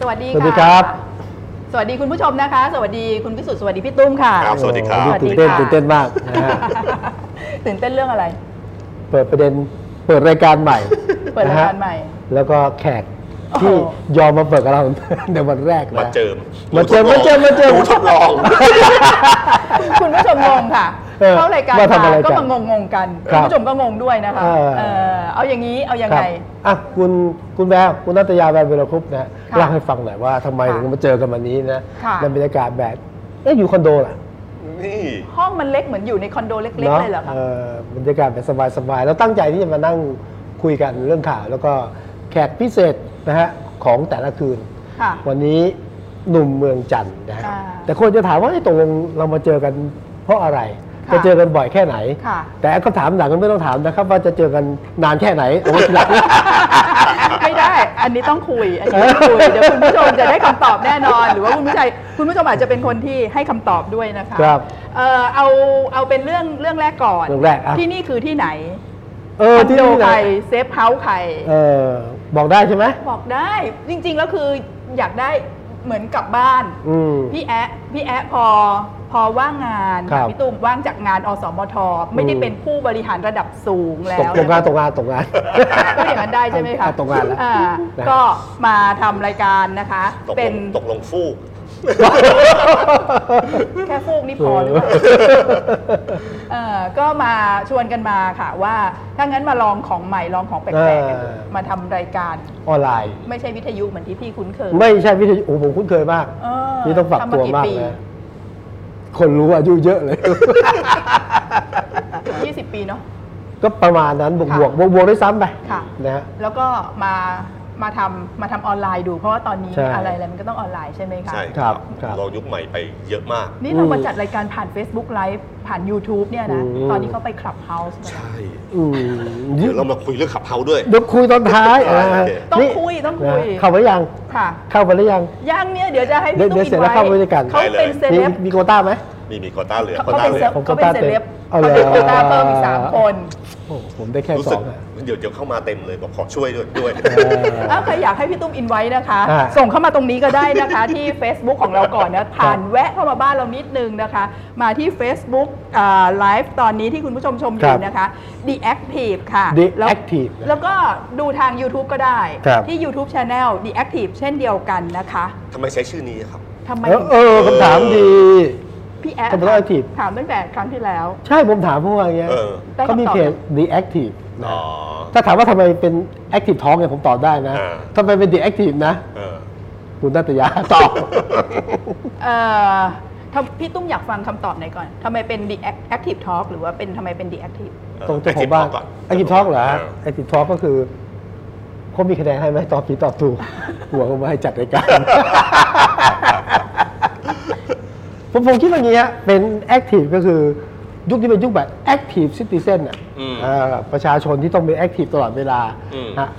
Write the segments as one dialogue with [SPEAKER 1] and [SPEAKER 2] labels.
[SPEAKER 1] สวัสดี
[SPEAKER 2] สวัสดี
[SPEAKER 1] ะ
[SPEAKER 2] ครับ
[SPEAKER 1] สวัสดีคุณผู้ชมนะคะ สวัสดีคุณพิสุทธิ์สวัสดีพี่ตุ้มค่ะ
[SPEAKER 3] ครับ สวัสดีครับ
[SPEAKER 2] โอ้โหตื่นเต้น
[SPEAKER 1] สวัสดีค่ะ
[SPEAKER 2] ตื่นเต้นมากนะ ฮะ
[SPEAKER 1] ตื่นเต้นเรื่องอะไร
[SPEAKER 2] เปิดประเด็นเปิดรายการใหม่
[SPEAKER 1] เปิดรายการใหม่
[SPEAKER 2] นะฮะแล้วก็แขกที่
[SPEAKER 1] โอ้โห
[SPEAKER 2] ยอมมาเปิดกับเรา ในวันแรกนะ
[SPEAKER 3] มาเจิม
[SPEAKER 2] มาเจิมมาเจิมมาเจิม
[SPEAKER 3] ดูทดลอง
[SPEAKER 1] คุณผู้ชมงงค่ะ
[SPEAKER 2] เออ
[SPEAKER 1] เข้ารายการ
[SPEAKER 2] ว่าทำอะไร
[SPEAKER 1] ก็
[SPEAKER 2] กัน
[SPEAKER 1] มางงงๆกัน
[SPEAKER 2] ครั
[SPEAKER 1] คุณ
[SPEAKER 2] บ
[SPEAKER 1] ผู้ชมก็งงด้วยนะคะ
[SPEAKER 2] เออ
[SPEAKER 1] เออเอาอย่างนี้เอายัง
[SPEAKER 2] ครั
[SPEAKER 1] ไง
[SPEAKER 2] บอ่ะคุณคุณแววคุณนัตยาแววเวลาครุปนะฮะ
[SPEAKER 1] ค่ะ
[SPEAKER 2] เล่าให้ฟังหน่อยว่าทำไม
[SPEAKER 1] ค่ะ
[SPEAKER 2] ถึงมาเจอกันวันนี้นะ
[SPEAKER 1] ค่ะ
[SPEAKER 2] ในบรรยากาศแบบเอ๊ะอยู่คอนโดเหรอ
[SPEAKER 3] นี่
[SPEAKER 1] ห้องมันเล็กเหมือนอยู่ในคอนโดเล็กๆเลยเหรอคะ
[SPEAKER 2] เออบรรยากาศแบบสบายๆแล้วตั้งใจที่จะมานั่งคุยกันเรื่องข่าว แล้วก็แขกพิเศษนะฮะของแต่ละคืน
[SPEAKER 1] ค่ะ
[SPEAKER 2] วันนี้หนุ่มเมืองจันทร์นะฮะ
[SPEAKER 1] ค่ะ
[SPEAKER 2] แต่คนจะถามว่าไอ้ยตกลงเรามาเจอกันเพราะอะไร
[SPEAKER 1] ค่ะ
[SPEAKER 2] จะเจอกันบ่อยแค่ไหน
[SPEAKER 1] ค่ะ
[SPEAKER 2] แต่คำถามหลังก็ไม่ต้องถามนะครับ ว่าจะเจอกันนานแค่ ไหนเอาไว้ทีหลัง
[SPEAKER 1] ไม่ได้ อันนี้ต้องคุย อันนี้ต้อง คุย เดี๋ยวคุณผู้ชมจะได้คำตอบแน่นอน หรือว่าคุณผู้ชายคุณผู้ชมอาจจะเป็นคนที่ให้คำตอบด้วยนะคะ
[SPEAKER 2] ครับ
[SPEAKER 1] เออเอาเอาเป็นเรื่องเรื่องแรกก่อน
[SPEAKER 2] เรื่องแรกอ่ะ
[SPEAKER 1] ที่นี่คือที่ไหน
[SPEAKER 2] เออ ที่นี่
[SPEAKER 1] คอนโด
[SPEAKER 2] นะ
[SPEAKER 1] ใครเซฟเฮาส์ใคร
[SPEAKER 2] เออบอกได้ใช่ไหม
[SPEAKER 1] บอกได้จริงๆแล้วคืออยากได้เหมือนกลับบ้าน
[SPEAKER 2] อืม
[SPEAKER 1] พี่แอะพี่แอะพอพอว่างงาน
[SPEAKER 2] ครับ
[SPEAKER 1] พี่ตุ้มว่างจากงานอสมท ไม่ได้
[SPEAKER 2] อืม
[SPEAKER 1] เป็นผู้บริหารระดับสูงแล้
[SPEAKER 2] ตก
[SPEAKER 1] ว
[SPEAKER 2] ตกงานตกงานตกงาน
[SPEAKER 1] ก็อย่างนั้นได้ใช่ไหมคะ
[SPEAKER 2] อ่ะตกงานแล้ว
[SPEAKER 1] อ่
[SPEAKER 2] นะ
[SPEAKER 1] ก็มาทำรายการนะคะ
[SPEAKER 3] ตก
[SPEAKER 1] เป็
[SPEAKER 3] ล
[SPEAKER 1] น
[SPEAKER 3] งตกลงฟูก
[SPEAKER 1] แค่ฟูกนี่พอหรือเปล่าเออก็มาชวนกันมาค่ะว่าถ้างั้นมาลองของใหม่ลองของแปลกๆกันดู
[SPEAKER 2] เออ
[SPEAKER 1] มาทำรายการ
[SPEAKER 2] ออนไลน์
[SPEAKER 1] ไม่ใช่วิทยุเหมือนที่พี่คุ้นเคย
[SPEAKER 2] ไม่ใช่วิทยุโอ้โหผมคุ้นเคยมาก
[SPEAKER 1] เออ
[SPEAKER 2] นี่ต้องปรับ
[SPEAKER 1] ทำ
[SPEAKER 2] ตัว
[SPEAKER 1] กี่
[SPEAKER 2] มาก
[SPEAKER 1] ปี
[SPEAKER 2] นะคนรู้อายุเยอะเลย
[SPEAKER 1] เกือบ20 ปีเนาะ
[SPEAKER 2] ก็ประมาณนั้นบวก
[SPEAKER 1] ค่ะ
[SPEAKER 2] บวกบวกบวกด้วยซ้ำไป
[SPEAKER 1] ค่ะ
[SPEAKER 2] นะฮะ
[SPEAKER 1] แล้วก็มามาทำมาทำออนไลน์ดู เพราะว่าตอนนี้
[SPEAKER 2] ใช่
[SPEAKER 1] อะไรอะไรมันก็ต้องออนไลน์ใช่ไหมคะ
[SPEAKER 3] ใช่
[SPEAKER 2] ครับ
[SPEAKER 3] เรายุคใหม่ไปเยอะมาก
[SPEAKER 1] นี่เรามาจัดรายการผ่าน Facebook Live ผ่าน YouTube เนี่ยนะ
[SPEAKER 2] อืม
[SPEAKER 1] ตอนนี้เขาไป Clubhouse นะ
[SPEAKER 3] ใช่
[SPEAKER 2] อืม
[SPEAKER 3] เดี๋ยวเรามาคุยเรื่องขับเฮาด้วย
[SPEAKER 2] เดี๋ยวคุยตอนท้าย
[SPEAKER 3] โอเค
[SPEAKER 2] า
[SPEAKER 1] ต้อง
[SPEAKER 2] นี่
[SPEAKER 1] คุยต้อง
[SPEAKER 2] นะ
[SPEAKER 1] คุย
[SPEAKER 2] เข้าไปหรือยัง
[SPEAKER 1] ค่ะ
[SPEAKER 2] เข้าไปหรือยัง
[SPEAKER 1] ย่างเนี่ยเดี๋ยวจะให้
[SPEAKER 2] เดี๋ยว
[SPEAKER 1] พี่ตุ้ม
[SPEAKER 2] เดี๋ยวเสร็จแล้วเข้าไปด้วยกัน
[SPEAKER 1] เขาเป็นเซ
[SPEAKER 2] มี
[SPEAKER 1] เลบ
[SPEAKER 2] มีโควต้าไหม
[SPEAKER 3] นี่มีกอต้าเหลือ
[SPEAKER 1] เขา
[SPEAKER 3] กอ
[SPEAKER 1] เขา
[SPEAKER 3] ต้า
[SPEAKER 1] เป็น
[SPEAKER 3] เห
[SPEAKER 1] เซเลเขาเป็นเซเล
[SPEAKER 2] ผม
[SPEAKER 3] ลือบ
[SPEAKER 1] บ
[SPEAKER 2] เอา
[SPEAKER 1] เขา
[SPEAKER 2] เหรอ
[SPEAKER 1] เป็นโควต้าเพิ่มอีกสามคน
[SPEAKER 2] โอ้ผมได้แค่
[SPEAKER 3] รู้
[SPEAKER 2] ส
[SPEAKER 3] สึ
[SPEAKER 2] อก งอะ
[SPEAKER 3] เดี๋ยวเดี๋ยวเข้ามาเต็มเลยบอกขอช่วยด้วยด้วย
[SPEAKER 1] ถ้าใครอยากให้พี่ตุ้มอินไว้นะคะ
[SPEAKER 2] อ่า
[SPEAKER 1] ส่งเข้ามาตรงนี้ก็ได้นะคะ ที่ Facebook ของเราก่อนนะผ่าน
[SPEAKER 2] ครับ
[SPEAKER 1] แวะเข้ามาบ้านเรานิดนึงนะคะ มาที่ Facebook ไลฟ์ตอนนี้ที่คุณผู้ชมชมอยู่นะคะ The Active ค่ะ
[SPEAKER 2] The
[SPEAKER 1] แล้ว
[SPEAKER 2] Active นะ
[SPEAKER 1] แล้วก็ดูทาง YouTube ก็ได้
[SPEAKER 2] ครับ
[SPEAKER 1] ที่ YouTube Channel The Active เช่นเดียวกันนะคะ
[SPEAKER 3] ทำไมใช้ชื่อนี้ครับ
[SPEAKER 1] ทำไม
[SPEAKER 2] เออเออคำถามดี
[SPEAKER 1] พี่แอ๊
[SPEAKER 2] ทำไมต้อง Active
[SPEAKER 1] ถามตั้งแต่ครั้งที่แล้ว
[SPEAKER 2] ใช่ผมถามพวกอย่างเงี้ย
[SPEAKER 3] เออ
[SPEAKER 1] ได้คำตอบ
[SPEAKER 2] เขามีเพจ The Active นะ
[SPEAKER 3] อ๋อ
[SPEAKER 2] ถ้าถามว่าทำไมเป็น Active ท้องเนี่ยผมตอบได้นะ
[SPEAKER 3] อ่า
[SPEAKER 2] ทำไมเป็น The Active นะ
[SPEAKER 3] เออ
[SPEAKER 2] คุณนัตยาตอบ
[SPEAKER 1] เออทำพี่ตุ้มอยากฟังคำตอบไหนก่อนทำไมเป็น The Active Talk หรือว่าเป็นทำไมเป็น The Active
[SPEAKER 2] ตรงเจ้าของบ้าน
[SPEAKER 3] Active Talk ก่อน
[SPEAKER 2] ไอคิดท็อกเหรอ
[SPEAKER 3] เออ
[SPEAKER 2] ไอคิดท็อกก็คือเขามีคะแนนให้ไหมตอบผิดตอบถูก หัวเขามาให้จัดราย การ ผมผมคิดว่าอย่างเงี้ยเป็นแอคทีฟก็คือ ยุคนี้เป็นยุคแบบแอคทีฟซิติเซนอ่ะ
[SPEAKER 3] อืม
[SPEAKER 2] เอ่อประชาชนที่ต้องเป็นแอคทีฟตลอดเวลา
[SPEAKER 3] อืม
[SPEAKER 2] ฮะ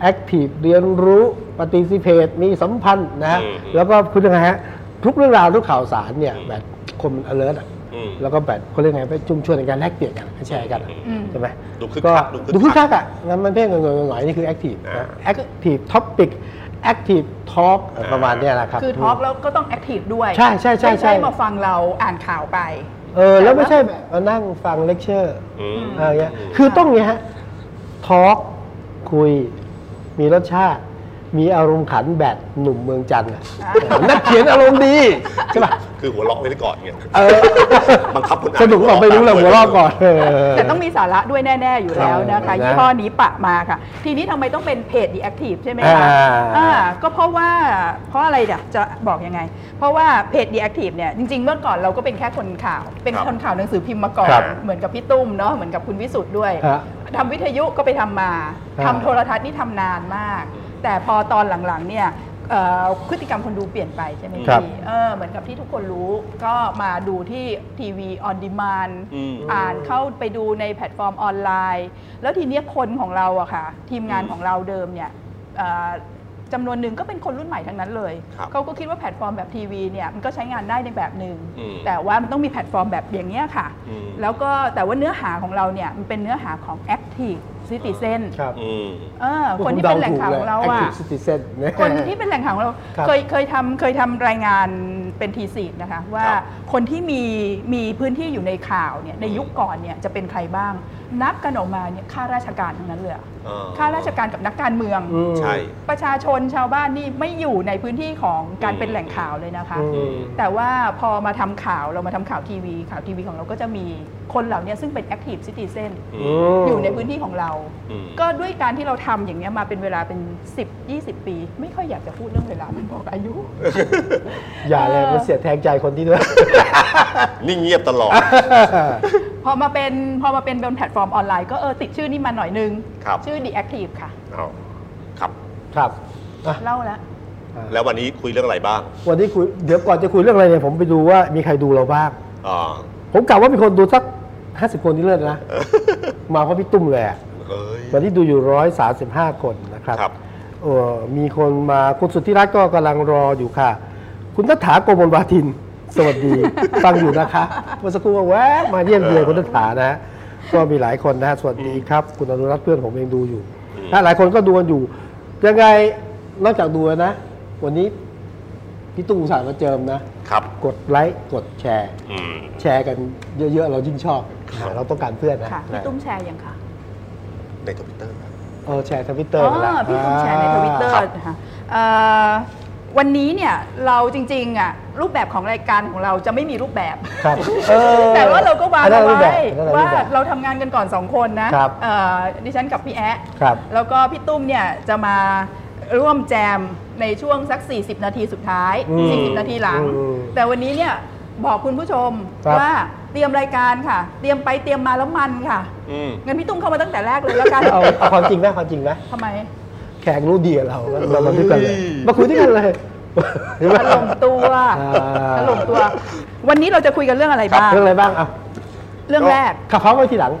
[SPEAKER 2] แอคทีฟเรียนรู้ปฏิสิเพตมีสัมพันธ์นะฮะ
[SPEAKER 3] อืม
[SPEAKER 2] แล้วก็คุณยังไงฮะ ทุกเรื่องราวทุกข่าวสารเนี่ยแบบคนมัน alert อะ
[SPEAKER 3] อืม
[SPEAKER 2] แล้วก็แบบเขาเรียกไงไปชุมชวนในการแลกเปลี่ยนกันแชร์กันอะ
[SPEAKER 1] อืม
[SPEAKER 2] ใช่ไหม
[SPEAKER 3] ดูคึกคักดูคึกคัก
[SPEAKER 2] ดูคึกคักอ่ะ งั้นมันเพ่งเงยๆหน่อยนี่คือแอคทีฟ
[SPEAKER 3] อ่า
[SPEAKER 2] แอคทีฟท็อปิกแอคทีฟทอล์กประมาณเนี้ยนะครับ
[SPEAKER 1] คือทอล์กแล้วก็ต้องแอคทีฟด้วย
[SPEAKER 2] ใช่ใช่ใช่
[SPEAKER 1] ไม่
[SPEAKER 2] ใช่
[SPEAKER 1] ใช่มาฟังเราอ่านข่าวไป
[SPEAKER 2] เออ แล้วไม่ใช่แบบมานั่งฟังเลคเชอร์
[SPEAKER 3] อืม
[SPEAKER 2] อะไรเงี้ย คือต้องเนี้ยฮะทอล์กคุย มีรสชาติ มีอารมณ์ขันแบบหนุ่มเมืองจันทร์อะ
[SPEAKER 1] อ่า
[SPEAKER 2] เออนักเขียนอารมณ์ดี ใช่ป่ะ
[SPEAKER 3] คือหัวเราะไว้ก่อนไง
[SPEAKER 2] เออ
[SPEAKER 3] บังคับคนอ่าน
[SPEAKER 2] สนุกหรอไม่รู้เลยหัวรอบก่อนเออ
[SPEAKER 1] แต่ต้องมีสาระด้วยแน่ ๆ อยู่แล้วนะ
[SPEAKER 2] ครั
[SPEAKER 1] คะ
[SPEAKER 2] บ
[SPEAKER 1] ยี่ห้อนี้ปะมาค่ะ ทีนี้ทำไมต้องเป็นเพจ The Active ใช่ไหมคะ
[SPEAKER 2] อ่า
[SPEAKER 1] อ่าก็เพราะว่าเพราะอะไรเดี๋ยวจะบอกยังไง เพราะว่าเพจ The Active เนี่ยจริง ๆ เมื่อก่อนเราก็เป็นแค่คนข่าว เป็นคนข่าวหนังสือพิมพ์มาก่อน
[SPEAKER 2] ครับ
[SPEAKER 1] เหมือนกับพี่ตุ้มเนาะเหมือนกับคุณวิสุทธ์ด้วย
[SPEAKER 2] ฮะ
[SPEAKER 1] ทำวิทยุก็ไปทำมา
[SPEAKER 2] ฮะ
[SPEAKER 1] ทำโทรทัศน์นี่ทำนานมาก แต่พอตอนหลังๆเนี่ยเอ่อพฤติกรรมคนดูเปลี่ยนไปใช่ไหม
[SPEAKER 2] ครับ
[SPEAKER 1] พี่เออเหมือนกับที่ทุกคนรู้ก็มาดูที่ทีวีออนดีมาน
[SPEAKER 3] อืม
[SPEAKER 1] อ่านเข้าไปดูในแพลตฟอร์มออนไลน์ แล้วทีเนี้ยคนของเราอะค่ะ ทีมงานของเราเดิมเนี่ยเอ่อ จำนวนหนึ่งก็เป็นคนรุ่นใหม่ทั้งนั้นเลย
[SPEAKER 3] ครับ
[SPEAKER 1] เขาก็คิดว่าแพลตฟอร์มแบบทีวีเนี่ยมันก็ใช้งานได้ในแบบหนึ่ง
[SPEAKER 3] อืม
[SPEAKER 1] แต่ว่ามันต้องมีแพลตฟอร์มแบบอย่างเนี้ยค่ะ
[SPEAKER 3] อืม
[SPEAKER 1] แล้วก็แต่ว่าเนื้อหาของเราเนี่ยมันเป็นเนื้อหาของ Active Citizen
[SPEAKER 2] ครับ
[SPEAKER 3] อืม
[SPEAKER 1] เออคนที่เป็นแหล่งข่าวของเราอะ
[SPEAKER 2] ซิติเซน
[SPEAKER 1] คนที่เป็นแหล่งข่าวของเรา
[SPEAKER 2] ครับ
[SPEAKER 1] เคยเคยทำเคยทำรายงานเป็นทีสีนะคะ ว่า
[SPEAKER 3] ครับ
[SPEAKER 1] คนที่มีมีพื้นที่อยู่ในข่าวเนี่ยในยุคก่อนเนี่ยจะเป็นใครบ้าง นับกันออกมาเนี่ยข้าราชการทั้งนั้นเลยอะ
[SPEAKER 3] อ่า
[SPEAKER 1] ข้าราชการกับนักการเมือง
[SPEAKER 3] ใช่
[SPEAKER 1] ประชาชนชาวบ้านนี่ไม่อยู่ในพื้นที่ของการ
[SPEAKER 3] อืม
[SPEAKER 1] เป็นแหล่งข่าวเลยนะคะ
[SPEAKER 2] อืม
[SPEAKER 3] อืม
[SPEAKER 1] แต่ว่าพอมาทำข่าวเรามาทำข่าวทีวี ข่าวทีวีของเราก็จะมีคนเหล่าเนี้ซึ่งเป็น active citizen อยู่ในพื้นที่ของเรา
[SPEAKER 3] อืม
[SPEAKER 1] ก็ด้วยการที่เราทำอย่างเนี้ยมาเป็นเวลาเป็น 10 20 ปี ไม่ค่อยอยากจะพูดเรื่องเวลามันบอกอายุ
[SPEAKER 2] อย่าเลยมันเสียแทงใจคนที่ด้วย
[SPEAKER 3] นิ่งเงียบตลอด
[SPEAKER 1] พอมาเป็นพอมาเป็นบนแพลตฟอร์มออนไลน์ก็เออติดชื่อนี่มาหน่อยนึง
[SPEAKER 3] ครับ
[SPEAKER 1] ชื่อ The Active ค่ะ
[SPEAKER 3] เอาครับ
[SPEAKER 2] ครับอ่ะ
[SPEAKER 1] เล่าแล้ว
[SPEAKER 3] แล้ววันนี้คุยเรื่องอะไรบ้าง
[SPEAKER 2] วันนี้คุยเดี๋ยวก่อนจะคุยเรื่องอะไรเนี่ยผมไปดูว่ามีใครดูเราบ้าง
[SPEAKER 3] อ่า
[SPEAKER 2] ผมกล่าวว่ามีคนดูสัก 50 คนที่เลิศ นะ มาเพราะพี่ตุ้มเลยอะ
[SPEAKER 3] เอ้ย
[SPEAKER 2] วันนี้ดูอยู่ 135 คนนะครับ
[SPEAKER 3] ครับ
[SPEAKER 2] เอ่อมีคนมาคุณสุทธิรัตน์ก็กำลังรออยู่ค่ะ คุณนัฐาโกมลวาทิน สวัสดี ฟังอยู่นะคะเมื่อสักครู่ก็แวะมาเยี่ยมเยียนคุณนัฐานะฮะก็มีหลายคนนะฮะสวัสดีครับ คุณอนุรัตน์เพื่อนผมเองดูอยู่นะหลายคนก็ดูกันอยู่ ยังไงนอกจากดูแล้วนะ วันนี้พี่ตุ้มอุตสาห์มาเจิมนะ
[SPEAKER 3] ครับ
[SPEAKER 2] กดไลค์กดแชร์
[SPEAKER 3] อืม
[SPEAKER 2] แชร์กันเยอะๆ เรายิ่งชอบ
[SPEAKER 3] ครับ
[SPEAKER 2] เราต้องการเพื่อนนะ
[SPEAKER 1] ค่ะ พี่ตุ้มแชร์ยังค่ะ
[SPEAKER 3] ในทวิตเตอร์
[SPEAKER 2] เออแชร์ทวิตเตอ
[SPEAKER 1] อ๋
[SPEAKER 2] ร์
[SPEAKER 1] อพี่ตุ้มแชร์ในทวิตเตอร์
[SPEAKER 3] ครับ
[SPEAKER 1] ค่ะเอ่อวันนี้เนี่ยเราจริงๆอ่ะรูปแบบของรายการของเราจะไม่มีรูปแบบ
[SPEAKER 2] ครับเออ
[SPEAKER 1] แต่ว่าเราก็วาง
[SPEAKER 2] อันนั้น
[SPEAKER 1] เอา
[SPEAKER 2] รูปแบ
[SPEAKER 1] ไว้
[SPEAKER 2] บอันนั้นรูป
[SPEAKER 1] ว่า
[SPEAKER 2] แบบ
[SPEAKER 1] เราทำงานกันก่อนสองคนนะครับ เอ่อดิฉันกับพี่แอะ
[SPEAKER 2] ครับ
[SPEAKER 1] แล้วก็พี่ตุ้มเนี่ยจะมาร่วมแจมในช่วงสัก 40 นาทีสุดท้าย
[SPEAKER 2] อืม
[SPEAKER 1] 40 นาทีหลัง
[SPEAKER 2] อืม
[SPEAKER 1] แต่วันนี้เนี่ยบอกคุณผู้ชม
[SPEAKER 2] ครับ
[SPEAKER 1] ว่าเตรียมรายการค่ะ เตรียมไปเตรียมมาแล้วมันค่ะ
[SPEAKER 3] อืม
[SPEAKER 1] งั้นพี่ตุ้มเข้ามาตั้งแต่แรกเลยแล้วกัน
[SPEAKER 2] เอาเอาความจริงไหมความจริงไหม
[SPEAKER 1] ทำไม
[SPEAKER 2] แขกรู้ดีกับเราเรามาด้
[SPEAKER 3] เฮ้ย
[SPEAKER 2] วยกันเลยมาคุยด้วยกันเลยเห็นไหม
[SPEAKER 1] ถล่มตัว
[SPEAKER 2] อ่า
[SPEAKER 1] ถล่มตัว วันนี้เราจะคุยกันเรื่องอะไรบ้าง
[SPEAKER 2] เรื่องอะไรบ้างอ่ะ
[SPEAKER 1] เรื่องแรก
[SPEAKER 2] ขับเพาไว้ทีหลัง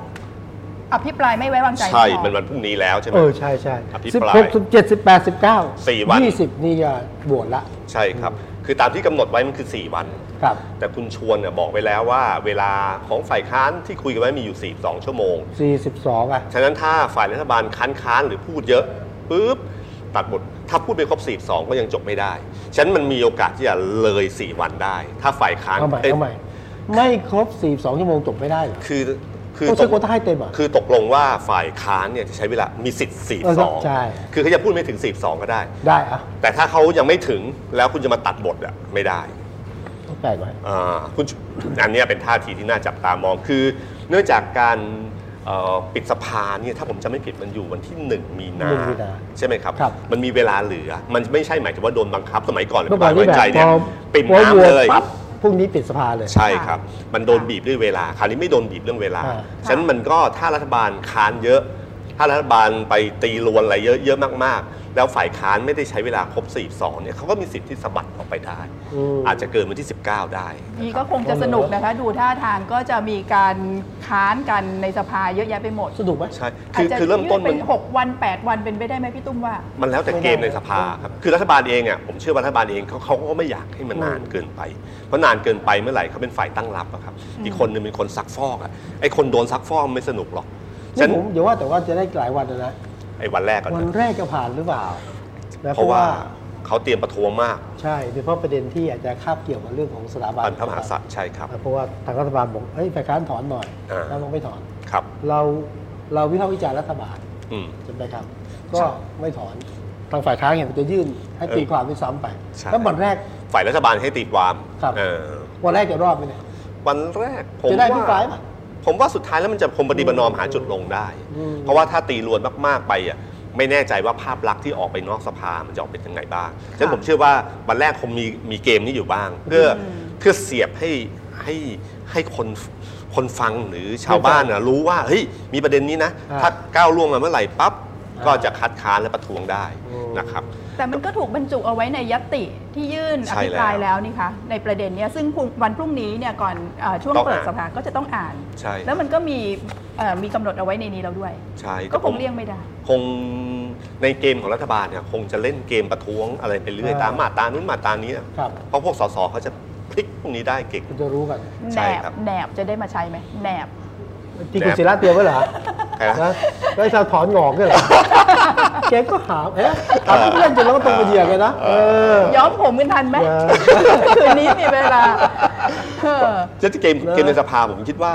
[SPEAKER 1] อภิปรายไม่ไว้วางใจ
[SPEAKER 3] ใช่
[SPEAKER 1] ก่อ
[SPEAKER 3] มันวันพรุ่งนี้แล้วใช่ไหม
[SPEAKER 2] เออ ใช่ใช่
[SPEAKER 3] อภิ
[SPEAKER 2] สิบ
[SPEAKER 3] ปราย
[SPEAKER 2] หกสิบเจ็ดสิบแปดสิบเก้า
[SPEAKER 3] สี่วัน
[SPEAKER 2] ยี่สิบนี่ก็บวชละ
[SPEAKER 3] ใช่ครับ คือตามที่กำหนดไว้มันคือ 4 วัน
[SPEAKER 2] ครับ
[SPEAKER 3] แต่คุณชวนเนี่ยบอกไว้แล้วว่า เวลาของฝ่ายค้านที่คุยกันไว้มีอยู่ 42 ชั่วโมง
[SPEAKER 2] สี่สิบสองอ่ะ
[SPEAKER 3] ฉะนั้นถ้าฝ่ายรัฐบาลค้านค้านหรือพูดเยอะปุ๊บตัดบท ถ้าพูดไปครบ 42 ก็ยังจบไม่ได้ ฉะนั้นมันมีโอกาสที่จะเลย 4 วันได้ ถ้าฝ่ายค้าน
[SPEAKER 2] เอาใหม่
[SPEAKER 3] เอ้ย
[SPEAKER 2] เอาใหม่ ไม่ครบ 42 ชั่วโมงจบไม่ได้เหรอ
[SPEAKER 3] คือคือ
[SPEAKER 2] ต้อง
[SPEAKER 3] ต
[SPEAKER 2] ใช้
[SPEAKER 3] ก
[SPEAKER 2] โควต้าให้เต็มเหรอ่ะ
[SPEAKER 3] คือตกลงว่าฝ่ายค้านเนี่ยจะใช้เวลา มีสิทธิ์
[SPEAKER 2] เออครับใช่
[SPEAKER 3] 42 คือเขาจะพูดไม่ถึง 42 ก็ได้
[SPEAKER 2] ได้อ่ะ
[SPEAKER 3] แต่ถ้าเขายังไม่ถึงแล้วคุณจะมาตัดบทอะไม่ได้
[SPEAKER 2] ต้องแปลกหน่อย
[SPEAKER 3] อ่าคุณชุอันเนี้ยเป็นท่าทีที่น่าจับตามองคือ เนื่องจากการเอ่อปิดสภาเนี่ยถ้าผมจะไม่ผิดมันอยู่วันที่ 1 มี
[SPEAKER 2] ห
[SPEAKER 3] นา
[SPEAKER 2] นึ่งมีนา
[SPEAKER 3] ใช่ไหมครับ
[SPEAKER 2] ครับ
[SPEAKER 3] มันมีเวลาเหลือ มันไม่ใช่หมายถึงว่าโดนบังคับสมัยก่อนหรือ
[SPEAKER 2] เมื่อก่อน
[SPEAKER 3] ไม่ไว้วางใจเนี่ย
[SPEAKER 2] นี่แบบพอ
[SPEAKER 3] ปิดน้ำเลย
[SPEAKER 2] ปั๊บพรุ่งนี้ปิดสภาเลย
[SPEAKER 3] ใช่ครับ มันโดนบีบด้วยเวลาคราวนี้ไม่โดนบีบเรื่องเวลา
[SPEAKER 2] อ่า
[SPEAKER 3] ฉะนั้นมันก็ถ้ารัฐบาลค้านเยอะ ถ้ารัฐบาลไปตีรวนอะไรเยอะๆมากๆ แล้วฝ่ายค้านไม่ได้ใช้เวลาครบ42เนี่ยเขาก็มีสิทธิ์ที่สะบัดออกไปได้
[SPEAKER 2] อืม
[SPEAKER 3] อาจจะเกินวันที่ 19 ได้นะครับ
[SPEAKER 1] นี่ก็คงจะสนุกนะคะ ดูท่าทางก็จะมีการค้านกันในสภาเยอะแยะไปหมด
[SPEAKER 2] สนุกไหม
[SPEAKER 3] ใช่
[SPEAKER 1] อา
[SPEAKER 3] คื
[SPEAKER 1] จ
[SPEAKER 3] อ
[SPEAKER 1] จะ
[SPEAKER 3] คือเริ่มต้น
[SPEAKER 1] ยืด
[SPEAKER 3] มั
[SPEAKER 1] เป็น นหกวันแปดวันเป็นไปได้ไหมพี่ตุ้มว่า
[SPEAKER 3] มันแล้วแต่เกมในสภาครับ คือรัฐบาลเองอ่ะผมเชื่อว่ารัฐบาลเองเขาเขาก็ไม่อยากให้มันนานเกินไป เพราะนานเกินไปเมื่อไหร่เขาเป็นฝ่ายตั้งรับอะครับ อีกคนนึงเป็นคนซักฟอกอ่ะ ไอ้คนโดนซักฟอกไม่สนุกหรอกฉั
[SPEAKER 2] นี่ผ
[SPEAKER 3] น
[SPEAKER 2] มเดี๋ยวว่าแต่ว่าจะได้หลายวันเลยนะ
[SPEAKER 3] ไอ้วันแรกก่อน
[SPEAKER 2] วัน
[SPEAKER 3] นะ
[SPEAKER 2] แรกจะผ่านหรือเปล่านะ
[SPEAKER 3] เพราะว่าเขาเตรียมประท้วงมาก
[SPEAKER 2] ใช่โดยเฉพาะประเด็นที่อาจจะคาบเกี่ยวกับเรื่องของสถาบัน
[SPEAKER 3] ปันพระมหากษัตริย์ใช่ครับ
[SPEAKER 2] นะเพราะว่าทางรัฐบาลบอกเฮ้ยฝ่ายค้านถอนหน่อย
[SPEAKER 3] อ่า
[SPEAKER 2] แล้วบอกไม่ถอน
[SPEAKER 3] ครับ
[SPEAKER 2] เราเราวิพากษ์วิจารณ์รัฐบาล
[SPEAKER 3] อืม
[SPEAKER 2] จนไปครับ ก็ไม่ถอนทางฝ่ายค้านเห็นจะยื่นให้ตีความด้วยซ้ำไป
[SPEAKER 3] ใช่
[SPEAKER 2] แล้ววันแรก
[SPEAKER 3] ฝ่ายรัฐบาลให้ตีความ
[SPEAKER 2] ครับ
[SPEAKER 3] เออ
[SPEAKER 2] วันแรกจะรอดไหมเนี่ย
[SPEAKER 3] วันแรกผม
[SPEAKER 2] จะได้อภิปรา
[SPEAKER 3] ว่า
[SPEAKER 2] ยปะ
[SPEAKER 3] ผมว่าสุดท้ายแล้วมันจะคมปฏิบัติประนอมหาจุดลงได้
[SPEAKER 2] อืม
[SPEAKER 3] เพราะว่าถ้าตีรวนมาก ๆ ไปอ่ะไม่แน่ใจว่าภาพลักษณ์ที่ออกไปนอกสภามันจะออกเป็นยังไงบ้างฉะนั้นผมเชื่อว่าวันแรกคงมีมีเกมนี้อยู่บ้าง เพื่อเพื่อเสียบให้ให้ให้คนคนฟังหรือชาวบ้านน่ะรู้ว่าเฮ้ยมีประเด็นนี้นะ
[SPEAKER 2] อ่า
[SPEAKER 3] ถ้าก้าวล่วงมาเมื่อไหร่ปั๊บ
[SPEAKER 2] อ่า
[SPEAKER 3] ก็จะคัดค้านและประท้วงได้
[SPEAKER 2] โอ้
[SPEAKER 3] นะครับ
[SPEAKER 1] แต่มันก็ถูกบรรจุเอาไว้ในยตติที่ยื่นอ
[SPEAKER 3] ใช่
[SPEAKER 1] ภิปรายแล้วนี่คะในประเด็นเนี้ยซึ่งพรุ่งวันพรุ่งนี้เนี่ยก่อนเออช่วง
[SPEAKER 3] ต้อง
[SPEAKER 1] เปิด
[SPEAKER 3] อ่าน
[SPEAKER 1] สภาก็จะต้องอ่าน
[SPEAKER 3] ใช่
[SPEAKER 1] แล้วมันก็มีเอ่อมีกำหนดเอาไว้ในนี้แล้วด้วย
[SPEAKER 3] ใช่
[SPEAKER 1] ก็
[SPEAKER 3] แต่
[SPEAKER 1] ค
[SPEAKER 3] ผ
[SPEAKER 1] ง
[SPEAKER 3] ม
[SPEAKER 1] เลี่ยงไม่ได้
[SPEAKER 3] คง ในเกมของรัฐบาลเนี่ยคงจะเล่นเกมประท้วงอะไรไปเรื่อย
[SPEAKER 2] อ่า
[SPEAKER 3] ตามมาตรานู้นมาตรานี้อะ
[SPEAKER 2] ครับ
[SPEAKER 3] เพราะพวกสสเขาจะพลิกพวกนี้ได้เก่ง
[SPEAKER 2] คุณจะรู้กัน
[SPEAKER 1] แห
[SPEAKER 3] ใช่
[SPEAKER 1] น
[SPEAKER 3] ครับ บ
[SPEAKER 1] แหนบจะได้มาใช้ไหมแหนบ
[SPEAKER 2] ที่คุณศิระเตรียมไว้เหรอ
[SPEAKER 3] ใช่ไหม
[SPEAKER 2] นะแล้วจะถอนหงอกเนี่ยเหรอแกก็หาเอ๊ะถามเล่นจนเราก็ตรงไปเหยียบเลยนะเออ
[SPEAKER 1] ย้อมผมกันทันไหม
[SPEAKER 2] อย่
[SPEAKER 1] คืนนี้มีเวลาเออ
[SPEAKER 3] จะเกมเกมในสภาผมคิดว่า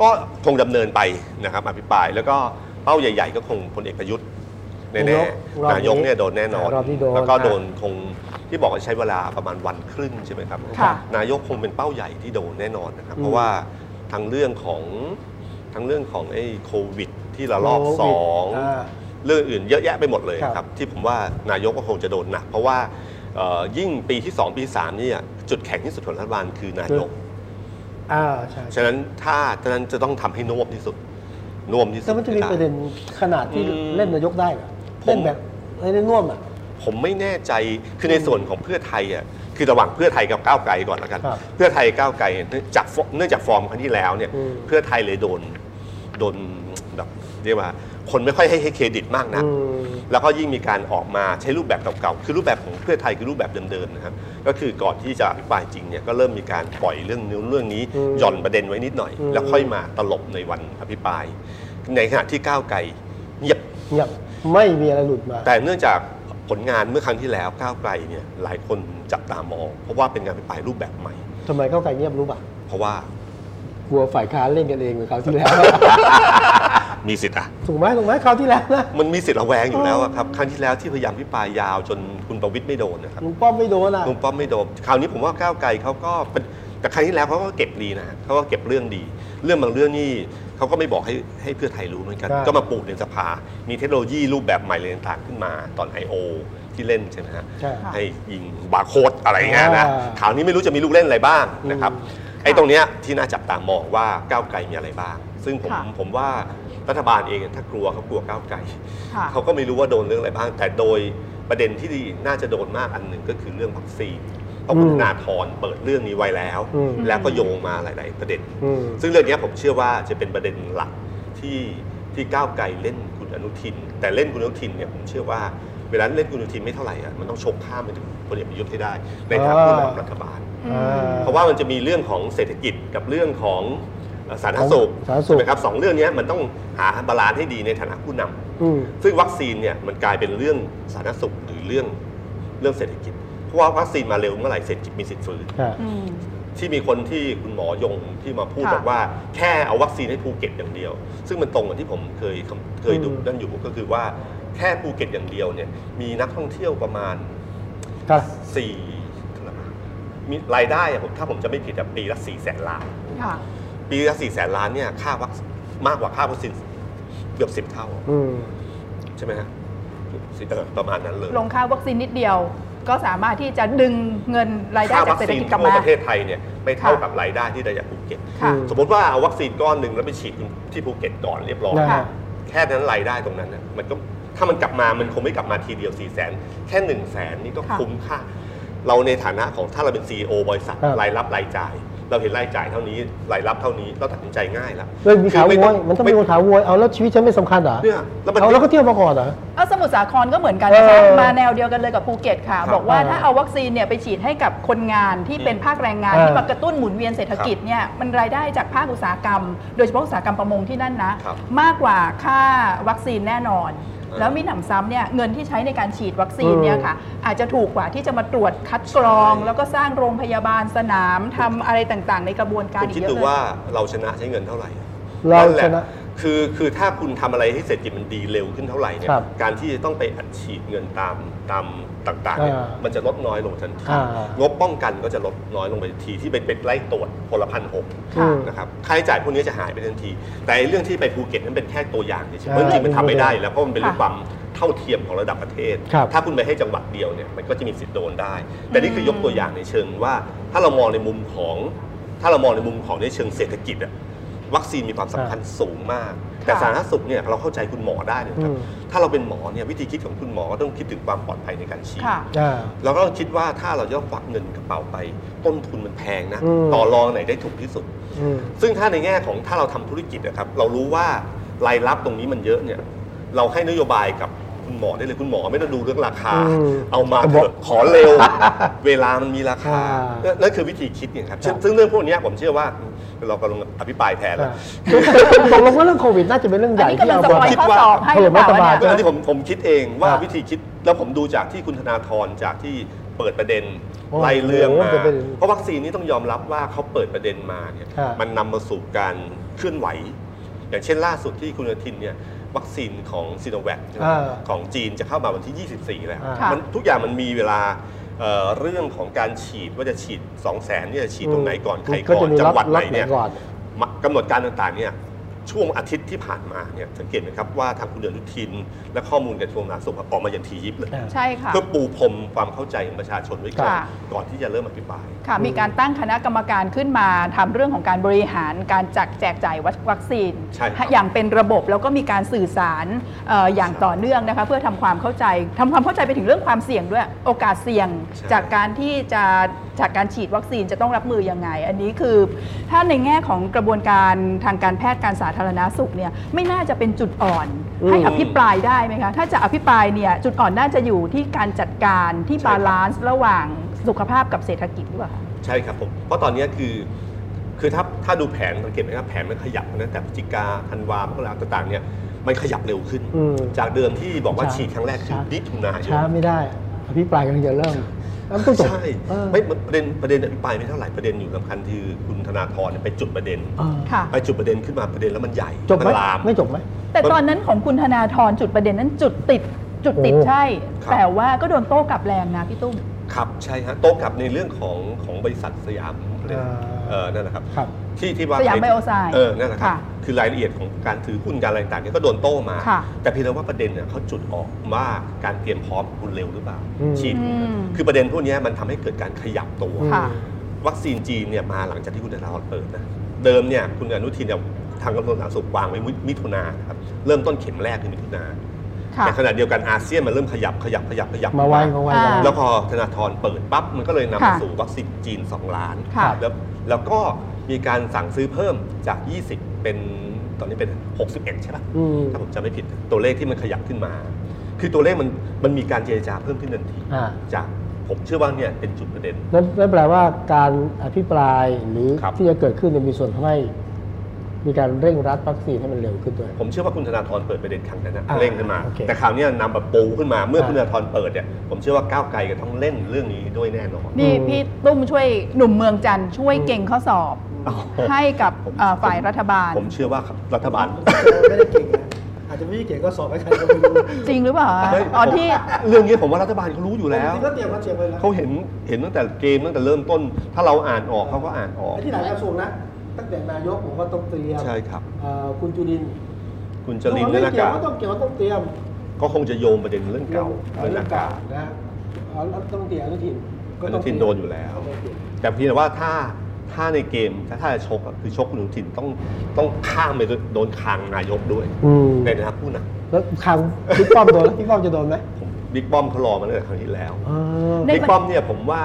[SPEAKER 3] ก็คงดำเนินไปนะครับอภิปรายแล้วก็เป้าใหญ่ ๆ ก็คงพลเอกประยุทธ์แน่ๆ
[SPEAKER 2] นาน
[SPEAKER 3] าย ย
[SPEAKER 2] ก
[SPEAKER 3] ก
[SPEAKER 2] รอบนี้
[SPEAKER 3] เนี่ยโดนแน่นอน
[SPEAKER 2] รอบนี้โดน
[SPEAKER 3] แล้วก็
[SPEAKER 2] อ่ะ
[SPEAKER 3] โดนคงที่บอกว่าใช้เวลาประมาณวันครึ่งใช่ไหมครับ
[SPEAKER 1] ค่ะ
[SPEAKER 3] นายกคงเป็นเป้าใหญ่ที่โดนแน่นอนนะครับ เพราะว่าทั้งเรื่องของทั้งเรื่องของไอ้โควิด ที่ระลอกสอง
[SPEAKER 2] อ่า
[SPEAKER 3] เรื่องอื่นเยอะแยะไปหมดเลย
[SPEAKER 2] ครับ
[SPEAKER 3] ครับ ที่ผมว่านายกก็คงจะโดนหนักเพราะว่าเอ่อยิ่งปีที่ 2 ปีที่สามเนี่ยจุดแข็งที่สุดของรัฐบาลคือนายก
[SPEAKER 2] คือ อ่าใช่
[SPEAKER 3] ฉะนั้นถ้าฉะนั้นจะต้องทำให้น่วมที่สุดน่วมที่สุด
[SPEAKER 2] แต่มันจะมี
[SPEAKER 3] คือ
[SPEAKER 2] ประ
[SPEAKER 3] กา
[SPEAKER 2] เด็นขนาดที่
[SPEAKER 3] อืม
[SPEAKER 2] เล่นนายกได้เหรอ
[SPEAKER 3] ผม
[SPEAKER 2] เล่นแบบเล่นน่วมอ่ะ
[SPEAKER 3] ผมไม่แน่ใจคือในส่วนของเพื่อไทยอ่ะคือระหว่างเพื่อไทยกับก้าวไกลก่อนละกัน
[SPEAKER 2] ครับ
[SPEAKER 3] เพื่อไทยก้าวไกลเนื่องจากฟอร์เนื่องจากฟอร์มครั้งที่แล้วเนี่ย
[SPEAKER 2] อืม
[SPEAKER 3] เพื่อไทยเลยโดนโดนแบบเรียกว่า คนไม่ค่อยให้ให้เครดิตมากนะ
[SPEAKER 2] อืม
[SPEAKER 3] แล้วก็ยิ่งมีการออกมาใช้รูปแบบเก่าๆคือรูปแบบของเพื่อไทยคือรูปแบบเดิมๆนะครับก็คือก่อนที่จะอภิปรายจริงเนี่ยก็เริ่มมีการปล่อยเรื่องนู้นเรื่องนี้
[SPEAKER 2] อืม
[SPEAKER 3] หย่อนประเด็นไว้นิดหน่อย
[SPEAKER 2] อืม
[SPEAKER 3] แล้วค่อยมาตลบในวันอภิปราย ในขณะที่ก้าวไกลเงียบ
[SPEAKER 2] เงียบไม่มีอะไรหลุดมา
[SPEAKER 3] แต่เนื่องจากผลงานเมื่อครั้งที่แล้วก้าวไกลเนี่ยหลายคนจับตามอง เพราะว่าเป็นงานเป็นปลายรูปแบบใหม่
[SPEAKER 2] ทำไมเข้าไก่เงียบรู้ป่ะ
[SPEAKER 3] เพราะว่าก
[SPEAKER 2] ลัวฝ่ายค้านเล่นกันเองเหมือนคราวที่แล้ว
[SPEAKER 3] มีสิทธิ์อะ
[SPEAKER 2] ถูกไหมถูกไหมคราวที่แล้วนะ
[SPEAKER 3] มันมีสิทธิ์ระแวงอยู่แล้วอะครับครั้งที่แล้วที่พยายามพิปรายยาวจนคุณประวิตยไม่โดนนะครับ
[SPEAKER 2] ลุงป้อมไม่โดนอ่ะ
[SPEAKER 3] ลุงป้อมไม่โดนคราวนี้ผมว่าก้าวไกลเขาก็เป็นแต่ครั้งที่แล้วเขาก็เก็บดีนะฮะเขาก็เก็บเรื่องดี เรื่องบางเรื่องนี่เขาก็ไม่บอกให้ให้เพื่อไทยรู้เหมือนกัน
[SPEAKER 2] ครับ
[SPEAKER 3] ก็มาปลูกในสภา มีเทคโนโลยีรูปแบบใหม่อะไรต่างๆขึ้นมาตอน I.O. ที่เล่นใช่ไหมฮะ
[SPEAKER 2] ใช่
[SPEAKER 1] ค่ะ
[SPEAKER 3] ให้ยิงบาร์โค้ดอะไรอย่างเงี้ยนะ
[SPEAKER 2] อ่า
[SPEAKER 3] คราวนี้ไม่รู้จะมีลูกเล่นอะไรบ้างนะครับ
[SPEAKER 2] อื
[SPEAKER 3] ไอ้ตรงเนี้ยที่น่าจับตามองว่าก้าวไกลมีอะไรบ้าง ซึ่งผม
[SPEAKER 1] ค่ะ
[SPEAKER 3] ผมว่ารัฐบาลเองถ้ากลัวเขากลัวก้าวไกล
[SPEAKER 1] ค่ะ
[SPEAKER 3] เขาก็ไม่รู้ว่าโดนเรื่องอะไรบ้าง แต่โดยประเด็นที่น่าจะโดนมากอันหนึ่งก็คือเรื่องวัคซีนเพราะคุณ
[SPEAKER 2] อืม
[SPEAKER 3] ธนาธรเปิดเรื่องนี้ไว้แล้ว
[SPEAKER 2] อืม
[SPEAKER 3] แล้วก็โยงมาหลาย ๆ ประเด็น
[SPEAKER 2] อืม
[SPEAKER 3] ซึ่งเรื่องเนี้ยผมเชื่อว่าจะเป็นประเด็นหลักที่ที่ก้าวไกลเล่นคุณอนุทิน แต่เล่นคุณอนุทินเนี่ยผมเชื่อว่าเวลาเล่นคุณอนุทินไม่เท่าไหร่อ่ะมันต้องชกข้ามไปถึงพลเอกประยุทธ์ให้ได้ ในฐานะผู้
[SPEAKER 2] อ่า
[SPEAKER 3] นำรัฐบาล
[SPEAKER 1] อืม
[SPEAKER 3] เพราะว่ามันจะมีเรื่องของเศรษฐกิจกับเรื่องของเอ่อสาธารณสุข
[SPEAKER 2] สาธารณสุข
[SPEAKER 3] ใช่ไหมครับสองเรื่องเนี้ยมันต้องหาบาลานซ์ให้ดีในฐานะผู้นำ
[SPEAKER 2] อืม
[SPEAKER 3] ซึ่งวัคซีนเนี่ยมันกลายเป็นเรื่องสาธารณสุขหรือเรื่องเรื่องเศรษฐกิจ เพราะว่าวัคซีนมาเร็วเมื่อไหร่เศรษฐกิจมีสิทธิ์ฟื้น
[SPEAKER 2] ค่ะ
[SPEAKER 1] อืม
[SPEAKER 3] ที่มีคนที่คุณหมอยงที่มาพูด
[SPEAKER 1] ค่ะ
[SPEAKER 3] บอกว่าแค่เอาวัคซีนให้ภูเก็ตอย่างเดียว ซึ่งมันตรงกับที่ผมเคยคำเคยดู
[SPEAKER 2] อืม
[SPEAKER 3] นั่นอยู่ก็คือว่าแค่ภูเก็ตอย่างเดียวเนี่ยมีนักท่องเที่ยวประมาณ
[SPEAKER 2] ค่ะ
[SPEAKER 3] 4เท่าไหร่วะมีรายได้อะผมถ้าผมจะไม่ผิดอะปีละ4แสนล้าน
[SPEAKER 1] ค่ะ
[SPEAKER 3] ปีละ4แสนล้านเนี่ยค่าวัคมากกว่าค่าวัคซีนเกือบ10 เท่า
[SPEAKER 2] อืม
[SPEAKER 3] ใช่ไหมฮะเออประมาณนั้นเลย
[SPEAKER 1] ลงค่าวัคซีนนิดเดียว ก็สามารถที่จะดึงเงินรายได้
[SPEAKER 3] ค่า
[SPEAKER 1] จา
[SPEAKER 3] วั
[SPEAKER 1] ก
[SPEAKER 3] ค
[SPEAKER 1] เศรษฐ
[SPEAKER 3] ซีน
[SPEAKER 1] กิจกลับ
[SPEAKER 3] ทั่ว
[SPEAKER 1] มา
[SPEAKER 3] ประเทศไทยเนี่ยไม่เท่า
[SPEAKER 1] ค่ะ
[SPEAKER 3] กับรายได้ที่ได้จากภูเก็ต
[SPEAKER 1] ค่ะ
[SPEAKER 2] อืม
[SPEAKER 3] สมมติว่าเอาวัคซีนก้อนหนึ่งแล้วไปฉีดที่ภูเก็ตก่อนเรียบร้อย
[SPEAKER 2] นะฮะ
[SPEAKER 3] แค่นั้นรายได้ตรงนั้นนะมันก็ถ้ามันกลับมามันคงไม่กลับมาทีเดียว 4 0 0แสนแค่ 1 0 0 0 0แสนนี่ก็
[SPEAKER 1] ค่ะ
[SPEAKER 3] คุ้มค่า เราในฐานะของถ้าเราเป็น CEO บริษัท
[SPEAKER 2] ครับ
[SPEAKER 3] รายรับรายจ่าย เราเห็นรายจ่ายเท่านี้รายรับเท่านี้เราตัดสินใจง่ายแล้ว
[SPEAKER 2] เรื่องมีขา
[SPEAKER 3] คื
[SPEAKER 2] ว
[SPEAKER 3] ไ
[SPEAKER 2] วย มันต้องมีคนขาวย เอาแล้วชีวิตฉันไม่สำคัญเหรอ
[SPEAKER 3] เนี่ยแล้วมัน
[SPEAKER 2] เอาแล้วก็เที่ยวมาก่อนเหรอ
[SPEAKER 1] เออสมุทรสาครก็เหมือนกันนะคะ
[SPEAKER 2] เออ
[SPEAKER 1] มาแนวเดียวกันเลยกับภูเก็ตค่ะ
[SPEAKER 3] ครับ
[SPEAKER 1] บอกว่า
[SPEAKER 2] เออ
[SPEAKER 1] ถ้าเอาวัคซีนเนี่ยไปฉีดให้กับคนงานที่เป็นภาคแรงงาน
[SPEAKER 2] เออ
[SPEAKER 1] ที่มากระตุ้นหมุนเวียนเศรษฐกิจเนี่ยมันรายได้จากภาคอุตสาหกรรม โดยเฉพาะอุตสาหกรรมประมงที่นั่นนะ
[SPEAKER 3] ครับ
[SPEAKER 1] มากกว่าค่าวัคซีนแน่นอน
[SPEAKER 3] ออ
[SPEAKER 1] แล้วมีหนำซ้ำเนี่ยเงินที่ใช้ในการฉีดวัคซีนเนี่ย
[SPEAKER 2] เออ
[SPEAKER 1] ค่ะ อาจจะถูกกว่าที่จะมาตรวจคัดกรอง
[SPEAKER 3] ใช่
[SPEAKER 1] แล้วก็สร้างโรงพยาบาลสนามทำอะไรต่างๆ ในกระบวนการ
[SPEAKER 3] คุณ
[SPEAKER 1] อีก
[SPEAKER 3] คิด
[SPEAKER 1] เยอะ
[SPEAKER 3] ดู
[SPEAKER 1] เล
[SPEAKER 3] ว่าย เราชนะใช้เงินเท่าไหร่
[SPEAKER 2] เรา
[SPEAKER 3] แหล
[SPEAKER 2] ชนะ
[SPEAKER 3] คือคือถ้าคุณทำอะไรให้เศรษฐกิจมันดีเร็วขึ้นเท่าไหร่เนี่ย
[SPEAKER 2] ครับ
[SPEAKER 3] การที่จะต้องไปอัดฉีดเงินตามตามต่างๆเนี่ย
[SPEAKER 2] อ่ามั
[SPEAKER 3] มันจะลดน้อยลงทันที
[SPEAKER 2] อ่าง
[SPEAKER 3] บป้องกันก็จะลดน้อยลงไปทีที่ไปเป็นไล่ตรวจพลพันหก
[SPEAKER 1] ค่ะ
[SPEAKER 3] นะครับค่าใช้จ่ายพวกนี้จะหายไปทันที แต่ไอ้เรื่องที่ไปภูเก็ตนั้นเป็นแค่ตัวอย่างเฉย
[SPEAKER 2] ใช่
[SPEAKER 3] ๆเพราะจริงๆมันทำไม่ได้อยู่แล้วเพราะมันเป็นเรื่อง
[SPEAKER 1] ค่ะ
[SPEAKER 3] ความเท่าเทียมของระดับประเทศ
[SPEAKER 2] ครับ
[SPEAKER 3] ถ้าคุณไปให้จังหวัดเดียวเนี่ยมันก็จะมีสิทธิ์โดนได้ แต่นี่คือยกตัวอย่างในเชิงว่า ถ้าเรามองในมุมของ ถ้าเรามองในมุมของในเชิงเศรษฐกิจอะวัคซีนมีความสำคัญสูงมาก แต่สาธารณสุขเนี่ยเราเข้าใจคุณหมอได้นะครับ
[SPEAKER 2] อืม
[SPEAKER 3] ถ้าเราเป็นหมอเนี่ยวิธีคิดของคุณหมอก็ต้องคิดถึงความปลอดภัยในการฉีด
[SPEAKER 1] ค่ะ
[SPEAKER 2] อ่า
[SPEAKER 3] เราก็ต้องคิดว่าถ้าเราจะต้องฝักเงินกระเป๋าไป ต้นทุนมันแพงนะ
[SPEAKER 2] อืม
[SPEAKER 3] ต่อรองไหนได้ถูกที่สุด
[SPEAKER 2] อืม
[SPEAKER 3] ซึ่งถ้าในแง่ของถ้าเราทำธุรกิจนะครับ เรารู้ว่ารายรับตรงนี้มันเยอะเนี่ย เราให้นโยบายกับ คุณหมอได้เลยคุณหมอไม่ต้องดูเรื่องราคา
[SPEAKER 2] อืม
[SPEAKER 3] เอามาเถอะขอเร็ว เวลามันมีราคา
[SPEAKER 2] อ่า
[SPEAKER 3] นั่นคือวิธีคิดเนี่ยครับซึ่งซึ่งเรื่องพวกเนี้ยผมเชื่อว่าเรากำลังอภิปรายแทนแล้ว
[SPEAKER 2] อ่า ตกลงว่าเรื่องโควิดน่าจะเป็นเรื่องใหญ่
[SPEAKER 1] อันนี้
[SPEAKER 2] ที่
[SPEAKER 1] กำลัง
[SPEAKER 2] เอา
[SPEAKER 1] จะป
[SPEAKER 2] มา
[SPEAKER 1] ล่อย
[SPEAKER 3] คิด
[SPEAKER 1] ข้อ
[SPEAKER 3] ว่า
[SPEAKER 1] สอบให้หรือเปล่า
[SPEAKER 2] ถล่มรัฐบาล
[SPEAKER 1] วะ
[SPEAKER 3] อัน
[SPEAKER 1] เนี่ย
[SPEAKER 3] นี้ผมผมคิดเองว่า
[SPEAKER 2] อ่ะ
[SPEAKER 3] วิธีคิดแล้วผมดูจากที่คุณธนาธรจากที่เปิดประเด็น
[SPEAKER 2] โอ้
[SPEAKER 3] ไล่เรื่องมา
[SPEAKER 2] โอ้โหเป็น
[SPEAKER 3] เพราะวัคซีนนี้ต้องยอมรับว่าเขาเปิดประเด็นมาเนี่ย
[SPEAKER 2] ครับ
[SPEAKER 3] มันนำมาสู่การเคลื่อนไหว อย่างเช่นล่าสุดที่คุณอนุทินเนี่ยวัคซีนของซีโนแวค
[SPEAKER 2] อ่า
[SPEAKER 3] ของจีนจะเข้ามาวันที่ 24 แล้ว
[SPEAKER 2] อ่า
[SPEAKER 1] ค่ะ
[SPEAKER 3] มันทุกอย่างมันมีเวลาเอ่อเรื่องของการฉีดว่าจะฉีด 2 0 0 0 0 0เนี่ยจะฉีดตรงไหนก่อน
[SPEAKER 2] อืม
[SPEAKER 3] ใคร
[SPEAKER 2] ก็
[SPEAKER 3] ก่อ
[SPEAKER 2] จะมี
[SPEAKER 3] นจังหวัด
[SPEAKER 2] ล็อต
[SPEAKER 3] ไหนเนี่ย
[SPEAKER 2] ล็อตไหนก่อน
[SPEAKER 3] กำหนดการต่างๆเนี่ยช่วงอาทิตย์ที่ผ่านมาเนี่ยสังเกตไหมครับว่าทางคุณอนุทิน และข้อมูลกระทรวงสาธารณสุขออกมาอย่างทียิบเลย
[SPEAKER 2] อ่า
[SPEAKER 1] ใช่ค่ะ
[SPEAKER 3] เพื่อปูพรมความเข้าใจของประชาชนไว้ก่อน
[SPEAKER 1] ค่ะ
[SPEAKER 3] ก่อนที่จะเริ่มอภิปราย
[SPEAKER 1] ค่ะ มีการตั้งคณะกรรมการขึ้นมาทำเรื่องของการบริหารการจัดแจกจ่ายวัคซีน
[SPEAKER 3] ใช่ครับ
[SPEAKER 1] อย่างเป็นระบบแล้วก็มีการสื่อสารเอ่ออย่างต่อเนื่องนะคะเพื่อทำความเข้าใจทำความเข้าใจไปถึงเรื่องความเสี่ยงด้วย โอกาสเสี่ยง
[SPEAKER 3] ใช่
[SPEAKER 1] จากการที่จะจากการฉีดวัคซีนจะต้องรับมือยังไง อันนี้คือ ถ้าในแง่ของกระบวนการทางการแพทย์การสาธารณาสุขเนี่ยไม่น่าจะเป็นจุดอ่อน
[SPEAKER 2] อืม
[SPEAKER 1] ให้อภิปรายได้ไหมคะถ้าจะอภิปรายเนี่ยจุดอ่อนน่าจะอยู่ที่การจัดการที่บาลานซ์ระหว่างสุขภาพกับเศรษฐกิจหรือเปล่าคะ
[SPEAKER 3] ใช่ครับผม เพราะตอนเนี้ยคือ คือถ้าถ้าดูแผนสังเกตไหมครับแผนมันขยับมาตั้งแต่พฤศจิกาธันวามกราต่างๆเนี่ยมันขยับเร็วขึ้น
[SPEAKER 2] อืม
[SPEAKER 3] จากเดิมที่บอกว่า
[SPEAKER 2] ช้า
[SPEAKER 3] ฉีดครั้งแรกคือ
[SPEAKER 2] ช้า
[SPEAKER 3] มิถุนายน
[SPEAKER 2] ช้าไม่ได้อภิปรายกำลังจะเริ่มแล้วมันต้องจบ
[SPEAKER 3] ใช่
[SPEAKER 2] เออ
[SPEAKER 3] ไม่ประเด็นประเด็นอภิปรายไม่เท่าไหร่ประเด็นอยู่สำคัญคือคุณธนาธรเนี่ยไปจุดประเด็น
[SPEAKER 2] เออ
[SPEAKER 1] ค่ะ
[SPEAKER 3] ไปจุดประเด็นขึ้นมาประเด็นแล้วมันใหญ่
[SPEAKER 2] จบไหม
[SPEAKER 3] นลาม
[SPEAKER 2] ไม่จบไหม
[SPEAKER 1] แต่ตอนนั้นของคุณธนาธรจุดประเด็นนั้นจุดติดจุดติด
[SPEAKER 2] โอ้
[SPEAKER 1] ใช่
[SPEAKER 3] ครับ
[SPEAKER 1] แต่ว่าก็โดนโต้กลับแรงนะพี่ตุ้ม
[SPEAKER 3] ครับใช่ฮะโต๊ะกลับในเรื่องของของบริษัทสยาม
[SPEAKER 2] อ่า
[SPEAKER 3] เออนั่นแหละครับ
[SPEAKER 2] ครับ
[SPEAKER 3] ที่ที่ว่า
[SPEAKER 1] สยามไบโอไซด์
[SPEAKER 3] เออนั่นแหละครั
[SPEAKER 1] ค่ะ
[SPEAKER 3] บคือรายละเอียดของการถือหุ้นการอะไรต่างๆเนี่ยก็โดนโต้มา
[SPEAKER 1] ค่ะ
[SPEAKER 3] แต่เพียงแต่ว่าประเด็นเนี่ยเขาจุดออกว่าการเตรียมพร้อมคุณเร็วหรือเปล่า
[SPEAKER 2] อืม
[SPEAKER 3] ฉีด
[SPEAKER 1] อืม
[SPEAKER 3] คือประเด็นพวกเนี้ยมันทำให้เกิดการขยับตัว
[SPEAKER 2] อืม
[SPEAKER 1] ค่ะ
[SPEAKER 3] วัคซีนจีนเนี่ยมาหลังจากที่คุณธนาธรเปิดนะเดิมเนี่ยคุณอนุทินเนี่ยทางกระทรวงสาธารณสุขวางไว้มิถุนานะครับเริ่มต้นเข็มแรกคือมิถุนา
[SPEAKER 1] ค่ะ
[SPEAKER 3] แต่ขณะเดียวกันอาเซียนมันเริ่มขยับขยับขยับขยับ
[SPEAKER 2] มาไว้มาไว้
[SPEAKER 1] อ่า
[SPEAKER 2] มาไว้
[SPEAKER 3] แล้วพอธนาธรเปิดปั๊บ มันก็เลยนำมา
[SPEAKER 1] ค่ะ
[SPEAKER 3] สู่วัคซีนจีน 2 ล้าน
[SPEAKER 1] ค่ะ
[SPEAKER 3] แล้วแล้วก็มีการสั่งซื้อเพิ่มจาก 20 เป็นตอนนี้เป็น 61 ใช่ปะ
[SPEAKER 2] อืม
[SPEAKER 3] ถ้าผมจำไม่ผิดตัวเลขที่มันขยับขึ้นมา คือตัวเลขมันมันมีการเจรจาเพิ่มขึ้นทันที
[SPEAKER 2] อ่า
[SPEAKER 3] จากผมเชื่อว่าเนี่ยเป็นจุดประเด็น
[SPEAKER 2] นั่นนั่นแปลว่าการอภิปรายหรือ
[SPEAKER 3] ครับ
[SPEAKER 2] ที่จะเกิดขึ้นเนี่ยมีส่วนทำให้มีการเร่งรัดวัคซีนให้มันเร็วขึ้นด้วย
[SPEAKER 3] ผมเชื่อว่าคุณธนาธรเปิดประเด็นครั้งนั้นนะ
[SPEAKER 2] อ่า
[SPEAKER 3] เร่งขึ้นมา
[SPEAKER 2] โอเค
[SPEAKER 3] แต่คราวเนี้ยนำแบบปูขึ้นมาเมื่อ
[SPEAKER 2] ครับ
[SPEAKER 3] คุณธนาธรเปิดเนี่ยผมเชื่อว่าก้าวไกลก็ต้องเล่นเรื่องนี้ด้วยแน่นอน
[SPEAKER 1] นี่
[SPEAKER 2] อืม
[SPEAKER 1] พี่ตุ้มช่วยหนุ่มเมืองจันทร์ช่วยเก่งข้อสอบให้กับ
[SPEAKER 3] ผม
[SPEAKER 1] เอ่อฝ่ายรัฐบาล
[SPEAKER 3] ผมเชื่อว่ารัฐบาล
[SPEAKER 4] ไม่ได้เก่งนะอาจจะไม่ได้เก่งก็สอบไปใครก็ไม่รู้
[SPEAKER 1] จริงหรือเปล่าคะ
[SPEAKER 3] เฮ้ย
[SPEAKER 1] อ๋อที่
[SPEAKER 3] เรื่องนี้ผมว่ารัฐบาลเขารู้อยู่แล้ว
[SPEAKER 4] จริงๆก็เตรียมมาเตรียมไว้แล้ว
[SPEAKER 3] เขาเห็นเห็นตั้งแต่เกมตั้งแต่เริ่มต้น ถ้าเราอ่านออกเขาก็อ่านออก
[SPEAKER 4] ไอ้ที่หลายกระทรวงนะ ตั้งแต่นายกผมว่าต้องเตรียม
[SPEAKER 3] ใช่ครับ
[SPEAKER 4] เอ่อคุณจุรินทร์
[SPEAKER 3] คุณจริน
[SPEAKER 4] ผม
[SPEAKER 3] เนี่
[SPEAKER 4] ว่ายไม่
[SPEAKER 3] นะ
[SPEAKER 4] เกี่ย
[SPEAKER 3] กาว
[SPEAKER 4] ก็ต้องเกี่ยวก็ต้องเตรียม
[SPEAKER 3] ก็คงจะโยงประเด็นเรื่องเก่า
[SPEAKER 4] เรื่องเก่า
[SPEAKER 3] ห
[SPEAKER 4] นะเอาแล้วต้องเตรียมอนุทินก็
[SPEAKER 3] น้ากากอ
[SPEAKER 4] ต้อง
[SPEAKER 3] นุ
[SPEAKER 4] เตรียม
[SPEAKER 3] ทินโดนอยู่แล้ว แต่เพียงแต่ว่าถ้าถ้าในเกมถ้าถ้าจะชกอะคือชกคุณอนุทินต้องต้องข้ามไปโดนคางนายกด้วย
[SPEAKER 2] อืม
[SPEAKER 3] ในฐานะผู้น
[SPEAKER 2] แล้วคางพี่ป้อมโดนแล้วพี่ป้อมจะโดนไหม
[SPEAKER 3] ำผมบิ๊กป้อมเขารอมาตั้งแต่ครั้งที่แล้ว
[SPEAKER 2] เออ
[SPEAKER 1] ใน
[SPEAKER 3] บิ๊กป้อมเนี่ยผมว่า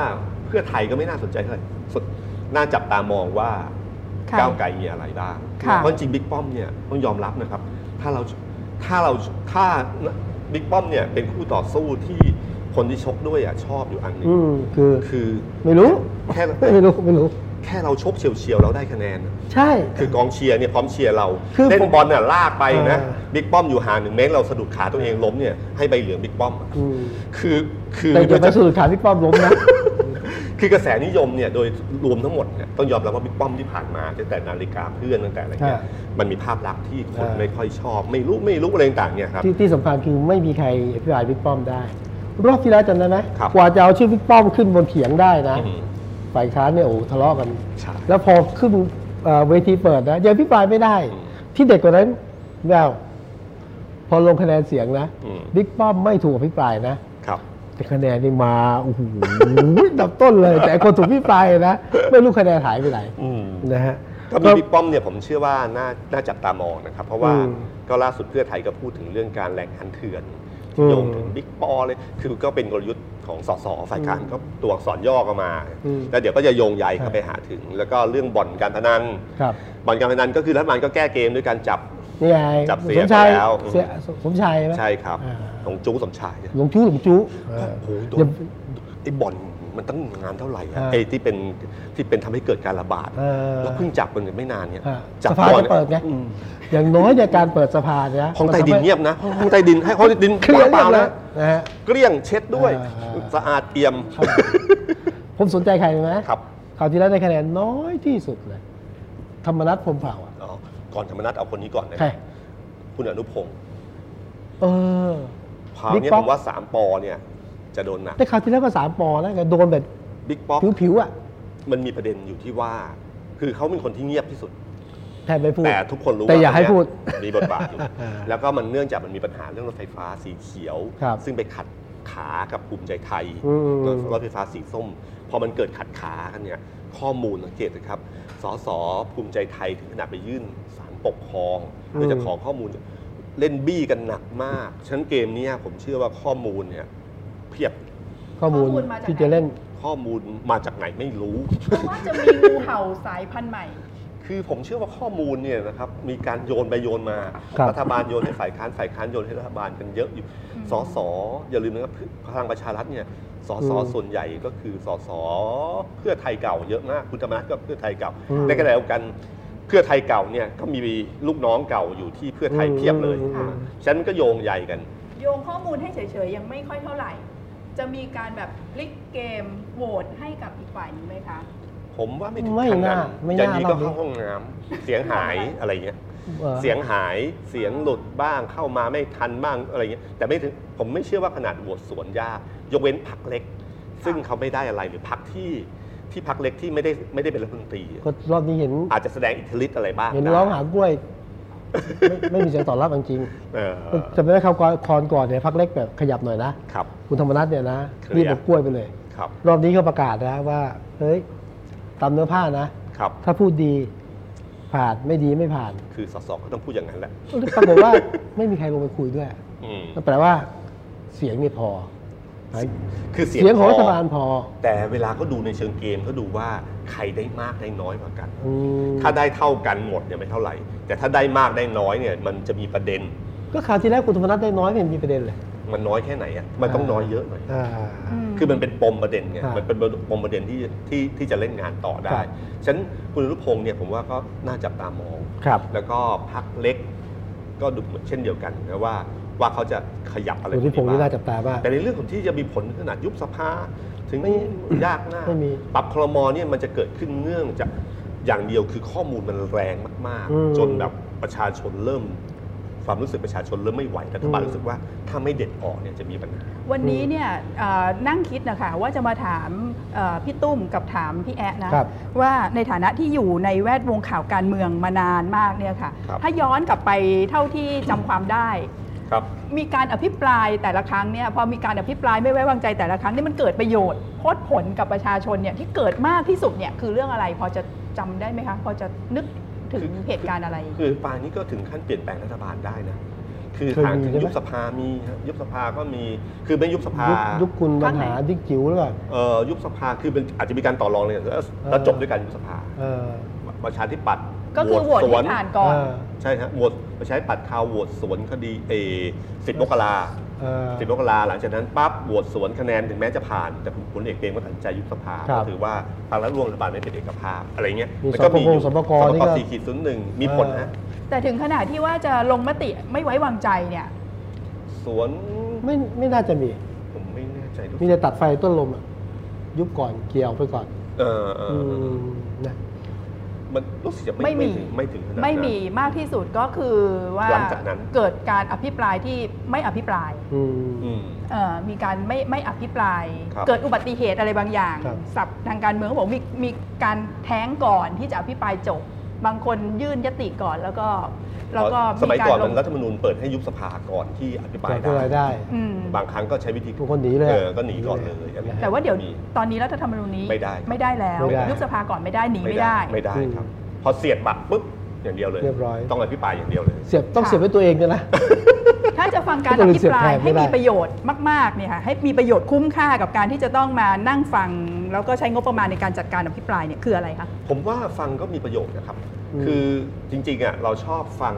[SPEAKER 3] เพื่อไทยก็ไม่น่าสนใจเท่าไหร่สุดน่าจับตามองว่า
[SPEAKER 1] ค่ะ
[SPEAKER 3] ก้าวไกลมีอะไรบ้าง
[SPEAKER 1] ค่ะ
[SPEAKER 3] เพราะจริงบิ๊กป้อมเนี่ยต้องยอมรับนะครับ ถ้าเราถ้าเราถ้าบิ๊กป้อมเนี่ยเป็นคู่ต่อสู้ที่คนที่ชกด้วยอ่ะชอบอยู่อันหนึง
[SPEAKER 2] อืมคือ
[SPEAKER 3] คือ
[SPEAKER 2] ไม่รู้
[SPEAKER 3] แค่
[SPEAKER 2] ไม่รู้ไม่รู้
[SPEAKER 3] แค่เราชกเฉียวๆเราได้คะแนน
[SPEAKER 2] ใช่
[SPEAKER 3] คือกองเชียร์เนี่ยพร้อมเชียร์เรา
[SPEAKER 2] คือ
[SPEAKER 3] เล่น
[SPEAKER 2] ผม
[SPEAKER 3] บอลน่ะลากไปนะ
[SPEAKER 2] เออ
[SPEAKER 3] บิ๊กป้อมอยู่ห่างหนึ่งเมตรเราสะดุดขาตัวเองล้มเนี่ยให้ใบเหลืองบิ๊กป้อมอะ
[SPEAKER 2] อืม
[SPEAKER 3] คือคือ
[SPEAKER 2] แต่อย่าไปสูดขาพี่ป้อมล้มนะ
[SPEAKER 3] คือกระแสนิยมเนี่ยโดยรวมทั้งหมดเนี่ยต้องยอมรับว่าบิ๊กป้อมที่ผ่านมาตั้งแต่นาฬิกาเพื่อนตั้งแต่อะไรเงี้ย
[SPEAKER 2] อ่
[SPEAKER 3] มันมีภาพลักษณ์ที่คน
[SPEAKER 2] อ่า
[SPEAKER 3] ไม่ค่อยชอบ ไม่รู้ไม่รู้อะไรต่างๆเนี่ยครับ
[SPEAKER 2] ที่ที่สำคัญคือไม่มีใครอภิปรายบิ๊กป้อมได้ รอบที่แล้วจำได้ไหม
[SPEAKER 3] ครับ
[SPEAKER 2] กว่าจะเอาชื่อบิ๊กป้อมขึ้นบนเขียงได้นะ
[SPEAKER 3] อืม
[SPEAKER 2] ฝ่ายค้านเนี่ยโอ้โหทะเลาะกัน
[SPEAKER 3] ใช่
[SPEAKER 2] แล้วพอขึ้นเอ่อเวทีเปิดนะยังอภิปรายไม่ได้
[SPEAKER 3] อืม
[SPEAKER 2] ที่เด็กกว่านั้นแววพอลงคะแนนเสียงนะ
[SPEAKER 3] อืม
[SPEAKER 2] บิ๊กป้อมไม่ถูกอภิปรายนะ
[SPEAKER 3] ครับ
[SPEAKER 2] แต่คะแนนนี่มาโอ้โห ดับต้นเลย แต่ไอ้คนถูกพี่ปลายนะ ไม่รู้คะแนนหายไปไหน
[SPEAKER 3] อืม
[SPEAKER 2] นะฮะ
[SPEAKER 3] ก็มีบิ๊กป้อมเนี่ยผมเชื่อว่าน่าน่าจับตามองนะครับ เพราะว่า
[SPEAKER 2] อืม
[SPEAKER 3] ก็ล่าสุดเพื่อไทยก็พูดถึงเรื่องการแรงหันเถื่อน
[SPEAKER 2] อืม
[SPEAKER 3] โยงถึงบิ๊กปอเลยคือก็เป็นกลยุทธ์ของสสฝ่ายการก็ตัวอักษรย่อก็มา
[SPEAKER 2] อืม
[SPEAKER 3] แล้วเดี๋ยวก็จะโยงใย
[SPEAKER 2] ค
[SPEAKER 3] เข้า
[SPEAKER 2] รับ
[SPEAKER 3] ไปหาถึง แล้วก็เรื่องบ่อนการพนัน
[SPEAKER 2] ครับ
[SPEAKER 3] บ่อนการพนันก็คือรัฐบาลก็แก้เกมด้วยการจับ
[SPEAKER 2] นี่ไง
[SPEAKER 3] จับเสีย
[SPEAKER 2] สมชาย
[SPEAKER 3] ไปแล้ว
[SPEAKER 2] เสียสมชายไหม
[SPEAKER 3] ใช่ครับ
[SPEAKER 2] อ่า
[SPEAKER 3] หลวงจู้สมชายเนี่ย
[SPEAKER 2] หลวงจู้หลวงจู้เออ
[SPEAKER 3] โอ้โหโด
[SPEAKER 2] อย่า
[SPEAKER 3] นไอ้บ่อนมันตั้งงานเท่าไหร่อะ
[SPEAKER 2] อ่า
[SPEAKER 3] ไอ้ที่เป็นที่เป็นทำให้เกิดการระบาด
[SPEAKER 2] เออ
[SPEAKER 3] แล้วเพิ่งจับมันกันไม่นานเนี่ย
[SPEAKER 2] อ่า
[SPEAKER 3] จั
[SPEAKER 2] สภา
[SPEAKER 3] ก่อน
[SPEAKER 2] จะเปิดไง
[SPEAKER 3] อืม
[SPEAKER 2] อย่างน้อยเนี่ยการเปิดสภาเนี่ย
[SPEAKER 3] ห้องใต้ดินเงียบนะห้องใต้ดินให้ห้องใต้ดิน
[SPEAKER 2] เคลียร์
[SPEAKER 3] เป
[SPEAKER 2] เรีย
[SPEAKER 3] ล่า
[SPEAKER 2] บ
[SPEAKER 3] ๆ
[SPEAKER 2] แล้ว
[SPEAKER 3] นะ
[SPEAKER 2] นะฮะ
[SPEAKER 3] เกลี้ยงเช็ดด้วย
[SPEAKER 2] อ่า
[SPEAKER 3] สะอาดเอี่ยม
[SPEAKER 2] ผมสนใจใครรู้ไหม
[SPEAKER 3] ครับ
[SPEAKER 2] คราวที่แล้วได้คะแนนน้อยที่สุดเลยธรรมนัฐพรหมเผ่าอ่ะ
[SPEAKER 3] อ๋อก่อนธรรมนัฐเอาคนนี้ก่อนนะ
[SPEAKER 2] ใคร
[SPEAKER 3] คุณอนุพงศ์
[SPEAKER 2] เออ
[SPEAKER 3] คราว
[SPEAKER 2] บิ๊ก
[SPEAKER 3] เนี้ย
[SPEAKER 2] ป๊
[SPEAKER 3] ผ
[SPEAKER 2] อก
[SPEAKER 3] มว่าสามปอเนี่ยจะโดนหนัก
[SPEAKER 2] ได้คราวที่แล้วก็สามปอแล้วไงโดนแบบ
[SPEAKER 3] บิ๊กป๊อก
[SPEAKER 2] ผิวๆอ่ะ
[SPEAKER 3] มันมีประเด็นอยู่ที่ว่า คือเขาเป็นคนที่เงียบที่สุด
[SPEAKER 2] แทนไม่พูด
[SPEAKER 3] แต่ทุกคนรู้
[SPEAKER 2] แต่
[SPEAKER 3] ว่
[SPEAKER 2] อย่าให้พูด
[SPEAKER 3] คนเนี้ยมีบทบาทอยู่
[SPEAKER 2] อ่า
[SPEAKER 3] แล้วก็มันเนื่องจากมันมีปัญหาเรื่องรถไฟฟ้าสีเขียว
[SPEAKER 2] ครับ
[SPEAKER 3] ซึ่งไปขัดขากับภูมิใจไทย
[SPEAKER 2] อืม
[SPEAKER 3] รถรถไฟฟ้าสีส้ม พอมันเกิดขัดขากันเนี่ยข้อมูลสังเกตนะครับ สสภูมิใจไทยถึงขนาดไปยื่นสารปกครองเพื่อจะขอข้อมูลเล่นบี้กันหนักมาก ฉะนั้นเกมเนี้ยผมเชื่อว่าข้อมูลเนี่ยเพียบ
[SPEAKER 2] ข้อมูล
[SPEAKER 1] ข้อมูลมาจาก
[SPEAKER 2] ที่จะเล่น
[SPEAKER 3] ข้อมูลมาจากไหนไม่รู้
[SPEAKER 1] เพราะว่าจะมีงูเห่าสายพันธุ์ใหม่
[SPEAKER 3] คือผมเชื่อว่าข้อมูลเนี่ยนะครับมีการโยนไปโยนมา
[SPEAKER 2] ครับ
[SPEAKER 3] รัฐบาลโยนให้ฝ่ายค้านฝ่ายค้านโยนให้รัฐบาลกันเยอะอยู่
[SPEAKER 1] อืม
[SPEAKER 3] สอสออย่าลืมนะครับพลังประชารัฐเนี่ยสอสอ
[SPEAKER 2] อืม
[SPEAKER 3] ส่วนใหญ่ก็คือสอสอเพื่อไทยเก่าเยอะมากคุณธรรมนัฐก็เพื่อไทยเก่า
[SPEAKER 2] อืม
[SPEAKER 3] ในขณะเดียวกันเพื่อไทยเก่าเนี่ยก็มีลูกน้องเก่าอยู่ที่เพื่อไทย
[SPEAKER 2] อืม
[SPEAKER 3] เพียบเลย
[SPEAKER 2] อืมอืม
[SPEAKER 3] ฉะนันก็โยงใหญ่กัน
[SPEAKER 1] โยงข้อมูลให้เฉยๆ ยังไม่ค่อยเท่าไหร่ จะมีการแบบพลิกเกมโหวตให้กับอีกฝ่ายหนึงไหมคะ
[SPEAKER 3] ผมว่าไม่ถึง
[SPEAKER 2] ไม่
[SPEAKER 3] ขนาด
[SPEAKER 2] น่า
[SPEAKER 3] นั้น
[SPEAKER 2] ไม่
[SPEAKER 3] อย่าง
[SPEAKER 2] น่า
[SPEAKER 3] นี้
[SPEAKER 2] ร
[SPEAKER 3] ก็
[SPEAKER 2] อบนี้
[SPEAKER 3] เข้าห้องน้ำเสียงหายอะไรเงี้ย
[SPEAKER 2] ออ
[SPEAKER 3] เสียงหายเสียงหลุดบ้างเข้ามาไม่ทันบ้างอะไรเงี้ยแต่ไม่ถึงผมไม่เชื่อว่าขนาดโหวตสวนยาก ยกเว้นพักเล็ก ซึ่งเขาไม่ได้อะไรหรือพักที่ที่พักเล็กที่ไม่ได้ไม่ได้เป็นรัฐมนตรีอะ
[SPEAKER 2] ก็รอบนี้เห็น
[SPEAKER 3] อาจจะแสดงอิทธิฤทธิ์อะไรบ้าง
[SPEAKER 2] เห็น
[SPEAKER 3] ได้
[SPEAKER 2] ร้องหากล้วย ไม่ไม่มีเสียงตอบรับจริง
[SPEAKER 3] เออ
[SPEAKER 2] ๆจำได้คราวก่อนคอนก่อนเนี่ยพักเล็กแบบขยับหน่อยนะ
[SPEAKER 3] ครับ
[SPEAKER 2] คุณธรรมนัฐเนี่ยนะ
[SPEAKER 3] เคลีย
[SPEAKER 2] รีบ
[SPEAKER 3] ร์
[SPEAKER 2] เอากล้วยไปเลย
[SPEAKER 3] ครับ
[SPEAKER 2] รอบนี้ก็ประกาศนะว่า เฮ้ยตามเนื้อผ้านะ
[SPEAKER 3] ครับ
[SPEAKER 2] ถ้าพูดดี ผ่านไม่ดีไม่ผ่าน
[SPEAKER 3] คือสสก็ต้องพูดอย่างนั้นแหละ
[SPEAKER 2] ปรากฏว่า ไม่มีใครลงไปคุยด้วย
[SPEAKER 3] อืม
[SPEAKER 2] ก็แปลว่า เสียงนี่พอ
[SPEAKER 3] คือเสียง
[SPEAKER 2] เสียงของ
[SPEAKER 3] พ
[SPEAKER 2] รัฐบาลพอ
[SPEAKER 3] แต่เวลาก็ดูในเชิงเกมก็ดูว่าใครได้มากได้น้อยกว่ากัน
[SPEAKER 2] อืม
[SPEAKER 3] ถ้าได้เท่ากันหมดเนี่ยไม่เท่าไหร่ แต่ถ้าได้มากได้น้อยเนี่ยมันจะมีประเด็น
[SPEAKER 2] ก็คราวที่แล้วคุณธรรมนัฐได้น้อยไม่เห็นมีประเด็นเลย
[SPEAKER 3] มันน้อยแค่ไหนอ่ะมันต้องน้อยเยอะหน่อย
[SPEAKER 2] อ่า
[SPEAKER 3] คือมันเป็นปมประเด็นไง
[SPEAKER 2] ครับ
[SPEAKER 3] มันเป็นปมประเด็นที่ที่ที่จะเล่นงานต่อได้ ฉะนั้นคุณอนุพงศ์เนี่ยผมว่าก็น่าจับตามอง
[SPEAKER 2] ครับ
[SPEAKER 3] แล้วก็พักเล็กก็ดูเหมือนเช่นเดียวกันนะว่าว่าเขาจะขยับอะไร
[SPEAKER 2] คุณที่ผม
[SPEAKER 3] บ้
[SPEAKER 2] นี่
[SPEAKER 3] ง
[SPEAKER 2] น่าจับตามาก
[SPEAKER 3] แต่ในเรื่องของที่จะมีผลขนาดยุบสภา ถึง
[SPEAKER 2] ไม่
[SPEAKER 3] ยากหน้า
[SPEAKER 2] ไม่มี
[SPEAKER 3] ปรับคลมอเนี่ยมันจะเกิดขึ้นเนื่องจากอย่างเดียวคือข้อมูลมันแรงมาก
[SPEAKER 2] อืม
[SPEAKER 3] ๆ จนแบบประชาชนเริ่ม ความรู้สึกประชาชนเริ่มไม่ไหวรัฐบาล
[SPEAKER 2] อืม
[SPEAKER 3] รู้สึกว่าถ้าไม่เด็ดออกเนี่ยจะมีปัญหา
[SPEAKER 1] วันนี้เนี่ยเอ่อนั่งคิดนะคะว่าจะมาถามเอ่อพี่ตุ้มกับถามพี่แอะนะครับ ว่าในฐานะที่อยู่ในแวดวงข่าวการเมืองมานานมากเนี่ยค่ะ
[SPEAKER 3] ครับ
[SPEAKER 1] ถ้าย้อนกลับไปเท่าที่จำความได้
[SPEAKER 3] ครับ
[SPEAKER 1] มีการอภิปรายแต่ละครั้งเนี่ยพอมีการอภิปรายไม่ไว้วางใจแต่ละครั้งเนี่ยมันเกิดประโยชน์โคตรผลกับประชาชนเนี่ยที่เกิดมากที่สุดเนี่ยคือเรื่องอะไรพอจะจำได้ไหมคะพอจะนึกถึงเหตุการณ์อะไร
[SPEAKER 3] คือปานนี้ก็ถึงขั้นเปลี่ยนแปลงรัฐบาลได้นะ คือ
[SPEAKER 2] เคยมี
[SPEAKER 3] ทางถึง
[SPEAKER 2] ใช่ไหม
[SPEAKER 3] ยุบสภามีฮะยุบสภาก็มี คือไม่ยุบสภาย
[SPEAKER 2] ยุคยุคคุณบ
[SPEAKER 1] ค
[SPEAKER 2] รรหา
[SPEAKER 1] รั้งไหน
[SPEAKER 2] ดิกจิ๋วหรือเปล่า
[SPEAKER 3] เอ่อยุบสภาคือเป็นอาจจะมีการต่อรองเลยแล้วแล้วจบด้วยการยุบสภา
[SPEAKER 2] เออ
[SPEAKER 3] ประชาธิปัตย์
[SPEAKER 1] ก็คือโหวตให้ผ่านก่อน
[SPEAKER 2] เออ
[SPEAKER 3] ใช่ฮะโหวตประชาธิปัตย์คาวโหวตสวนคดีเอสิบมกรา
[SPEAKER 2] เออ
[SPEAKER 3] สิบมกราหลังจากนั้นปั๊บโหวตสวนคะแนนถึงแม้จะผ่าน แต่คุณเอกเองก็ตัดสินใจยุบสภา
[SPEAKER 2] ครับ
[SPEAKER 3] ก็ถือว่าทางรัฐร่วมรัฐบาลไม่เป็นเอกภาพอะไรเงี้ย
[SPEAKER 2] มี
[SPEAKER 3] นก็มีอยู่
[SPEAKER 2] ส
[SPEAKER 3] ส
[SPEAKER 2] ป
[SPEAKER 3] ป
[SPEAKER 2] กนี่
[SPEAKER 3] ก
[SPEAKER 2] ก็
[SPEAKER 3] สี่ขีดศูนย์หนึ่งมีผลนะ
[SPEAKER 1] แต่ถึงขนาดที่ว่าจะลงมติไม่ไว้วางใจเนี่ย
[SPEAKER 3] สวน
[SPEAKER 2] ไม่ไม่น่าจะมี
[SPEAKER 3] ผมไม่แน่ใจด้วย
[SPEAKER 2] มีแต่ตัดไฟต้นลมอะยุบก่อนเกี่ยวไปก่อน
[SPEAKER 3] เออเออเออ
[SPEAKER 2] มนะ
[SPEAKER 3] มันรู้สึกจะไม่
[SPEAKER 1] ไม่มี
[SPEAKER 3] ไม่ถึงไม่ถึงขนาดนั้น
[SPEAKER 1] ไม่มีมากที่สุดก็คือว่า
[SPEAKER 3] หลังจากนั้น
[SPEAKER 1] เกิดการอภิปรายที่ไม่อภิปราย
[SPEAKER 2] อืม
[SPEAKER 3] อืม
[SPEAKER 1] เอ่อมีการไม่ไม่อภิปราย
[SPEAKER 3] ครับ
[SPEAKER 1] เกิดอุบัติเหตุอะไรบางอย่าง
[SPEAKER 2] ครับ
[SPEAKER 1] ศัพท์ทางการเมืองเขาบอกมีมีการแท้งก่อนที่จะอภิปรายจบ บางคนยื่นยติก่อนแล้วก็แล้วก็
[SPEAKER 3] สมัยก่อน
[SPEAKER 1] ล
[SPEAKER 3] มันรัฐธรรมนูญเปิดให้ยุบสภาก่อนที่อภิปราย
[SPEAKER 2] เกิดขึ้นอะไร
[SPEAKER 3] ได้
[SPEAKER 2] ได้
[SPEAKER 1] อืม
[SPEAKER 3] บางครั้งก็ใช้วิธี
[SPEAKER 2] ทุกคนหนีเลย
[SPEAKER 3] เออก็หนีก่อนเลยอะไรเงี้ย
[SPEAKER 1] แต่ว่าเดี๋ยว
[SPEAKER 3] มี
[SPEAKER 1] ตอนนี้รัฐธรรมนูญนี้
[SPEAKER 3] ไม่ได้ครับ
[SPEAKER 1] ไม่ได้แล้ว
[SPEAKER 2] ไม่ได้
[SPEAKER 1] ยุบสภาก่อนไม่ได้หนีไม่ได้
[SPEAKER 3] ไม่ได้
[SPEAKER 2] อืม
[SPEAKER 3] ครับ พอเสียดบัตรปุ๊บอย่างเดียวเลย
[SPEAKER 2] เรียบร้อย
[SPEAKER 3] ต้องอภิปรายอย่างเดียวเลย
[SPEAKER 2] เสียบต้อง
[SPEAKER 1] ค่ะ
[SPEAKER 2] เสียบไว้ตัวเองด้วยนะ
[SPEAKER 1] ถ้าจะฟังการ
[SPEAKER 2] ก็
[SPEAKER 1] อ
[SPEAKER 2] เลย
[SPEAKER 1] ภิปราย
[SPEAKER 2] เสียบแทนไม่
[SPEAKER 1] ให้
[SPEAKER 2] ได้
[SPEAKER 1] มีประโยชน์มากๆเนี่ยค่ะให้มีประโยชน์คุ้มค่ากับการที่จะต้องมานั่งฟัง แล้วก็ใช้งบประมาณในการจัดการอภิปรายเนี่ยคืออะไรคะ
[SPEAKER 3] ผมว่าฟังก็มีประโยชน์นะครับ
[SPEAKER 2] อืม
[SPEAKER 3] คือจริงๆอ่ะเราชอบฟัง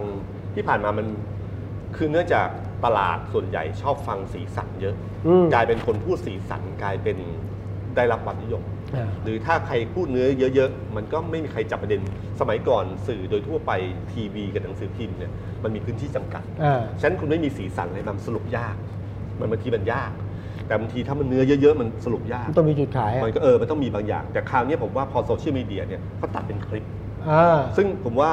[SPEAKER 3] ที่ผ่านมามันคือเนื่องจากตลาดส่วนใหญ่ชอบฟังสีสันเยอะ
[SPEAKER 2] อืม
[SPEAKER 3] กลายเป็นคนพูดสีสันกลายเป็นได้รับความนิยม
[SPEAKER 2] อ่า
[SPEAKER 3] หรือถ้าใครพูดเนื้อเยอะๆ มันก็ไม่มีใครจับประเด็น สมัยก่อนสื่อโดยทั่วไปทีวีกับหนังสือพิมพ์เนี่ยมันมีพื้นที่จำกัด
[SPEAKER 2] อ่า
[SPEAKER 3] ฉะนันคุณไม่มีสีสันเลยมันสรุปยาก มันบางทีมันยาก แต่บางทีถ้ามันเนื้อเยอะ ๆ มันสรุปยาก
[SPEAKER 2] มันต้องมีจุดขายอะ
[SPEAKER 3] มันก็เออ มันต้องมีบางอย่าง แต่คราวนี้ผมว่าพอโซเชียลมีเดียเนี่ยเขาตัดเป็นคลิป
[SPEAKER 2] อ่า
[SPEAKER 3] ซึ่งผมว่า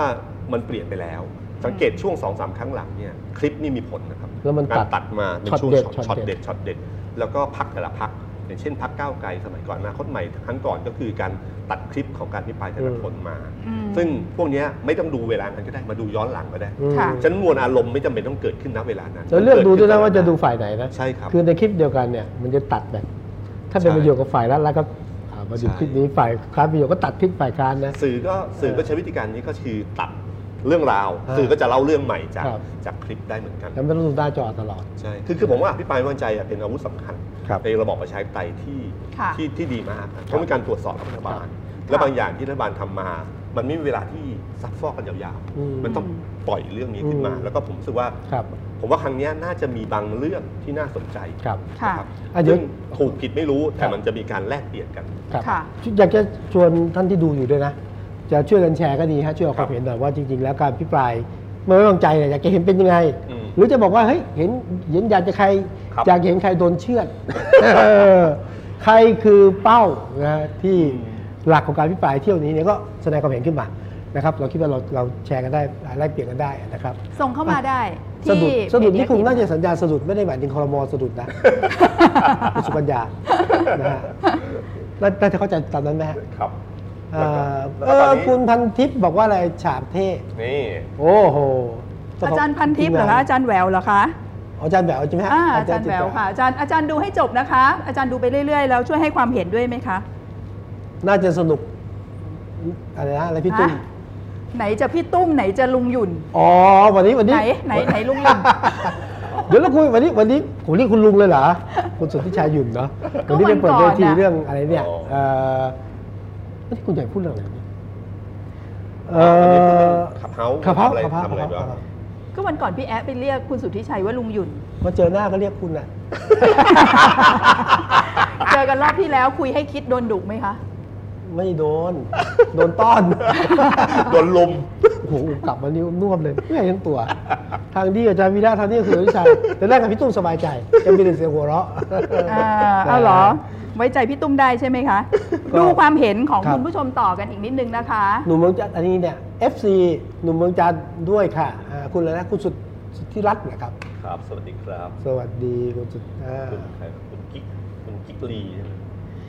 [SPEAKER 3] มันเปลี่ยนไปแล้ว สังเกตช่วง2อสามครั้งหลังเนี่ยคลิปนี่มีผลนะครับ
[SPEAKER 2] แล้วมันตัด
[SPEAKER 3] การตัดมาเป็นช่วง
[SPEAKER 2] ช็อตเด็ดช็อ
[SPEAKER 3] ช็อ
[SPEAKER 2] ต
[SPEAKER 3] ต
[SPEAKER 2] เด็
[SPEAKER 3] เด็
[SPEAKER 2] ด
[SPEAKER 3] ดช็อตเด็ด แล้วก็พักแต่ละพักอย่างเช่นพักก้าวไกลสมัยก่อนอนาคตใหม่ครั้งก่อนก็คือการตัดคลิปของการพิปรายแต่ละคนมา
[SPEAKER 1] อืม
[SPEAKER 3] ซึ่งพวกเนี้ยไม่ต้องดูเวลานั้นก็ได้มาดูย้อนหลังก็ได้
[SPEAKER 2] อืม
[SPEAKER 1] ค่ะ
[SPEAKER 3] ฉะนันมวลอารมณ์ไม่จำเป็นต้องเกิดขึ้นณเวลานั้น
[SPEAKER 2] แล้วเลือกดูด้วยนะ
[SPEAKER 3] เกิ
[SPEAKER 2] ว่าจะดู
[SPEAKER 3] ขึ้นณเ
[SPEAKER 2] ฝ่ายไหนนะ
[SPEAKER 3] ลาใช่ครับ
[SPEAKER 2] คือในคลิปเดียวกันเนี่ยมันจะตัดแบบ ถ้าเป็น
[SPEAKER 3] ใช่
[SPEAKER 2] ประโยชน์กับฝ่ายรัฐแล้วก็อ่ามาดู
[SPEAKER 3] ใช่
[SPEAKER 2] คลิปนี้ฝ่ายค้านประโยชน์ก็ตัดคลิปฝ่ายค้านนะ
[SPEAKER 3] สื่อก็สื่อก็ใช้วิธีการนี้ก็คือตัดเรื่องราว สื่อก็จะเล่าเรื่องใหม่จาก
[SPEAKER 2] ครับ
[SPEAKER 3] จากคลิปได้เหมือนกัน
[SPEAKER 2] แล้วมันต้องดูหน้าจอตลอด
[SPEAKER 3] ใช่ คือคือผมว่าอภิปรายไม่ไว้วางใจอ่ะเป็นอาวุธสำคัญ
[SPEAKER 2] ครับ
[SPEAKER 3] ในระบอบประชาธิปไตยที่
[SPEAKER 1] ค่ะ
[SPEAKER 3] ที่ที่ดีมากครับเพราะมีการตรวจสอบรัฐบาล และบางอย่างที่รัฐบาลทำมา มันไม่มีเวลาที่ซักฟอกกันยาว
[SPEAKER 2] อืม
[SPEAKER 3] ๆ มันต้องปล่อยเรื่องนี้ขึ้นมา
[SPEAKER 2] อืม
[SPEAKER 3] แล้วก็ผมรู้สึกว่า
[SPEAKER 2] ครับ
[SPEAKER 3] ผมว่าครั้งเนี้ยน่าจะมีบางเรื่องที่น่าสนใจ
[SPEAKER 2] ครับ
[SPEAKER 1] ค่ะ
[SPEAKER 3] นะครับ
[SPEAKER 2] อ่ะเดี๋ยว
[SPEAKER 3] ซึ่งถูกผิดไม่รู้ แต่มันจะมีการแลกเปลี่ยนกัน
[SPEAKER 2] ครับ
[SPEAKER 1] ค่ะ
[SPEAKER 2] อยากจะชวนท่านที่ดูอยู่ด้วยนะ จะช่วยกันแชร์ก็ดีฮะช่วยออกค
[SPEAKER 3] ครั
[SPEAKER 2] วาม
[SPEAKER 3] บ
[SPEAKER 2] เห็นหน่อยว่าจริง ๆ แล้วการพิปรายไม่ไว้วางใจเนี่ยอยากจะเห็นเป็นยังไง
[SPEAKER 3] อืม
[SPEAKER 2] หรือจะบอกว่าเฮ้ยเห็นเห็นอยากจะใคร
[SPEAKER 3] ครับ
[SPEAKER 2] อยากเห็นใครโดนเชือด เออใครคือเป้านะที่
[SPEAKER 3] อืม
[SPEAKER 2] หลักของการพิปรายเที่ยวนี้เนี่ยก็แสดงความเห็นขึ้นมานะครับ เราคิดว่าเราเราแชร์กันได้แลกเปลี่ยนกันได้นะครับ
[SPEAKER 1] ส่งเข้ามาได้
[SPEAKER 2] สะดุ
[SPEAKER 1] ที่
[SPEAKER 2] ดสะดุดนี่คุณ
[SPEAKER 1] เพจ
[SPEAKER 2] น่าจะสัญญาสะดุดไม่ได้หมายถึงคอรมอสะดุด นะ คุณสุกัญญานะฮะแล้วน่าจะเข้าใจตามนั้นไหมฮะ
[SPEAKER 3] ครับ
[SPEAKER 2] เอ่อ
[SPEAKER 3] แล้ว
[SPEAKER 2] เอ
[SPEAKER 3] ก็แล้วก็ต
[SPEAKER 2] อน
[SPEAKER 3] นี้
[SPEAKER 2] คุณพันทิพย์บอกว่าอะไรฉาบเท่
[SPEAKER 3] นี่
[SPEAKER 2] โอ้โหต้ง
[SPEAKER 1] อา
[SPEAKER 2] ขบ
[SPEAKER 1] จารย์พันทิพย์เหรอคะอาจารย์แหววเหรอคะ
[SPEAKER 2] อ๋ออาจารย์แหววใช่ไหมฮะ
[SPEAKER 1] อ่าอาจารย์แหวว
[SPEAKER 2] ทิพ
[SPEAKER 1] ค่ะอาจารย์อาจารย์ดูให้จบนะคะ อาจารย์ดูไปเรื่อยๆ แล้วช่วยให้ความเห็นด้วยไหมคะ
[SPEAKER 2] น่าจะสนุกอะไรนะอะไรพี่ตุ้ม
[SPEAKER 1] ฮะ ไหนจะพี่ตุ้มไหนจะลุงหยุ่น
[SPEAKER 2] อ๋อวันนี้วันนี้
[SPEAKER 1] ไหนไหนไหนลุงหยุ่ น
[SPEAKER 2] เดี๋ยวเราคุยวันนี้วันนี้ผมเรียกคุณลุงเลยเหรอคุณสุทธิชัยหยุ่นเนาะ
[SPEAKER 1] ก็
[SPEAKER 2] วันนี้เป็นเปิด
[SPEAKER 1] วั
[SPEAKER 2] เว
[SPEAKER 1] ก่อ
[SPEAKER 2] น
[SPEAKER 1] น
[SPEAKER 2] ที
[SPEAKER 1] น่ะ
[SPEAKER 2] เรื่องอะไรเนี่ย
[SPEAKER 3] อ๋อ
[SPEAKER 2] เอ่อวันนี้คุณใหญ่พูดเรื่องอะไรเนี่ยเอ่อ
[SPEAKER 3] ขับเฮา
[SPEAKER 2] ขับเฮ้า
[SPEAKER 3] ทำอะไร
[SPEAKER 2] ขับเฮ้า
[SPEAKER 3] ทำอะไร
[SPEAKER 2] ขับเฮ้า
[SPEAKER 3] บ้าง
[SPEAKER 1] ก็วันก่อนพี่แอะไปเรียกคุณสุทธิชัยว่าลุงหยุ่น
[SPEAKER 2] พอเจอหน้าก็เรียกคุณอ่ะ
[SPEAKER 1] เจอกันรอบที่แล้วคุยให้คิดโดนดุไหมคะ
[SPEAKER 2] ไม่โดน โดนต้อน
[SPEAKER 3] โดนลม
[SPEAKER 2] โอ้โหกลับมานิ้วน่วมเลยไม่อยากเห็นตัว ทางดีอาจารย์วีระทางนี้คือวิชัยแต่แรกกับพี่ตุ้มสบายใจจะมีแต่เสียงหัวเราะ
[SPEAKER 1] อ่าเอาเหรอ ไว้ใจพี่ตุ้มได้ใช่ไหมคะ
[SPEAKER 2] ก็
[SPEAKER 1] ดูความเห็นของ
[SPEAKER 2] ครับ
[SPEAKER 1] คุณผู้ชมต่อกันอีกนิดนึงนะคะ
[SPEAKER 2] หนุ่มเมืองจันทร์อันนี้เนี่ย FC หนุ่มเมืองจันทร์ด้วยค่ะอ่าคุณอะไรนะคุณสุดสุดที่รัตน์นะครับ
[SPEAKER 3] ครับ สวัสดีครับ
[SPEAKER 2] สวัสดีคุณสุดอ่า
[SPEAKER 3] คุณใครครับคุณกิ๊กคุณกิ๊กลีใช่ไหม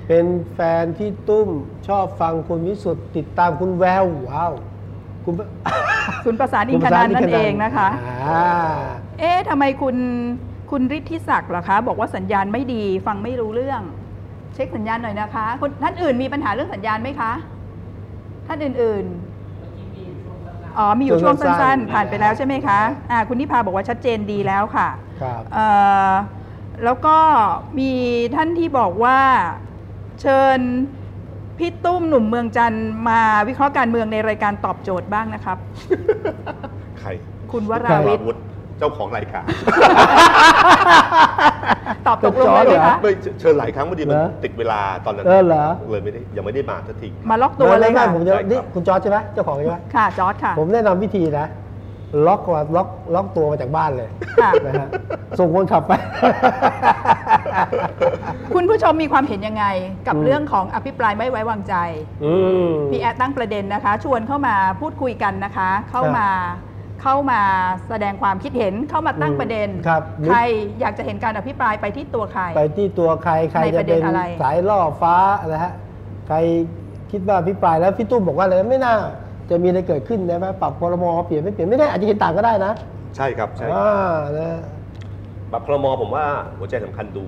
[SPEAKER 2] เป็นแฟนที่ตุ้มชอบฟังคุณวิสุทธ์ติดตามคุณแววว้าวคุณ
[SPEAKER 1] คุณประสานอิงคณานนั่นเองนะคะ
[SPEAKER 2] อ่า
[SPEAKER 1] เอ๊ะทำไมคุณคุณฤทธิศักดิ์ล่ะคะ บอกว่าสัญญาณไม่ดีฟังไม่รู้เรื่อง เช็คสัญญาณหน่อยนะคะคนท่านอื่นมีปัญหาเรื่องสัญญาณไหมคะ ท่านอื่นๆอ๋อมีอยู่ช่วงสั้นๆ ผ่านไปแล้วใช่ไหมคะอ่าคุณนิพาบอกว่าชัดเจนดีแล้วค่ะ
[SPEAKER 2] ครับ
[SPEAKER 1] เอ่อแล้วก็มีท่านที่บอกว่าเชิญพี่ตุ้มหนุ่มเมืองจันทร์มาวิเคราะห์การเมืองในรายการตอบโจทย์บ้างนะครับ
[SPEAKER 3] ใคร
[SPEAKER 1] คุณว
[SPEAKER 2] ครั
[SPEAKER 1] รา
[SPEAKER 2] บ
[SPEAKER 1] วิ
[SPEAKER 3] ปา
[SPEAKER 1] ทย์
[SPEAKER 3] วุธเจ้าของรายการ
[SPEAKER 1] ตอบตกลงเลยไหมคะ
[SPEAKER 3] ไม่เชิญเชิญหลายครั้งพอดีมัน
[SPEAKER 2] เหรอ
[SPEAKER 3] ติดเวลาตอนนั้น
[SPEAKER 2] เออเหรอ
[SPEAKER 3] เลยไม่ได้ยังไม่ได้มาสักที
[SPEAKER 1] มาล็อกตัวเลย
[SPEAKER 2] ไม่
[SPEAKER 1] ค่ะ
[SPEAKER 2] ไม่ผมจะ
[SPEAKER 3] ได้ครับ
[SPEAKER 2] นี่คุณจอร์จใช่ไหมเจ้าของใช่ไหม
[SPEAKER 1] ค่ะ จอร์ดค่ะ
[SPEAKER 2] ผมแนะนำวิธีนะ ล็อกว่าล็อกล็อกตัวมาจากบ้านเลย
[SPEAKER 1] ค่ะ
[SPEAKER 2] นะฮะส่งคนขับไป
[SPEAKER 1] คุณผู้ชมมีความเห็นยังไง กับ
[SPEAKER 2] อืม
[SPEAKER 1] เรื่องของอภิปรายไม่ไว้วางใจ
[SPEAKER 2] อืม
[SPEAKER 1] พี่แอดตั้งประเด็นนะคะ ชวนเข้ามาพูดคุยกันนะคะ เข้ามาเข้ามาแสดงความคิดเห็นเข้ามาตั้งประเด็น
[SPEAKER 2] ครับ
[SPEAKER 1] ใครอยากจะเห็นการอภิปรายไปที่ตัวใคร
[SPEAKER 2] ไปที่ตัวใครใคร
[SPEAKER 1] ในป
[SPEAKER 2] จะ
[SPEAKER 1] ระเด็
[SPEAKER 2] เป็น น
[SPEAKER 1] อะไร
[SPEAKER 2] สายล่อฟ้านะฮะใครคิดว่าพี่ปลายแล้วพี่ตุ้มบอกว่าอะไรไม่น่า จะมีอะไรเกิดขึ้นนะไหมปรับพรมเปลี่ยนไม่เปลี่ยนไม่ได้อาจจะเห็นต่างก็ได้นะ
[SPEAKER 3] ใช่ครับใช่
[SPEAKER 2] อ่านะ
[SPEAKER 3] บัตรพลมผมว่าหัวใจสำคัญดู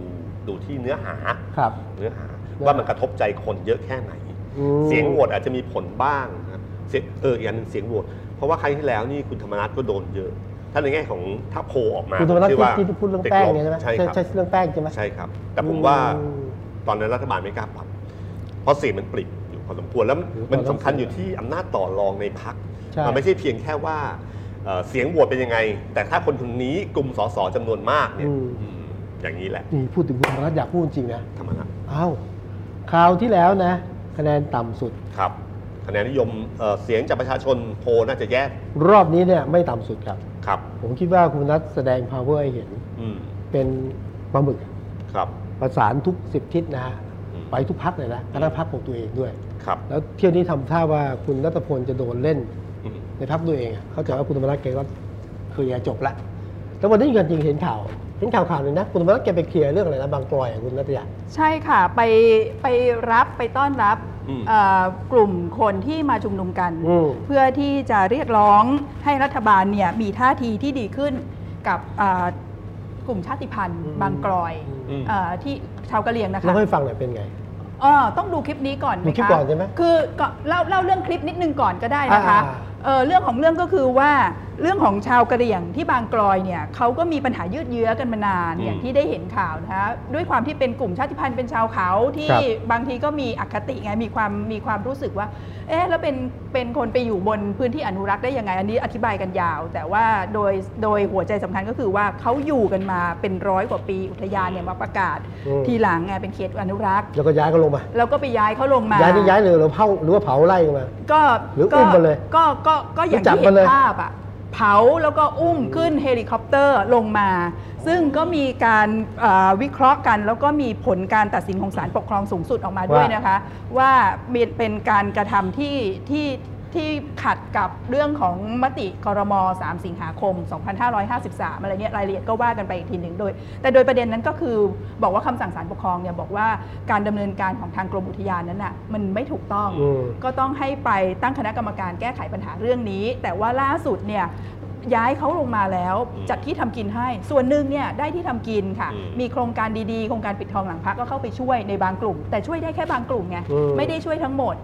[SPEAKER 3] ดูที่เนื้อหา
[SPEAKER 2] ครับ
[SPEAKER 3] เนื้อหา
[SPEAKER 2] อ
[SPEAKER 3] ว่ามันกระทบใจคนเยอะแค่ไหน
[SPEAKER 2] อืม
[SPEAKER 3] เสียงโหวตอาจจะมีผลบ้างนะครับเสียงเอออีกอันหนึ่งเสียงโหวตเพราะว่าครั้งที่แล้วนี่คุณธรรมนัฐก็โดนเยอะ ถ้าในแง่ของถ้าโพลออกมา
[SPEAKER 2] คุณธรรมนัฐ
[SPEAKER 3] ผเชื่อว่า
[SPEAKER 2] ที่ที่พูดเรื่องแป้งเนี่ยใช่ไหม
[SPEAKER 3] ใช่ครับ
[SPEAKER 2] ใช่เรื่องแป้งใช่ไหม
[SPEAKER 3] ใช่ครับ แต่ผมว่า
[SPEAKER 2] อืม
[SPEAKER 3] ตอนนั้นรัฐบาลไม่กล้าปรับ เพราะเสียงมันปริบอยู่พอสมควรแล้วมัน
[SPEAKER 2] โอ้โห
[SPEAKER 3] มันสำคัญ
[SPEAKER 2] ตอนนั้น
[SPEAKER 3] อยู่ที่อำนาจต่อรองในพัก
[SPEAKER 2] ใช่
[SPEAKER 3] มันไม่ใช่เพียงแค่ว่า เอ่อเสียงโหวตเป็นยังไง แต่ถ้าคนคนนี้กลุ่มสสจำนวนมากเนี่ย
[SPEAKER 2] อืม
[SPEAKER 3] อืมอย่างนี้แหละ
[SPEAKER 2] นี่พูดถึงคุณธรรมรัฐอยากพูดจริงนะ
[SPEAKER 3] ธรรมนัฐ
[SPEAKER 2] เอ้าวคราวที่แล้วนะ คะแนนต่ำสุด
[SPEAKER 3] ครับคะแนนนิยมเอ่อเสียงจากประชาชนโพลน่าจะแย่
[SPEAKER 2] รอบนี้เนี่ยไม่ต่ำสุดครับ
[SPEAKER 3] ครับ
[SPEAKER 2] ผมคิดว่าคุณนัทแสดง power ให้เห็น
[SPEAKER 3] อืม
[SPEAKER 2] เป็นปลาหมึก
[SPEAKER 3] ครับ
[SPEAKER 2] ประสานทุกสิบทิศนะฮะ
[SPEAKER 3] อืม
[SPEAKER 2] ไปทุกพักเลยนะคณะพักของตัวเองด้วย
[SPEAKER 3] ครับ
[SPEAKER 2] แล้วเที่ยวนี้ทำท่าว่าคุณนัทพลจะโดนเล่น
[SPEAKER 3] อืม
[SPEAKER 2] ในพักตัวเองอะเข้าใจว่าคุณธรรมรัฐแกก็เคลียร์จบละแล้ววันนี้กันจริงๆเห็นข่าวเห็นข่าวข่าวหนึ่งนะคุณธรรมรัฐแกไปเคลียร์เรื่องอะไรนะบางกลอยอะคุณนัทยา
[SPEAKER 1] ใช่ค่ะไปไปรับไปต้อนรับ
[SPEAKER 3] อืม
[SPEAKER 1] เอ่อกลุ่มคนที่มาชุมนุมกัน
[SPEAKER 2] อืม
[SPEAKER 1] เพื่อที่จะเรียกร้องให้รัฐบาลเนี่ยมีท่าทีที่ดีขึ้นกับเอ่อกลุ่มชาติพันธุ์ บางกลอย
[SPEAKER 3] อืม
[SPEAKER 1] เอ่อที่ชาวกะเหรี่ยงนะคะ
[SPEAKER 2] เล่าให้ฟังหน่อยเป็นไง
[SPEAKER 1] เออต้องดูคลิปนี้ก่อนไหมคะ
[SPEAKER 2] ดูคลิปก่อนใช่ไหม
[SPEAKER 1] คือก็เล่าเล่าเรื่องคลิปนิดนึงก่อนก็ได้นะคะ
[SPEAKER 2] อ่า
[SPEAKER 1] เออเรื่องของเรื่องก็คือว่าเรื่องของชาวกะเหรี่ยงที่บางกลอยเนี่ยเขาก็มีปัญหายืดเยื้อกันมานาน
[SPEAKER 3] อืม
[SPEAKER 1] อย่างที่ได้เห็นข่าวนะคะด้วยความที่เป็นกลุ่มชาติพันธุ์เป็นชาวเขาที่บางทีก็มีอคติไงมีความมีความรู้สึกว่า เอ๊ะแล้วเป็นเป็นคนไปอยู่บนพื้นที่อนุรักษ์ได้ยังไง อันนี้อธิบายกันยาว แต่ว่าโดยโดยหัวใจสำคัญก็คือว่าเขาอยู่กันมาเป็นร้อยกว่าปีอุทยานเนี่ยมาประกาศ
[SPEAKER 2] อืม
[SPEAKER 1] ทีหลังไงเป็นเขตอนุรักษ์
[SPEAKER 2] แล้วก็ย้ายก็ลงมา
[SPEAKER 1] แล้วก็ไปย้ายเขาลงมา
[SPEAKER 2] ย้ายนี่ย้ายเลยหรือเผาหรือว่าเผาไล่กันมา
[SPEAKER 1] ก็
[SPEAKER 2] หรืออุ้ม
[SPEAKER 1] ก็
[SPEAKER 2] มาเลย
[SPEAKER 1] ก็ก็ก็อย่าง
[SPEAKER 2] หรือจับ
[SPEAKER 1] ที่เห็
[SPEAKER 2] มานเลย
[SPEAKER 1] ภาพอะเผาแล้วก็อุ้มขึ้นเฮลิคอปเตอร์ลงมา ซึ่งก็มีการเอ่อวิเคราะห์กัน แล้วก็มีผลการตัดสินของศาลปกครองสูงสุดออกมาด้วยนะคะ ว่าเป็นเป็นการกระทำที่ที่ที่ขัดกับเรื่องของมติครม 3 สิงหาคม 2553 อะไรเนี่ยรายละเอียดก็ว่ากันไปอีกทีหนึ่งโดย แต่โดยประเด็นนั้นก็คือบอกว่าคำสั่งศาลปกครองเนี่ยบอกว่าการดำเนินการของทางกรมอุทยานนั้นน่ะมันไม่ถูกต้อง
[SPEAKER 2] อืม
[SPEAKER 1] ก็ต้องให้ไปตั้งคณะกรรมการแก้ไขปัญหาเรื่องนี้ แต่ว่าล่าสุดเนี่ยย้ายเขาลงมาแล้ว
[SPEAKER 3] อืม
[SPEAKER 1] จัดที่ทำกินให้ ส่วนหนึ่งเนี่ยได้ที่ทำกินค่ะ
[SPEAKER 3] อืม
[SPEAKER 1] มีโครงการดีๆ โครงการปิดทองหลังพระก็เข้าไปช่วยในบางกลุ่ม แต่ช่วยได้แค่บางกลุ่มไง
[SPEAKER 2] อืม
[SPEAKER 1] ไม่ได้ช่วยทั้งหมด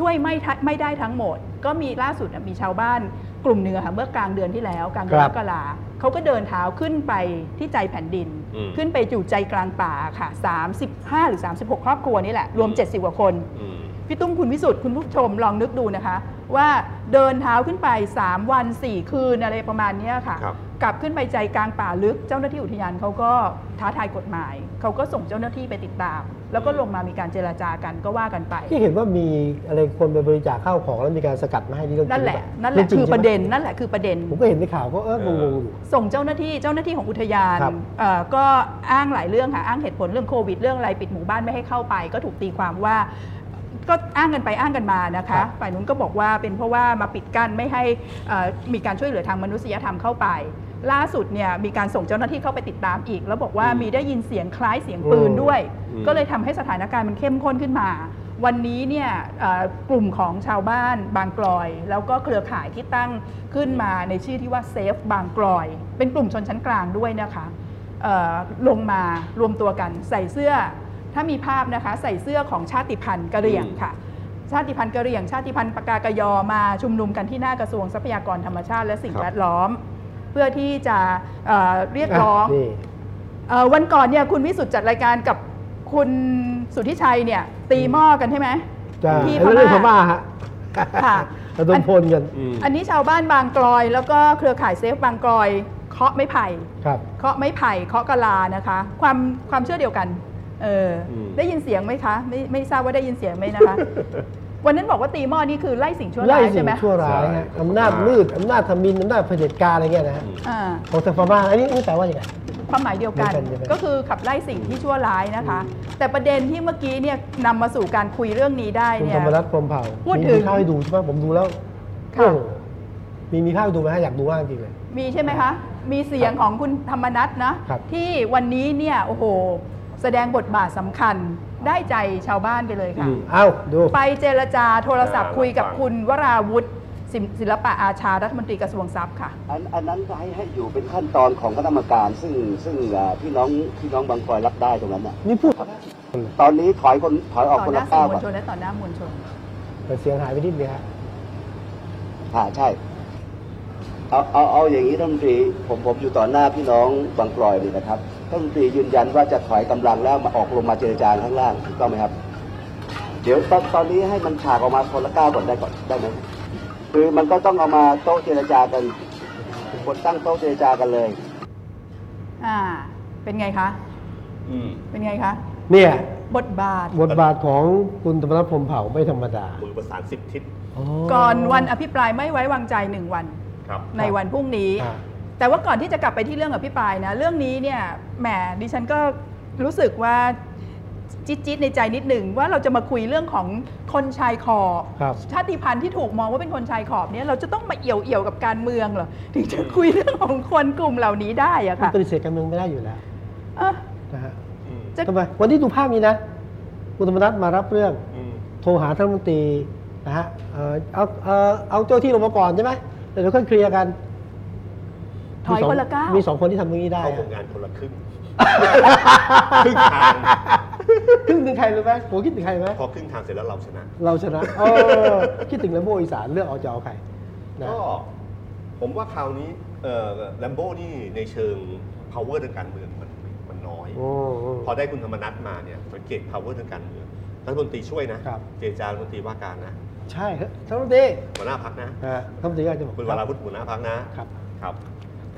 [SPEAKER 1] ช่วยไม่ทะไม่ได้ทั้งหมด ก็มีล่าสุดน่ะมีชาวบ้านกลุ่มเหนือค่ะเมื่อกลางเดือนที่แล้วกลางเดือนมกราเขาก็เดินเท้าขึ้นไปที่ใจแผ่นดิน
[SPEAKER 3] อืม
[SPEAKER 1] ขึ้นไปอยู่ใจกลางป่าค่ะ 35 หรือ 36 ครอบครัวนี่แหละรวม 70กว่าคน
[SPEAKER 3] อืม
[SPEAKER 1] พี่ตุ้มคุณวิสุทธิ์คุณผู้ชมลองนึกดูนะคะ ว่าเดินเท้าขึ้นไป 3 วัน 4 คืนอะไรประมาณเนี้ยค่ะ
[SPEAKER 3] ครับ
[SPEAKER 1] กลับขึ้นไปใจกลางป่าลึกเจ้าหน้าที่อุทยานเขาก็ท้าทายกฎหมาย เขาก็ส่งเจ้าหน้าที่ไปติดตาม แล้วก็ลงมามีการเจราจากันก็ว่ากันไป
[SPEAKER 2] ที่เห็นว่ามีอะไรคนไปบริจาคข้าวของแล้วมีการสกัดมาให้นี่เรื่องจริ
[SPEAKER 1] นั่
[SPEAKER 2] ง
[SPEAKER 1] นแหละ
[SPEAKER 2] รือเปา
[SPEAKER 1] นั่นแหละ
[SPEAKER 2] งจง
[SPEAKER 1] คือป
[SPEAKER 2] ใช่ไม
[SPEAKER 1] ระเด็นนั่นแหละคือประเด็น
[SPEAKER 2] ผมก็เห็นในข่าวก็เอองงๆอยู่
[SPEAKER 1] ส่งเจ้าหน้าที่เจ้าหน้าที่ของอุทยาน
[SPEAKER 2] ครับ
[SPEAKER 1] เอ่อก็อ้างหลายเรื่องค่ะอ้างเหตุผลเรื่องโควิดเรื่องอะไรปิดหมู่บ้านไม่ให้เข้าไป ก็ถูกตีความว่า ก็อ้างกันไปอ้างกันมานะ
[SPEAKER 2] ครั
[SPEAKER 1] คะ
[SPEAKER 2] บ
[SPEAKER 1] ฝ่ายนู้นก็บอกว่าเป็นเพราะว่ามาปิดกั้นไม่ให้เอ่อมีการช่วยเหลือทางมนุษยธรรมเข้าไป ล่าสุดเนี่ยมีการส่งเจ้าหน้าที่เข้าไปติดตามอีก แล้วบอกว่า
[SPEAKER 3] อืม
[SPEAKER 1] มีได้ยินเสียงคล้ายเสียงปืนด้วย
[SPEAKER 3] อืม
[SPEAKER 1] ก็เลยทำให้สถานการณ์มันเข้มข้นขึ้นมา วันนี้เนี่ยเอ่อกลุ่มของชาวบ้านบางกลอย แล้วก็เครือข่ายที่ตั้งขึ้นมาในชื่อที่ว่าเซฟบางกลอย เป็นกลุ่มชนชั้นกลางด้วยนะคะเอ่อลงมารวมตัวกันใส่เสื้อ ถ้ามีภาพนะคะใส่เสื้อของชาติพันธุ์กะเหรี่ยง
[SPEAKER 3] อืม
[SPEAKER 1] ค่ะ ชาติพันธุ์กะเหรี่ยง ชาติพันธุ์ปากากยอมาชุมนุมกันที่หน้ากระทรวงทรัพยากรธรรมชาติและสิ่ง
[SPEAKER 3] ครับ
[SPEAKER 1] แวดล้อม เพื่อที่จะเอ่อเรียกร้อง
[SPEAKER 2] อ่ะนี่
[SPEAKER 1] เอ่อวันก่อนเนี่ยคุณวิสุทธ์จัดรายการกับคุณสุทธิชัยเนี่ยตีหม้อกันใช่ไหม
[SPEAKER 2] จ้า
[SPEAKER 1] ที่
[SPEAKER 2] ไอ้เรื่อง
[SPEAKER 1] พ
[SPEAKER 2] พ
[SPEAKER 1] ม่า
[SPEAKER 2] ม่าฮะ
[SPEAKER 1] ค่ะ
[SPEAKER 2] ระดมพลกัน
[SPEAKER 3] อืม
[SPEAKER 1] อันนี้ชาวบ้านบางกลอย แล้วก็เครือข่ายเซฟบางกลอยเคาะไม้ไผ่
[SPEAKER 2] ครับ
[SPEAKER 1] เคาะไม้ไผ่เคาะกะลานะคะ ความความเชื่อเดียวกันเอออ
[SPEAKER 3] ม
[SPEAKER 1] ได้ยินเสียงไหมคะไม่ไม่ทราบว่าได้ยินเสียงไหมนะคะ วันนั้นบอกว่าตีหม้อนี่คือไล่สิ่งชั่ว
[SPEAKER 2] ไล่
[SPEAKER 1] ร้าย
[SPEAKER 2] สิ่
[SPEAKER 1] ใช่
[SPEAKER 2] ง
[SPEAKER 1] ไหม
[SPEAKER 2] ชั่วร้าย
[SPEAKER 3] ใช่
[SPEAKER 2] ฮะอำนาจมืดอำนาจทมินอำนาจเผด็จการอะไรเงี้ยนะฮะ
[SPEAKER 1] อ่า
[SPEAKER 2] ของทางพม่าอันนี้นี่แต่ว่าอย่างไง
[SPEAKER 1] ความหมายเดียวกัน
[SPEAKER 2] เดียวกันเดียวกัน
[SPEAKER 1] ก็คือขับไล่สิ่งที่ชั่วร้ายนะคะ แต่ประเด็นที่เมื่อกี้เนี่ยนำมาสู่การคุยเรื่องนี้ได้
[SPEAKER 2] คุณ
[SPEAKER 1] เนี่
[SPEAKER 2] ธร
[SPEAKER 1] ย
[SPEAKER 2] รมรัตน์พรหมเผ่า
[SPEAKER 1] พูด
[SPEAKER 2] มี
[SPEAKER 1] ถึง
[SPEAKER 2] มีภาพให้ดูใช่ไหมผมดูแล้ว
[SPEAKER 1] ค่ะ
[SPEAKER 2] โอ้โหมีมีภาพให้ดูไหมฮะอยากดูมากจริงเลย
[SPEAKER 1] มีใช่ไหมคะ มีเสียงของคุณธรรมนัทนะ
[SPEAKER 2] ครับ
[SPEAKER 1] ที่วันนี้เนี่ยโอ้โห แสดงบทบาทสำคัญได้ใจชาวบ้านไปเลยค่ะ
[SPEAKER 3] อืม
[SPEAKER 2] เอ้าดู
[SPEAKER 1] ไปเจรจาโทรศัพท์
[SPEAKER 3] อ่า
[SPEAKER 1] คุยกับ
[SPEAKER 3] ฟัง
[SPEAKER 1] คุณวราวุฒิศิลป์ศิลปะอาชารัฐมนตรีกระทรวงทรัพย์ค่ะ
[SPEAKER 5] อันอันนั้นก็ให้ให้อยู่เป็นขั้นตอนของคณะกรรมการซึ่งซึ่งอ่าพี่น้องพี่น้องบางกอยรับได้ตรงนั้นน่ะ
[SPEAKER 2] นี่พูด
[SPEAKER 5] ตอนนี้ถอยคนถอยออก
[SPEAKER 1] ต่อ
[SPEAKER 5] คน
[SPEAKER 1] หน้า
[SPEAKER 5] ละ
[SPEAKER 1] สื่
[SPEAKER 5] ก้า
[SPEAKER 1] อ
[SPEAKER 5] ว
[SPEAKER 1] มวล
[SPEAKER 5] ก่อน
[SPEAKER 1] ชนและต่อหน้ามวลชน
[SPEAKER 2] แต่เสียงหายไปนิดเดียวฮะ
[SPEAKER 5] อ่าใช่เอาเอาเอาอย่างนี้ท่านรัฐมนตรีผมผมอยู่ต่อหน้าพี่น้องบางกลอยเลยนะครับท่านรัฐมนตรียืนยันว่าจะถอยกำลังแล้วมาออกลงมาเจรจาข้างล่างถูกต้องไหมครับ เดี๋ยวตอนตอนนี้ให้มันฉากออกมาคนละก้าวก่อนได้ก่อนได้ไหมคือมันก็ต้องเอามาโต๊ะเจรจากัน กดตั้งโต๊ะเจรจากันเลย
[SPEAKER 1] อ่า เป็นไงคะ
[SPEAKER 3] อืม
[SPEAKER 1] เป็นไงคะ
[SPEAKER 2] เนี่ย
[SPEAKER 1] บทบาท
[SPEAKER 2] บทบาทของคุณธรรมนัฐพรหมเผ่าไม่ธรรมดา
[SPEAKER 3] มือประสานสิบทิศ
[SPEAKER 1] ก่อนวันอภิปรายไม่ไว้วางใจหนึ่งวัน
[SPEAKER 3] ครับ
[SPEAKER 1] ในวันพรุ่งนี้
[SPEAKER 2] อ่ะ
[SPEAKER 1] แต่ว่าก่อนที่จะกลับไปที่เรื่องอภิปรายนะ เรื่องนี้เนี่ย แหม ดิฉันก็รู้สึกว่าจิ๊ดจิในใจนิดหนึ่งว่าเราจะมาคุยเรื่องของคนชายขอบ
[SPEAKER 2] ครับ
[SPEAKER 1] ชาติพันธุ์ที่ถูกมองว่าเป็นคนชายขอบเนี่ยเราจะต้องมาเอี่ยวเอี่ยวๆกับการเมืองเหรอ ถึงจะคุยเรื่องของคนกลุ่มเหล่านี้ได้อะ
[SPEAKER 2] มัน
[SPEAKER 1] ค่ะ
[SPEAKER 2] ปฏิเสธการเมืองไม่ได้อยู่แล้ว
[SPEAKER 1] เอ้อ
[SPEAKER 2] นะฮะ
[SPEAKER 3] อืม
[SPEAKER 1] จะ
[SPEAKER 2] ทำไมวันที่ดูภาพนี้นะ คุณธรรมนัฐมารับเรื่อง
[SPEAKER 3] อืม
[SPEAKER 2] โทรหาท่านรัฐมนตรีนะฮะเอ่อเอาเอาเอาเจ้าที่ลงมาก่อนใช่ไหมเดี๋ยวเราค่อยเคลียร์กัน
[SPEAKER 1] ถอย
[SPEAKER 2] มีสง
[SPEAKER 1] คนละก้าว
[SPEAKER 2] มีสองคนที่ทำเรื่องนี้ได้
[SPEAKER 3] เข้า
[SPEAKER 2] อะ
[SPEAKER 3] โครงงานคนละ ครึ่ง ครึ่งทาง
[SPEAKER 2] ครึ่งหนึ่งใครรู้ไหมผมคิดถึงใครไหม
[SPEAKER 3] พอครึ่งทางเสร็จแล้วเราชนะ
[SPEAKER 2] เราชนะเออคิดถึงแล้วโบอีสานเลือกเอาจะเอาใครนะ
[SPEAKER 3] ก็ผมว่าคราวนี้แลมโบ้นี่ในเชิง power ทางการเมืองมันมันน้อย
[SPEAKER 2] โอ้โอ้
[SPEAKER 3] พอได้คุณธรรมนัฐมาเนี่ยสังเกต power ทางการเมืองรัฐมนตรีช่วยนะ
[SPEAKER 2] ครับ
[SPEAKER 3] เจรจารัฐมนตรีว่าการนะ
[SPEAKER 2] ใช่ครับท่านรัฐมนตรี
[SPEAKER 3] หัวหน้าพักนะ
[SPEAKER 2] นะฮะท่านรัฐมนตรีอาจจะบอก
[SPEAKER 3] คุณวราวุฒิหัวหน้าพักนะครับ ครับ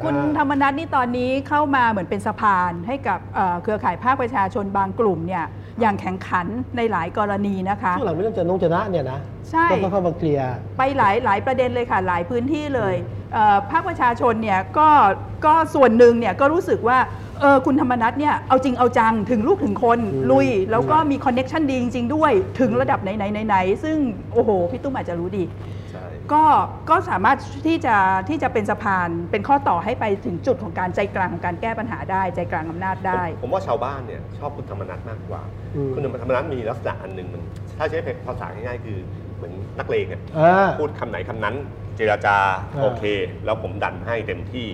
[SPEAKER 1] คุณธรรมนัฐนี่ตอนนี้เข้ามาเหมือนเป็นสะพานให้กับเอ่อเครือข่ายภาคประชาชนบางกลุ่มเนี่ยอย่างแข่งขันในหลายกรณีนะคะ
[SPEAKER 2] ช่วงหลังไม่เริ่มจะนงชนะเนี่ยนะ
[SPEAKER 1] ใช่
[SPEAKER 2] ก็เข้ามาเคลียร์
[SPEAKER 1] ไปหลายหลายประเด็นเลยค่ะ หลายพื้นที่เลยเอ่อภาคประชาชนเนี่ยก็ก็ส่วนหนึ่งเนี่ยก็รู้สึกว่าเออคุณธรรมนัฐเนี่ยเอาจริงเอาจังถึงลูกถึงคน
[SPEAKER 2] อืม
[SPEAKER 1] ลุย แล้วก็มีคอนเน็ชันดีจริง ๆ ด้วยถึงระดับไหนไหนไหนไหนซึ่งโอ้โห พี่ตุ้มอาจจะรู้ดี
[SPEAKER 3] ใช่
[SPEAKER 1] ก็ก็สามารถที่จะที่จะเป็นสะพานเป็นข้อต่อให้ไปถึงจุดของการใจกลางของการแก้ปัญหาได้ใจกลางอำนาจได้
[SPEAKER 3] ผมผมว่าชาวบ้านเนี่ยชอบคุณธรรมนัฐมากกว่า
[SPEAKER 2] อืม
[SPEAKER 3] คุณธรรมนัฐมีลักษณะอันหนึ่งมันถ้าใช้ภาษาง่ายๆคือเหมือนนักเลงอะ
[SPEAKER 2] อ่า
[SPEAKER 3] พูดคำไหนคำนั้น เจราจา
[SPEAKER 2] อ่า
[SPEAKER 3] โอเค แล้วผมดันให้เต็มที่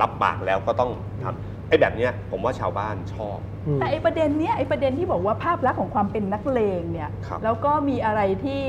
[SPEAKER 3] รับปากแล้วก็ต้องทำไอ้แบบเนี้ยผมว่าชาวบ้านชอบ
[SPEAKER 2] อืม
[SPEAKER 1] แต่ไอ้ประเด็นเนี้ยไอ้ประเด็นที่บอกว่าภาพลักษณ์ของความเป็นนักเลงเนี่ย
[SPEAKER 3] ครับ
[SPEAKER 1] แล้วก็มีอะไรที่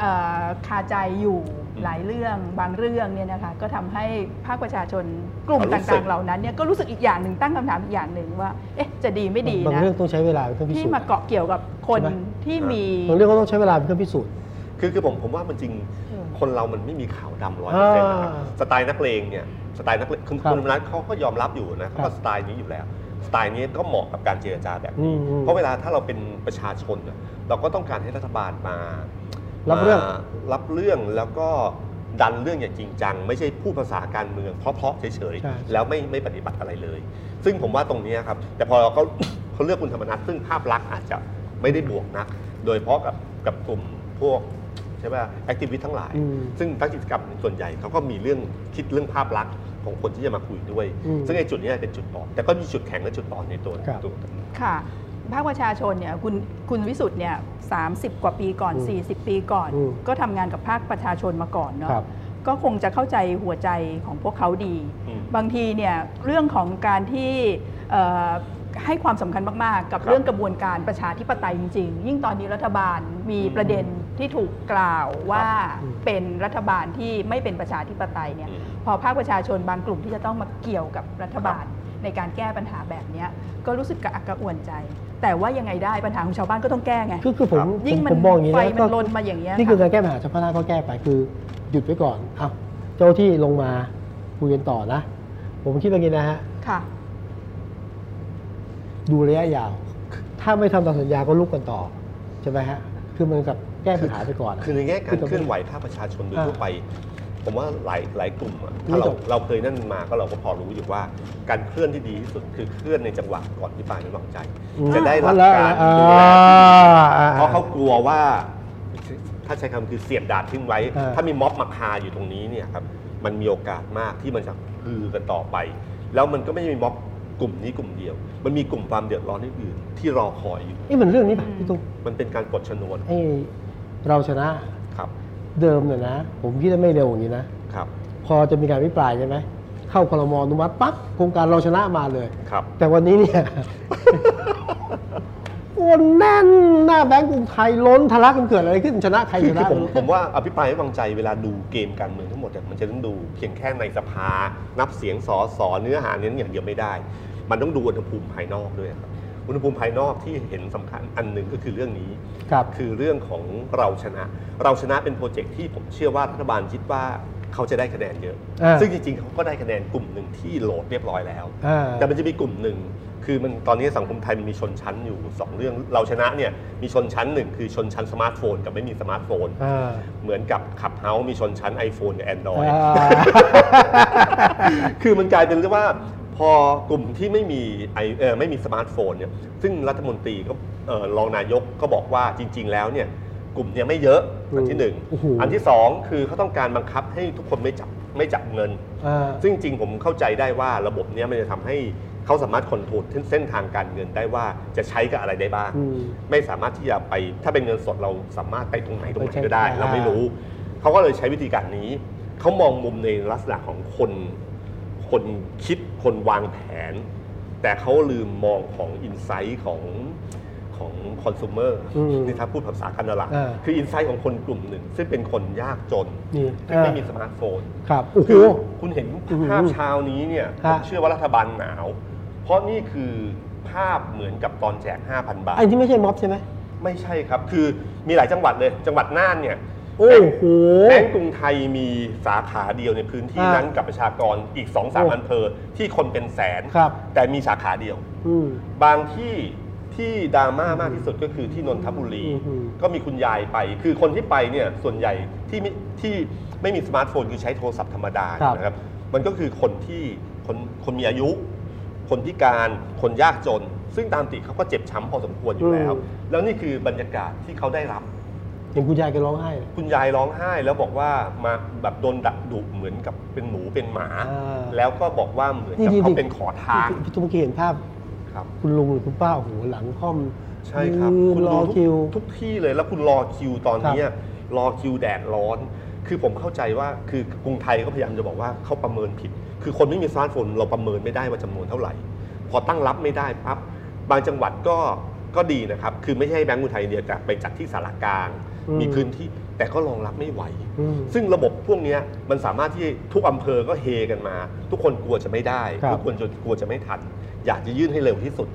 [SPEAKER 1] เอ่อคาใจอยู่หลายเรื่องบางเรื่องเนี่ยนะคะก็ทำให้ภาคประชาชนกลุ่ม
[SPEAKER 3] เขารู้สึ
[SPEAKER 1] ต่าก งๆเหล่านั้นเนี่ยก็รู้สึกอีกอย่างหนึ่งตั้งคำถามอีกอย่างหนึ่งว่าเอ๊ะจะดีไม่ดี
[SPEAKER 2] บาง
[SPEAKER 1] นะ
[SPEAKER 2] เรื่องต้องใช้เวลาเป็นเครื่องพิ
[SPEAKER 1] ที่
[SPEAKER 2] สูจน์
[SPEAKER 1] มาเกาะเกี่ยวกับคน
[SPEAKER 2] ใช่ไหม
[SPEAKER 1] ที่มี
[SPEAKER 2] บางเรื่องก็ต้องใช้เวลาเป็นเครื่องพิสูจน์
[SPEAKER 3] คือคือผมผมว่ามันจริง
[SPEAKER 1] อืม
[SPEAKER 3] คนเรามันไม่มีขาวดำร้อยเปอร์เซ็นต์นะครับ
[SPEAKER 2] อ่า
[SPEAKER 3] สไตล์นักเลงเนี่ยสไตล์นักเลงคุณ
[SPEAKER 2] ครับ
[SPEAKER 3] คุณธรรมนัฐเขาก็ยอมรับอยู่นะเขา
[SPEAKER 2] ครั
[SPEAKER 3] ก็
[SPEAKER 2] บ
[SPEAKER 3] สไตล์นี้อยู่แล้ว สไตล์นี้ก็เหมาะกับการเจรจาแบบ
[SPEAKER 2] อื
[SPEAKER 3] นี้
[SPEAKER 2] มอืม
[SPEAKER 3] เพราะเวลาถ้าเราเป็นประชาชนน่ะเราก็ต้องการให้รัฐบาลมา
[SPEAKER 2] รับเรื่อง
[SPEAKER 3] มารับเรื่องแล้วก็ดันเรื่องอย่างจริงจัง ไม่ใช่พูดภาษาการเมืองเพราะๆเฉย
[SPEAKER 2] ใช่
[SPEAKER 3] ๆแล้วไม่ไม่ปฏิบัติอะไรเลย ซึ่งผมว่าตรงเนี้ยครับ แต่พอเขา เขาเลือกคุณธรรมนัฐซึ่งภาพลักษณ์อาจจะไม่ได้บวกนัก โดยเฉพาะกับกับกลุ่มพวกใช่ป่ะแอคทิวิสต์ทั้งหลาย
[SPEAKER 2] อืม
[SPEAKER 3] ซึ่งทักกิจกรรมส่วนใหญ่เขาก็มีเรื่องคิดเรื่องภาพลักษณ์ของคนที่จะมาคุยด้วย
[SPEAKER 2] อืม
[SPEAKER 3] ซึ่งไอ้จุดเนี้ยเป็นจุดอ่อนแต่ก็มีจุดแข็งและจุดอ่อนในตัว
[SPEAKER 2] ครับ
[SPEAKER 3] ตัว
[SPEAKER 1] ค่ะภาคประชาชนเนี่ยคุณคุณวิสุทธ์เนี่ยสากว่าปีก่อน
[SPEAKER 2] อืม
[SPEAKER 1] 40 ปีก่อน
[SPEAKER 2] อืม
[SPEAKER 1] ก็ทำงานกับภาคประชาชนมาก่อนเนาะ
[SPEAKER 2] ครับ
[SPEAKER 1] ก็คงจะเข้าใจหัวใจของพวกเขาดี
[SPEAKER 3] อืม
[SPEAKER 1] บางทีเนี่ยเรื่องของการที่เอ่อให้ความสำคัญมาก ๆ กับ
[SPEAKER 3] ครับ
[SPEAKER 1] เรื่องกระบวนการประชาธิปไตยจริง ๆ ยิ่งตอนนี้รัฐบาลมี
[SPEAKER 3] อืม
[SPEAKER 1] ประเด็นที่ถูกกล่าวว่า
[SPEAKER 2] อืม
[SPEAKER 1] เป็นรัฐบาลที่ไม่เป็นประชาธิปไตยเนี่ย
[SPEAKER 3] อืม
[SPEAKER 1] พอภาคประชาชนบางกลุ่มที่จะต้องมาเกี่ยวกับรัฐบาลในการแก้ปัญหาแบบเนี้ยก็รู้สึกกระอักกระอ่วนใจ แต่ว่ายังไงได้ปัญหาของชาวบ้านก็ต้องแก้ไง
[SPEAKER 2] คือคือผม
[SPEAKER 3] ครับ
[SPEAKER 2] ผม
[SPEAKER 1] ยิ่งมัน
[SPEAKER 2] ผมมองอย่างนี้
[SPEAKER 1] ไฟ
[SPEAKER 2] นะ
[SPEAKER 1] มันลนมาอย่างเงี้ย
[SPEAKER 2] นี่คือ
[SPEAKER 1] ค่ะ
[SPEAKER 2] การแก้ปัญหาเฉพาะหน้าก็แก้ไปคือหยุดไว้ก่อนเอาเจ้าที่ลงมาคุยกันต่อนะ ผมคิดแบบนี้นะฮะ
[SPEAKER 1] ค่ะ
[SPEAKER 2] ดูระยะยาว ถ้าไม่ทำตามสัญญาก็ลุกกันต่อใช่ไหมฮะคือมันกับแก้ปัญหาไปก่อน
[SPEAKER 3] คือในแง่การเคลื่อนไหวภาคประชาชนโดย
[SPEAKER 2] อ่า
[SPEAKER 3] ทั่วไป ผมว่าหลายหลายกลุ่มอะถ้า
[SPEAKER 2] รู้จั
[SPEAKER 3] เรา
[SPEAKER 2] ก
[SPEAKER 3] เราเคยนั่นมาก็เราก็พอรู้อยู่ว่า การเคลื่อนที่ดีที่สุดคือเคลื่อนในจังหวะก่อนที่ฝ่ายไม่วางใจ จะได้รับการ
[SPEAKER 2] อ่
[SPEAKER 3] ดูแล
[SPEAKER 2] อ่
[SPEAKER 3] เพราะเขา
[SPEAKER 2] อ่
[SPEAKER 3] กลัวว่าถ้าใช้คำคือเสียบดาดทิ้งไว้
[SPEAKER 2] เออ
[SPEAKER 3] ถ้ามีม็อบมาคาอยู่ตรงนี้เนี่ยครับมันมีโอกาสมากที่มันจะฮือกันต่อไป แล้วมันก็ไม่ได้มีม็อบกลุ่มนี้กลุ่มเดียว มันมีกลุ่มความเดือดร้อนอื่นๆที่รอคอยอยู่
[SPEAKER 2] นี่มันเรื่องนี้ป่ะพี่ตุ๊ก
[SPEAKER 3] มันเป็นการกดชนวน
[SPEAKER 2] ไอ้เราชนะครับเดิมเนี่ยนะ ผมคิดว่าไม่เร็วอย่างนี้นะ
[SPEAKER 3] ครับ
[SPEAKER 2] พอจะมีการวิปรายใช่ไหม เข้าคลมอนุมัติปั๊บโครงการเราชนะมาเลย
[SPEAKER 3] ครับ
[SPEAKER 2] แต่วันนี้เนี่ย คนแน่นหน้าแบงก์กรุงไทยล้นทะลักมันเกิดอะไรขึ้นชนะใคร
[SPEAKER 3] คื
[SPEAKER 2] ช
[SPEAKER 3] อ
[SPEAKER 2] นะ
[SPEAKER 3] ผมผมว่าอภิปรายไม่วางใจเวลาดูเกมการเมืองทั้งหมดเนี่ยมันจะต้องดูเพียงแค่ในสภา นับเสียงสอสอเนื้อหาเน้นอย่างเดียวไม่ได้ มันต้องดูอุณหภูมิภายนอกด้วยครับอุณหภูมิภายนอกที่เห็นสำคัญอันหนึ่งก็คือเรื่องนี้
[SPEAKER 2] ครับ
[SPEAKER 3] คือเรื่องของเราชนะ เราชนะเป็นโปรเจกต์ที่ผมเชื่อว่ารัฐบาลคิดว่า เขาจะได้คะแนนเยอะ
[SPEAKER 2] อ่า
[SPEAKER 3] ซึ่งจริงๆเขาก็ได้คะแนนกลุ่มหนึ่งที่โหลดเรียบร้อยแล้ว
[SPEAKER 2] อ่า
[SPEAKER 3] แต่มันจะมีกลุ่มหนึ่ง คือมันตอนนี้สังคมไทยมันมีชนชั้นอยู่ 2 เรื่อง เราชนะเนี่ยมีชนชั้นหนึ่งคือชนชั้นสมาร์ทโฟนกับไม่มีสมาร์ทโฟน
[SPEAKER 2] อ่า
[SPEAKER 3] เหมือนกับขับเฮามีชนชั้น iPhone กับ Android
[SPEAKER 2] อ่า
[SPEAKER 3] คือมันกลายเป็นเรื่องว่าพอกลุ่มที่ไม่มีไอเอ่อไม่มีสมาร์ทโฟนเนี่ยซึ่งรัฐมนตรีก็เอ่อรองนายกก็บอกว่าจริง ๆ แล้วเนี่ยกลุ่มเนี่ยไม่เยอะอันที่หนึ่ง
[SPEAKER 2] โอ้โห
[SPEAKER 3] อันที่สองคือเขาต้องการบังคับให้ทุกคนไม่จับไม่จับเงิน
[SPEAKER 2] อ่า
[SPEAKER 3] ซึ่งจริงผมเข้าใจได้ว่าระบบเนี้ยมันจะทำให้เขาสามารถคอนโทรลเส้นทางการเงินได้ว่าจะใช้กับอะไรได้บ้าง
[SPEAKER 2] อืม
[SPEAKER 3] ไม่สามารถที่จะไปถ้าเป็นเงินสดเราสามารถไปตรงไหนตรงไหนก็ได้
[SPEAKER 2] ไปใช้
[SPEAKER 3] เราไม่รู้ เขาก็เลยใช้วิธีการนี้ เขามองมุมในลักษณะของคน คนคิดคนวางแผน แต่เขาลืมมองของอินไซต์ของของคอน sumer
[SPEAKER 2] อืม
[SPEAKER 3] นี่ถ้าพูดภาษาการตลาด
[SPEAKER 2] อ่า
[SPEAKER 3] คืออินไซต์ของคนกลุ่มหนึ่ง ซึ่งเป็นคนยากจน
[SPEAKER 2] นี่
[SPEAKER 3] ซึ่งไม่มีสมาร์ทโฟน
[SPEAKER 2] ครับ โอ้โห
[SPEAKER 3] คือคุณเห็นภาพ
[SPEAKER 2] อือหือ
[SPEAKER 3] เช้านี้เนี่ยผ
[SPEAKER 2] ฮะ
[SPEAKER 3] มเชื่อว่ารัฐบาลหนาว เพราะนี่คือภาพเหมือนกับตอนแจก 5,000 บาท
[SPEAKER 2] ไอ้นี่ไม่ใช่ม็อบใช่ไหม
[SPEAKER 3] ไม่ใช่ครับ คือมีหลายจังหวัดเลย จังหวัดน่านเนี่ย
[SPEAKER 2] โอ้โห
[SPEAKER 3] แบงก์กรุงไทยมีสาขาเดียวในพื้นที่
[SPEAKER 2] ฮะ
[SPEAKER 3] นั้นกับประชากรอีก 2-3สาม
[SPEAKER 2] โอ้
[SPEAKER 3] อำเภอที่คนเป็นแสน
[SPEAKER 2] ครับ
[SPEAKER 3] แต่มีสาขาเดียว
[SPEAKER 2] อืม
[SPEAKER 3] บางที่ที่ดราม่ามากที่สุดก็คือที่นนทบุรี
[SPEAKER 2] อือหือ
[SPEAKER 3] ก็มีคุณยายไป คือคนที่ไปเนี่ยส่วนใหญ่ที่ไม่ที่ไม่มีสมาร์ทโฟนคือใช้โทรศัพท์ธรรมดานะครับ มันก็คือคนที่คนคนมีอายุ คนพิการคนยากจน ซึ่งตามติเขาก็เจ็บช้ำพอสมควรอยู่แล้ว แล้วนี่คือบรรยากาศที่เขาได้รับ
[SPEAKER 2] เห็นคุณยายแกร้องไห้เลย
[SPEAKER 3] คุณยายร้องไห้แล้วบอกว่ามาแบบโดนดักดุเหมือนกับเป็นหมูเป็นหมา
[SPEAKER 2] อ่า
[SPEAKER 3] แล้วก็บอกว่าเหมือน
[SPEAKER 2] นี่
[SPEAKER 3] กับ
[SPEAKER 2] ดี
[SPEAKER 3] เขา
[SPEAKER 2] ดิ
[SPEAKER 3] เป็นขอทาน
[SPEAKER 2] พี่ตุ้มเมื่อกี้เห็นภาพ
[SPEAKER 3] ครับ
[SPEAKER 2] คุณลุงหรือคุณป้าโอ้โหหลังค่อม
[SPEAKER 3] ใช่ครับ
[SPEAKER 2] ยืน
[SPEAKER 3] คุณ
[SPEAKER 2] ร
[SPEAKER 3] ดู
[SPEAKER 2] อ
[SPEAKER 3] ทุก
[SPEAKER 2] คิว
[SPEAKER 3] ทุกที่เลยแล้วคุณรอคิวตอนเนี้ยรอคิวแดดร้อน คือผมเข้าใจว่าคือกรุงไทยก็พยายามจะบอกว่าเขาประเมินผิด คือคนไม่มีสมาร์ทโฟนเราประเมินไม่ได้ว่าจำนวนเท่าไหร่ พอตั้งรับไม่ได้ปั๊บบางจังหวัดก็ก็ดีนะครับ คือไม่ใช่แบงก์กรุงไทยอย่างเดียวแต่ไปจัดที่สารกลาง
[SPEAKER 2] อืม
[SPEAKER 3] มีพื้นที่แต่ก็รองรับไม่ไหว
[SPEAKER 2] อืม
[SPEAKER 3] ซึ่งระบบพวกเนี้ยมันสามารถที่ทุกอำเภอก็เฮกันมา ทุกคนกลัวจะไม่ได้
[SPEAKER 2] ครับ
[SPEAKER 3] ทุกคนจะกลัวจะไม่ทัน อยากจะยื่นให้เร็วที่สุด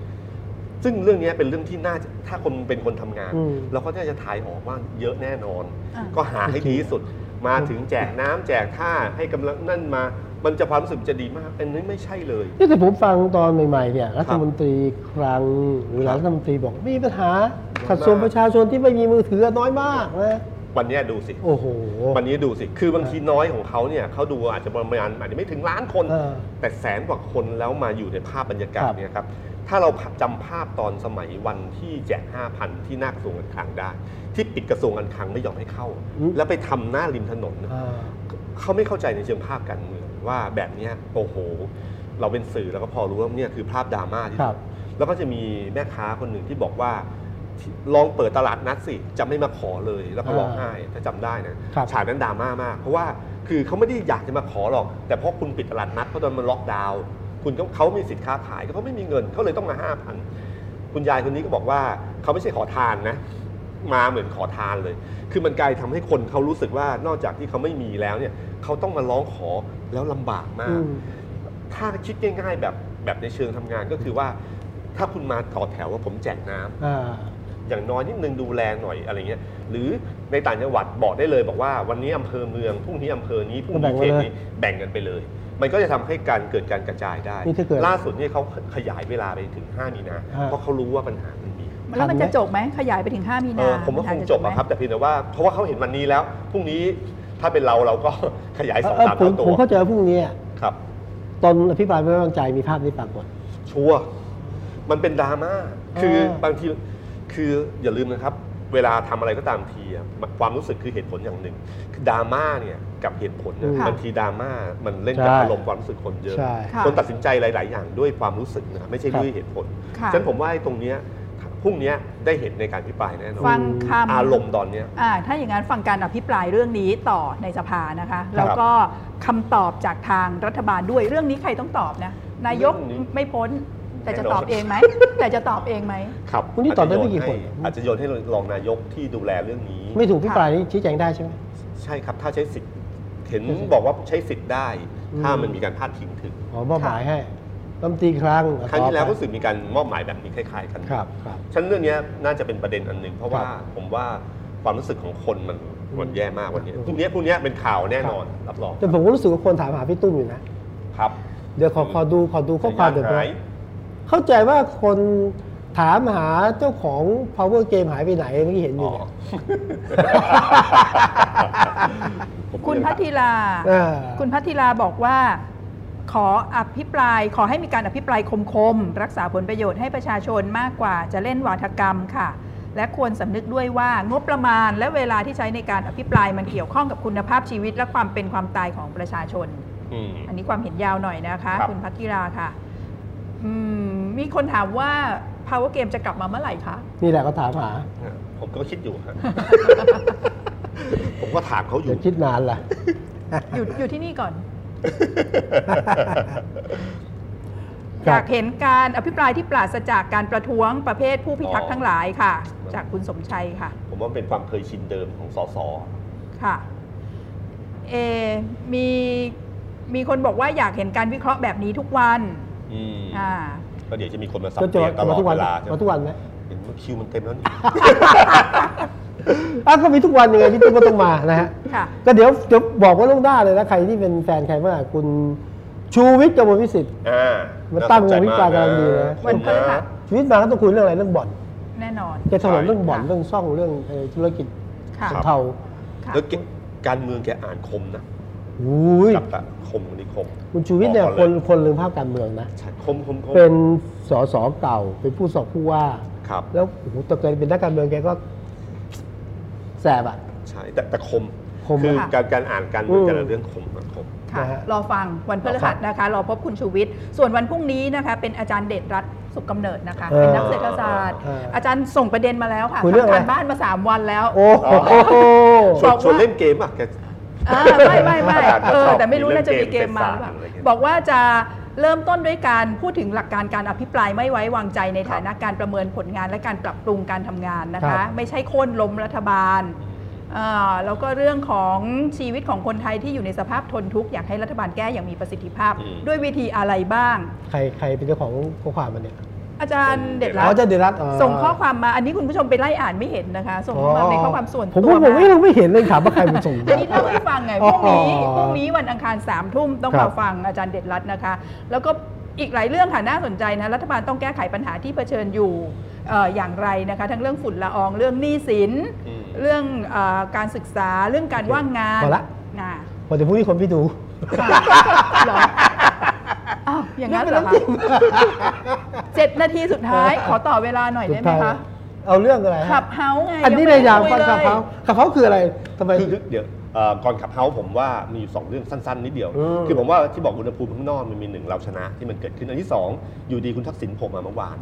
[SPEAKER 3] ซึ่งเรื่องเนี้ยเป็นเรื่องที่น่าจะถ้าคนเป็นคนทำงาน
[SPEAKER 2] อืม
[SPEAKER 3] เราก็น่าจะถ่ายออกว่าเยอะแน่นอน
[SPEAKER 1] อ่ะ
[SPEAKER 3] ก็หาให้ดีที่สุ ด มาถึงแจกน้ำแจกท่าให้กำลังนั่นมา มันจะความรู้สึกจะดีมาก อันนี้ไม่ใช่เลย
[SPEAKER 2] นี่แต่ผมฟังตอนใหม่ๆเนี่ยรัฐมนตรีคลังหรือหลายรัฐมนตรีบอกมีปัญหาสัดส่วนประชาชนที่ไม่มีมือถือน้อยมากนะ
[SPEAKER 3] วันเนี้ยดูสิ
[SPEAKER 2] โอ้โห
[SPEAKER 3] วันนี้ดูสิ คือบางทีน้อยของเขาเนี่ยเขาดูอาจจะประมาณอาจจะไม่ถึงล้านคน
[SPEAKER 2] เออ
[SPEAKER 3] แต่แสนกว่าคนแล้วมาอยู่ในภาพบรรยากา
[SPEAKER 2] ค
[SPEAKER 3] ศ
[SPEAKER 2] รับ
[SPEAKER 3] เนี่ยครับ ถ้าเราจำภาพตอนสมัยวันที่แจก 5,000 ที่หน้ากระทรวงการคลังได้ ที่ปิดกระทรวงการคลังไม่ยอมให้เข้า
[SPEAKER 2] อืม
[SPEAKER 3] แล้วไปทำหน้าริมถนน
[SPEAKER 2] อ่า
[SPEAKER 3] เขาไม่เข้าใจในเชิงภาพการเมืองว่าแบบเนี้ยโอ้โห เราเป็นสื่อเราก็พอรู้ว่าเนี่ยคือภาพดราม่าที่
[SPEAKER 2] ครับ
[SPEAKER 3] แล้วก็จะมีแม่ค้าคนหนึ่งที่บอกว่า ลองเปิดตลาดนัดสิจะไม่มาขอเลยแล้วก็ร้องไห้ถ้าจำได้นะครับ ฉากนั้นดราม่ามาก เพราะว่าคือเขาไม่ได้อยากจะมาขอหรอก แต่เพราะคุณปิดตลาดนัดเพราะตอนมันล็อกดาวน์คุณก็เขาไม่มีสินค้าขายเขาไม่มีเงินเขาเลยต้องมาห้าพันคุณยายคนนี้ก็บอกว่าเขาไม่ใช่ขอทานนะ มาเหมือนขอทานเลย คือมันกลายทำให้คนเขารู้สึกว่านอกจากที่เขาไม่มีแล้วเนี่ยเขาต้องมาร้องขอแล้วลำบากมา
[SPEAKER 2] อื
[SPEAKER 3] ก
[SPEAKER 2] ม
[SPEAKER 3] ถ้าคิดง่ายๆแบบแบบในเชิงทำงานก็คือว่า ถ้าคุณมาต่อแถวว่าผมแจกน้ำ
[SPEAKER 2] อ่า
[SPEAKER 3] อย่างน้อยนิดนึงดูแลหน่อยอะไรเงี้ย หรือในต่างจังหวัดบอกได้เลยบอกว่าวันนี้อำเภอเมืองพรุ่งนี้อำเภอนี้พรุ่งนี้เขตนี้แบ่งกันไปเลย มันก็จะทำให้การเกิดการกระจายได้
[SPEAKER 2] นี่ถ้าเกิด
[SPEAKER 3] ล่าสุดเนี่ยเขาขยายเวลาไปถึง 5 มีนา
[SPEAKER 2] ฮะ
[SPEAKER 3] เพราะเขารู้ว่าปัญหามันมี
[SPEAKER 1] แล้วมัน
[SPEAKER 2] ทันไหม
[SPEAKER 1] จะจบไหมขยายไปถึง 5 มี
[SPEAKER 3] เอ
[SPEAKER 1] นา
[SPEAKER 3] อผมว่าคง
[SPEAKER 1] น
[SPEAKER 3] จบอะครับ แต่เพียงแต่ว่าเพราะว่าเขาเห็นวันนี้แล้วพรุ่งนี้ถ้าเป็นเราเราก็ ขยายสอง
[SPEAKER 2] เออ
[SPEAKER 3] สาม
[SPEAKER 2] ผ
[SPEAKER 3] เท่าม ตั
[SPEAKER 2] ผ
[SPEAKER 3] ว
[SPEAKER 2] มเข้าใจว่าพรุ่งนี้อะ
[SPEAKER 3] ครับ
[SPEAKER 2] ตอนอภิปรายไม่ไว้วางใจมีภาพนี้ปรากฏ
[SPEAKER 3] ชัวร์มันเป็นดราม่าคือ
[SPEAKER 2] เออ
[SPEAKER 3] บางทีคืออย่าลืมนะครับ เวลาทำอะไรก็ตามทีอะความรู้สึกคือเหตุผลอย่างหนึ่งคือดราม่าเนี่ยกับเหตุผลเนี่ยบางทีดราม่ามันเล่นกับอารมณ์ความรู้สึกคนเยอะ
[SPEAKER 2] ใช่
[SPEAKER 1] ะ
[SPEAKER 3] คนตัดสินใจหลาย ๆ อย่างด้วยความรู้สึกนะครับไม่ใช่ด้วยเหตุผล
[SPEAKER 1] ค่ะ
[SPEAKER 3] ฉะนั้นผมว่าไอ้ตรงเนี้ยพรุ่งเนี้ยได้เห็นในการพิปรายแน่นอน
[SPEAKER 1] ฟังคำ
[SPEAKER 3] อารมณ์ตอนเนี้ย
[SPEAKER 1] อ่าถ้าอย่างนั้นฟังการอภิปรายเรื่องนี้ต่อในสภานะคะ แล้วก็คำตอบจากทางรัฐบาลด้วยเรื่องนี้ใครต้องตอบนะ นายก
[SPEAKER 3] เรื่องนี้
[SPEAKER 1] ไม่พ้น แต่จะตอบ
[SPEAKER 3] แน่นอน
[SPEAKER 1] เองไหม แต่จะตอบเองไหม
[SPEAKER 3] ครับ
[SPEAKER 2] คุณนี่ตอบได้ไม่กี่คน
[SPEAKER 3] อาจจะโยนให้รองนายกที่ดูแลเรื่องนี้
[SPEAKER 2] ไม่ถูกอภิปรายนี้ชี้แจงได้ใช่ไหม
[SPEAKER 3] ใช่ครับ ถ้าใช้สิทธิ์เห็นบอกว่าใช้สิทธิ์ได้
[SPEAKER 2] อืม
[SPEAKER 3] ถ้ามันมีการพาดพิงถึง
[SPEAKER 2] ขอมอบหมายให้รัฐมนตรีคลัง
[SPEAKER 3] ครั้งที่แล้ว
[SPEAKER 2] ต่อ
[SPEAKER 3] ก็รู้สึกมีการมอบหมายแบบนี้คล้ายๆกัน
[SPEAKER 2] ไปครับครับ
[SPEAKER 3] ฉะนันเรื่องเนี้ยน่าจะเป็นประเด็นอันหนึ่งเพราะว่า
[SPEAKER 2] ครับ
[SPEAKER 3] ผมว่าความรู้สึกของคนมัน ปวดแย่มากวันนี้พรุ่งนี้พรุ่งนี้เป็นข่าวแน่นอนรับรอง
[SPEAKER 2] แต่ผมก็รู้สึกว่าคนถามหาพี่ตุ้มอยู่นะ
[SPEAKER 3] ครับ
[SPEAKER 2] เดี๋ยวขอขอดูขอดูข้อความเดี๋ยว
[SPEAKER 3] หา
[SPEAKER 2] นะ
[SPEAKER 3] ย
[SPEAKER 2] เข้าใจว่าคนถามหาเจ้าของ power game หายไปไหนเมื่อกี้เห็นอ
[SPEAKER 3] อ๋
[SPEAKER 2] ยู่
[SPEAKER 3] อ
[SPEAKER 2] เนี่ย
[SPEAKER 3] ผม
[SPEAKER 1] คุณพัทธิลา
[SPEAKER 2] อ่า
[SPEAKER 1] คุณพัทธิลาบอกว่า ขออภิปราย ขอให้มีการอภิปรายคมๆ รักษาผลประโยชน์ให้ประชาชนมากกว่าจะเล่นวาทกรรมค่ะ และควรสำนึกด้วยว่างบประมาณ และเวลาที่ใช้ในการอภิปรายมันเกี่ยวข้องกับคุณภาพชีวิต และความเป็นความตายของประชาชน
[SPEAKER 3] อืม
[SPEAKER 1] อันนี้ความเห็นยาวหน่อยนะคะ
[SPEAKER 3] ครับ
[SPEAKER 1] คุณพัทธิลาค่ะอืมมีคนถามว่า power game จะกลับมาเมื่อไหร่คะ
[SPEAKER 2] นี่แหละเขาถามหา
[SPEAKER 3] ผมก็คิดอยู่ ครับ ผมก็ถามเขาอ
[SPEAKER 2] เดี๋ย
[SPEAKER 3] ยู่
[SPEAKER 2] วคิดนานล่ะ
[SPEAKER 1] อยู่อยู่ที่นี่ก่อน
[SPEAKER 2] ค
[SPEAKER 1] อ
[SPEAKER 2] รับ
[SPEAKER 1] ยากเห็นการอภิปรายที่ปราศจากการประท้วงประเภทผู้พิทักษ์ทั้งหลายค่ะ
[SPEAKER 3] อ๋อ
[SPEAKER 1] จากคุณสมชัยค่ะ
[SPEAKER 3] ผมว่ามันเป็นความเคยชินเดิมของสส
[SPEAKER 1] ค่ะ เออมีมีคนบอกว่าอยากเห็นการวิเคราะห์แบบนี้ทุกวัน
[SPEAKER 3] อืม
[SPEAKER 1] อ่า
[SPEAKER 3] ก็เดี๋ยวจะมีคนมาสับ
[SPEAKER 2] ก็
[SPEAKER 3] เปลี่ยนตล
[SPEAKER 2] มา
[SPEAKER 3] อด
[SPEAKER 2] ทุกวั
[SPEAKER 3] เวน ลาใช่ไหม
[SPEAKER 2] มาทุกวันไหม
[SPEAKER 3] เห็นว่าคิวมันเต็มแล้วนี่
[SPEAKER 2] อ้าวก็มีทุกวันยังไงพี่ตุ้มก็ต้องมานะฮะ
[SPEAKER 1] ค่ะ
[SPEAKER 2] ก็เดี๋ยวเดี๋ยวบอกว่าล่วงหน้าเลยนะ ใครที่เป็นแฟนใครบ้างอะคุณชูวิทย์กมลวิสิทธิ์
[SPEAKER 3] อ่า
[SPEAKER 2] มันตั้งวงวิจารณ์กำลังดีนะ
[SPEAKER 1] วันพฤหัส
[SPEAKER 2] ชูวิทย์มาก็ต้องคุยเรื่องอะไรเรื่องบ่อน
[SPEAKER 1] แน่นอน
[SPEAKER 2] แกถนนเรื่องบ่อนเรื่องซ่องเรื่องเอ่อธุรกิจ
[SPEAKER 1] ค่ะ
[SPEAKER 2] สีเทา
[SPEAKER 1] ค่ะ
[SPEAKER 3] แล้วแกการเมืองแกอ่านคมนะ
[SPEAKER 2] อุ้ย
[SPEAKER 3] จับตะคมคนนี้คม
[SPEAKER 2] คุณชูวิทย์เนี่ย
[SPEAKER 3] บอก
[SPEAKER 2] ค
[SPEAKER 3] ก่อน ล
[SPEAKER 2] คนลืมภาพการเมืองนะ
[SPEAKER 3] ใช่คมคมคม
[SPEAKER 2] เป็นสสเก่า เป็นผู้สอบผู้ว่า
[SPEAKER 3] ครับ
[SPEAKER 2] แล้วโอ้โหตอนเกิดเป็นนักการเมืองแกก็แสบอ่ะ
[SPEAKER 3] ใช่แต่แต่คม
[SPEAKER 2] คม
[SPEAKER 3] คือ
[SPEAKER 1] ค่ะ
[SPEAKER 3] การการอ่านการเมือ
[SPEAKER 2] อื
[SPEAKER 3] ง
[SPEAKER 2] ม
[SPEAKER 3] แต่ละเรื่องคมอะคม
[SPEAKER 1] ค่ะ
[SPEAKER 2] นะฮะ
[SPEAKER 1] รอฟังวันพฤหัสนะคะ รอพบคุณชูวิทย์ ส่วนวันพรุ่งนี้นะคะ เป็นอาจารย์เดชรัตน์สุขกำเนิดนะคะ เป็นนักเศรษฐศาสตร์
[SPEAKER 2] เออ
[SPEAKER 1] อาจารย์ส่งประเด็นมาแล้วค่ะ
[SPEAKER 2] คุยเรื่องอะไร
[SPEAKER 1] ทำการบ้านมาสามวันแล้ว
[SPEAKER 2] โอ้ โห
[SPEAKER 3] ชวน
[SPEAKER 1] บอกว่า
[SPEAKER 3] ชวนเล่นเกมอ่ะแก
[SPEAKER 1] อ่าไม่ไม่ไม่
[SPEAKER 3] อาจารย์ก็
[SPEAKER 1] เออ
[SPEAKER 3] ชอบ
[SPEAKER 1] แต่ไม่รู้
[SPEAKER 3] มีเรื่
[SPEAKER 1] น่า
[SPEAKER 3] อง
[SPEAKER 1] จะมี
[SPEAKER 3] เก
[SPEAKER 1] เก
[SPEAKER 3] ม
[SPEAKER 1] ม
[SPEAKER 3] เกม
[SPEAKER 1] มา
[SPEAKER 3] ศาสตร์
[SPEAKER 1] หรือเปล่า
[SPEAKER 3] อะไรเงี้ย
[SPEAKER 1] บอกว่าจะเริ่มต้นด้วยการพูดถึงหลักการการอภิปรายไม่ไว้วางใจในฐานะการประเมินผลงานและการปรับปรุงการทำงานนะ
[SPEAKER 2] ครั
[SPEAKER 1] คะ
[SPEAKER 2] บ
[SPEAKER 1] ไม่ใช่โค่นล้มรัฐบาลเอ่อแล้วก็เรื่องของชีวิตของคนไทยที่อยู่ในสภาพทนทุกข์อยากให้รัฐบาลแก้อย่างมีประสิทธิภาพ
[SPEAKER 3] อืม
[SPEAKER 1] ด้วยวิธีอะไรบ้าง
[SPEAKER 2] ใครใครเป็นเจ้าของข้อความมันเนี่ย
[SPEAKER 1] อาจารย์เด็ด
[SPEAKER 2] อ๋
[SPEAKER 1] รั
[SPEAKER 2] อ
[SPEAKER 1] ต
[SPEAKER 2] เจะเดรัต
[SPEAKER 1] ส่งข้อความมาอันนี้คุณผู้ชมไปไล่อ่านไม่เห็นนะคะ ส่งเข้ามาในข้อความส่วนตัว
[SPEAKER 2] ผมก็บอก
[SPEAKER 1] า
[SPEAKER 2] ว่าเราไม่เห็นเลยถามว่าใครเป็นส่ง
[SPEAKER 1] ทีนี้เล่าให้ฟังไงพรุ่งนี้
[SPEAKER 2] อ๋อ
[SPEAKER 1] พรุ่งนี้วันอังคารสามทุ่มต้อง
[SPEAKER 2] ครั
[SPEAKER 1] มา
[SPEAKER 2] บ
[SPEAKER 1] ฟังอาจารย์เด็ดรัตน์นะคะ แล้วก็อีกหลายเรื่องค่ะน่าสนใจนะรัฐบาลต้องแก้ไขปัญหาที่เผชิญอยู่เอ่ออย่างไรนะคะ ทั้งเรื่องฝุ่นละอองเรื่องหนี้สิน
[SPEAKER 3] อืม
[SPEAKER 1] เรื่องเออการศึกษาเรื่องการว่างงาน
[SPEAKER 2] พอละ
[SPEAKER 1] น่ะ
[SPEAKER 2] พอจะพูดที่คนพี่ดู
[SPEAKER 1] เหรออ้าวอย่างนั้นเหรอคะเจ็ดนาทีสุด ท้าย ขอต่อเวลาหน่อยได้ไหมคะ
[SPEAKER 2] เอาเรื่องอะไรฮะ
[SPEAKER 1] ขับเฮาส์ไง
[SPEAKER 2] อันนี้เลยอยากฟัง
[SPEAKER 1] ไม่ได้
[SPEAKER 2] ขับ
[SPEAKER 1] คุ
[SPEAKER 2] เขาขับเขาคืออะไรทำ ไม
[SPEAKER 3] คือคือเดี๋ยวเอ่อก่อนขับเฮาส์ผมว่ามีอยู่ 2 เรื่องสั้น ๆ นิดเดียว
[SPEAKER 2] อืม
[SPEAKER 3] คือผมว่าที่บอกอุณหภูมิข้างนอกมันมีหนึ่งเราชนะที่มันเกิดขึ้น อันที่ 2 อยู่ดีคุณทักษิณโผล่มาเมื่อวาน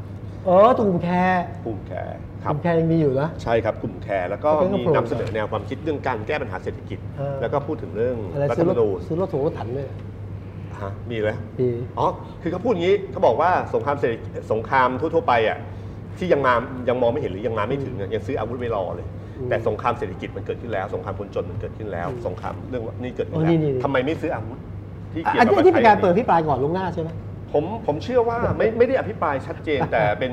[SPEAKER 2] เออตุ่มแคร์
[SPEAKER 3] กลุ่มแคร์ครับ
[SPEAKER 2] ตุ่มแคร์ยังมีอยู่นะ
[SPEAKER 3] ใช่ครับ กลุ่มแคร์แล้วก็
[SPEAKER 2] แล้วก็
[SPEAKER 3] มี
[SPEAKER 2] โผล่
[SPEAKER 3] นำเสนอแนวความคิดเรื่องการแก้ปัญหาเศรษฐกิจ
[SPEAKER 2] เออ
[SPEAKER 3] แล้วก็พูดถึงเรื่อง
[SPEAKER 2] อะไร
[SPEAKER 3] รัฐ
[SPEAKER 2] ซื้อ
[SPEAKER 3] ธ
[SPEAKER 2] ร
[SPEAKER 3] รรม
[SPEAKER 2] ถ
[SPEAKER 3] นูญ
[SPEAKER 2] ซื้อรถถูกรถถังเลย
[SPEAKER 3] ฮะมีแล้ว
[SPEAKER 2] ปี
[SPEAKER 3] อ๋อ คือเขาพูดอย่างนี้เขาบอกว่าสงครามเศรษฐสงครามทั่วๆไปอ่ะที่ยังมา ยังมองไม่เห็นหรือยังมาไม่ถึงอะยังซื้ออาวุธไม่รอเลย
[SPEAKER 2] อืม
[SPEAKER 3] แต่สงครามเศรษฐกิจมันเกิดขึ้นแล้ว สงครามคนจนมันเกิดขึ้นแล้ว สงครามเรื่องนี่เกิดขึ้น
[SPEAKER 2] โอ้นี่
[SPEAKER 3] แล้
[SPEAKER 2] นี่
[SPEAKER 3] วทำไมไม่ซื้ออาวุธที่เกี่ยว
[SPEAKER 2] อัน
[SPEAKER 3] กับ
[SPEAKER 2] นี้ที่เป็นการ
[SPEAKER 3] ไทย
[SPEAKER 2] เปิดพิปรายก่อนล่วงหน้าใช่ไหม
[SPEAKER 3] ผมผมเชื่อว่า ไม่ไม่ได้อภิปรายชัดเจน แต่ เป็น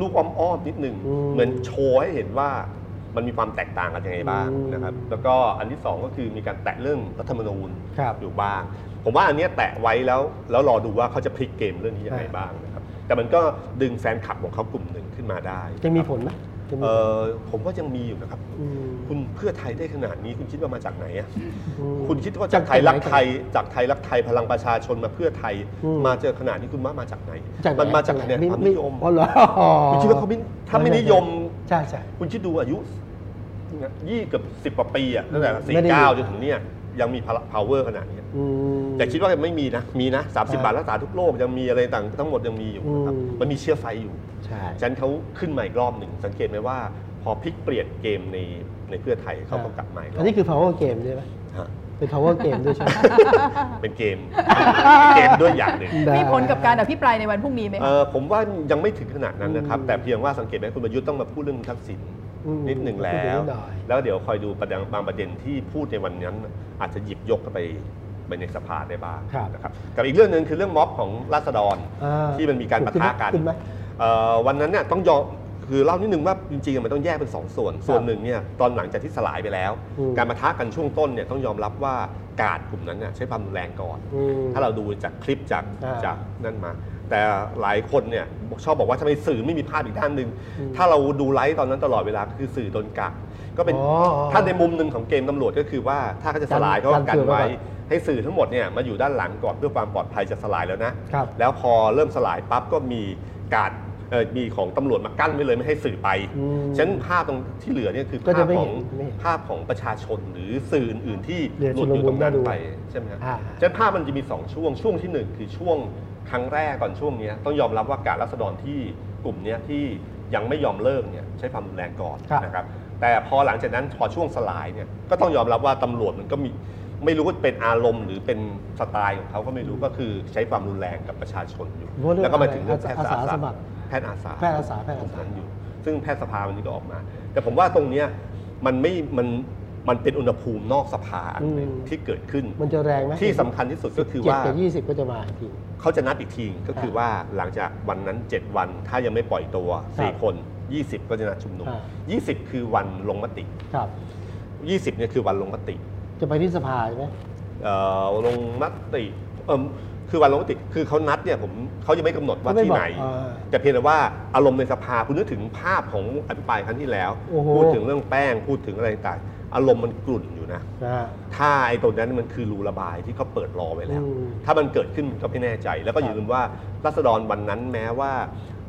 [SPEAKER 3] ลูกอ้อมๆนิดหนึ่ง
[SPEAKER 2] อืม
[SPEAKER 3] เหมือนโชว์ให้เห็นว่ามันมีความแตกต่างกันยังไงบ้าง
[SPEAKER 2] อืม
[SPEAKER 3] นะครับ แล้วก็อันที่สองก็คือมีการแตะเรื่องรัฐธรรมนูญ
[SPEAKER 2] ครับ
[SPEAKER 3] อยู่บ้าง ผมว่าอันเนี้ยแตะไว้แล้วแล้วรอดูว่าเขาจะพลิกเกมเรื่องนี้ยังไงบ้างนะครับ แต่มันก็ดึงแฟนคลับของเขากลุ่มหนึ่งขึ้นมาได้
[SPEAKER 2] จะมีผลไหมจะมี
[SPEAKER 3] เออผมว่ายังมีอยู่นะครับ
[SPEAKER 2] ม
[SPEAKER 3] คุณเพื่อไทยได้ขนาดนี้คุณคิดว่ามาจากไหนอะ
[SPEAKER 2] อืม
[SPEAKER 3] คุณคิดว่าจากไทยรักไทยจากไทยรักไทยพลังประชาชนมาเพื่อไทย
[SPEAKER 2] อืม
[SPEAKER 3] มาเจอขนาดนี้คุณว่ามาจากไหน
[SPEAKER 2] จากไห
[SPEAKER 3] มันมาจากคะแนน
[SPEAKER 2] ไ
[SPEAKER 3] ความนิยม
[SPEAKER 2] อ๋อเหรอ
[SPEAKER 3] คุณคิดว่าเขาไม่ถ้าไม่นิยม
[SPEAKER 2] ใช่ใช่
[SPEAKER 3] คุณคิดดูอายุยี่เกือบสิบกว่าปีอะตั้งแต่สี่
[SPEAKER 2] ไม่ได้อยู่
[SPEAKER 3] เก้าจนถึงเนี่ยยังมีพลัง power ขนาดนี้
[SPEAKER 2] อืม
[SPEAKER 3] แต่คิดว่าไม่มีนะ มีนะ 30 บาทรักษาทุกโรคยังมีอะไรต่างทั้งหมดยังมีอยู่นะครับ
[SPEAKER 2] อืม
[SPEAKER 3] มันมีเชื้อไฟอยู่
[SPEAKER 2] ใช่
[SPEAKER 3] ฉะนันเขาขึ้นมาอีกรอบหนึ่งสังเกตไหมว่าพอพลิกเปลี่ยนเกมในในเพื่อไทยเขาก็กลับมาอีกร
[SPEAKER 2] อั
[SPEAKER 3] อน บ
[SPEAKER 2] นี้คือ power game ใช่ไหม
[SPEAKER 3] ฮะ
[SPEAKER 2] เป็น power game ด้วยใช่ไหม
[SPEAKER 3] เป็นเก ม เกมด้วยอย่างหนึ่ง
[SPEAKER 1] มีผลกับการอภิปรายในวันพรุ่งนี้ไหมคะ
[SPEAKER 3] เอ่อผมว่ายังไม่ถึงขนาดนั้นนะครับ
[SPEAKER 2] อืม
[SPEAKER 3] แต่เพียงว่าสังเกตไหมคุณประยุทธ์ต้องมาพูดเรื่องทักษิณ
[SPEAKER 2] อืม
[SPEAKER 3] นิดหนึ่ง
[SPEAKER 2] พูดถึ
[SPEAKER 3] แล้
[SPEAKER 2] ง
[SPEAKER 3] ว
[SPEAKER 2] นิดหน่อย
[SPEAKER 3] แล้วเดี๋ยวคอยดูประเด็นบางประเด็นที่พูดในวันนั้น อาจจะหยิบยกเข้าไปไปในสภาได้บ้าง
[SPEAKER 2] ครับ
[SPEAKER 3] นะครับกับอีกเรื่องหนึ่งคือเรื่องม็อบของราษฎร
[SPEAKER 2] อ่า
[SPEAKER 3] ที่มันมีการปะทะกัน
[SPEAKER 2] ขึ้นไหม
[SPEAKER 3] เอ่อวันนั้นเนี่ยต้องยอม คือเล่านิดนึงว่าจริงๆมันต้องแยกเป็นสองส่วน ส่วนหนึ่งเนี่ยตอนหลังจากที่สลายไปแล้ว
[SPEAKER 2] อืม
[SPEAKER 3] การปะทะกันช่วงต้นเนี่ยต้องยอมรับว่ากาดกลุ่มนั้นน่ะใช้ความรุนแรงก่อน
[SPEAKER 2] อืม
[SPEAKER 3] ถ้าเราดูจากคลิปจาก
[SPEAKER 2] อ่า
[SPEAKER 3] จากนั่นมา แต่หลายคนเนี่ยชอบบอกว่าทำไมสื่อไม่มีภาพอีกด้านหนึ่ง
[SPEAKER 2] อืม
[SPEAKER 3] ถ้าเราดูไลฟ์ตอนนั้นตลอดเวลาคือสื่อโดนกักก็เป็น
[SPEAKER 2] อ๋อ
[SPEAKER 3] ถ้าในมุมหนึ่งของเกมตำรวจก็คือว่าถ้าเขาจะสลาย
[SPEAKER 2] กัน
[SPEAKER 3] เขาก็
[SPEAKER 2] กั
[SPEAKER 3] กัน
[SPEAKER 2] สื่
[SPEAKER 3] น
[SPEAKER 2] อไว้
[SPEAKER 3] ไว้
[SPEAKER 2] ก่อน
[SPEAKER 3] ให้สื่อทั้งหมดเนี่ยมาอยู่ด้านหลังก่อนเพื่อความปลอดภัยจะสลายแล้วนะครับ แล้วพอเริ่มสลายปั๊บก็มีการดเอ่อมีของตำรวจมากั้นไว้เลยไม่ให้สื่อไป
[SPEAKER 2] อืม
[SPEAKER 3] ฉะนันภาพตรงที่เหลือเนี่ยคือ
[SPEAKER 2] ก็
[SPEAKER 3] ภา
[SPEAKER 2] จะ
[SPEAKER 3] พ
[SPEAKER 2] ไม่
[SPEAKER 3] ขอ
[SPEAKER 2] เห็
[SPEAKER 3] ง
[SPEAKER 2] นไม่เห็น
[SPEAKER 3] ภาพของประชาชนหรือสื่ออื่นๆที่
[SPEAKER 2] เรียน
[SPEAKER 3] หลุดอยู่ตรงนั้น
[SPEAKER 2] ชุลมุนน่าดู
[SPEAKER 3] ไปใช่ไหมครับ
[SPEAKER 2] อ่า
[SPEAKER 3] ฉะนั้นภาพมันจะมี 2 ช่วงช่วงที่ 1 คือช่วงครั้งแรกก่อนช่วงเนี้ยต้องยอมรับว่าการรัษฎรที่กลุ่มเนี้ยที่ยังไม่ยอมเลิกเนี่ยใช้ความรุนแรงก่อนนะครับแต่พอหลังจากนั้นพอช่วงสลายเนี่ยก็ต้องยอมรับว่าตำรวจมันก็มีไม่รู้ว่าเป็นอารมณ์ หรือเป็นสไตล์ของเขาก็ไม่รู้ก็คือใช้ความรุนแรงกับประชาชนอยู่
[SPEAKER 2] เพราะเรื่อง
[SPEAKER 3] แล้วก็มาถึงเรื่อง
[SPEAKER 2] อะไร
[SPEAKER 3] แพทย์
[SPEAKER 2] อาสาสมัคร
[SPEAKER 3] แพท
[SPEAKER 2] แพท
[SPEAKER 3] ย์อาสา
[SPEAKER 2] ย์อาสาแพทย์อาสา
[SPEAKER 3] นั้นอยู่ซึ่งแพทยสภาวันนี้ก็ออกมา แต่ผมว่าตรงเนี้ยมันไม่มันมันเป็นอุณหภูมินอกสภาอันหนึ่ง
[SPEAKER 2] อืม
[SPEAKER 3] ที่เกิดขึ้น
[SPEAKER 2] มันจะแรงไหม
[SPEAKER 3] ที่สำคัญที่สุดก็คือ
[SPEAKER 2] เจ็ด
[SPEAKER 3] ว่า
[SPEAKER 2] กับยี่สิบก็จะมาอีกที
[SPEAKER 3] เขาจะนัดอีกทีก็คือว่าหลังจากวันนั้น 7 วัน ถ้ายังไม่ปล่อยตัว
[SPEAKER 2] ครับ
[SPEAKER 3] 4 คน 20 ก็จะนัดชุมนุม
[SPEAKER 2] อ่า
[SPEAKER 3] 20 คือวันลงมติ
[SPEAKER 2] ครับ
[SPEAKER 3] 20เนี่ยคือวันลงมติ
[SPEAKER 2] จะไปที่สภาใช่ไหม
[SPEAKER 3] เอ่อลงมติเอิ่มคือวันลงมติคือเขานัดเนี่ยผมเขายังไม่กำหนดว่าที่ไหน
[SPEAKER 2] เขาไม่บอกอ่า
[SPEAKER 3] แต่เพียงแต่ว่าอารมณ์ในสภาคุณนึกถึงภาพของอภิปรายครั้งที่แล้ว
[SPEAKER 2] โอ้โห
[SPEAKER 3] พูดถึงเรื่องแป้งพูดถึงอะไรต่างๆอารมณ์มันกลุ่นอยู่นะ
[SPEAKER 2] นะฮะ
[SPEAKER 3] ถ้าไอ้ตรงนั้นมันคือรูระบายที่เขาเปิดรอไว้แล้ว
[SPEAKER 2] อืม
[SPEAKER 3] ถ้ามันเกิดขึ้นก็ไม่แน่ใจ แล้วก็อย่าลืมว่ารัษฎรวันนั้นแม้ว่า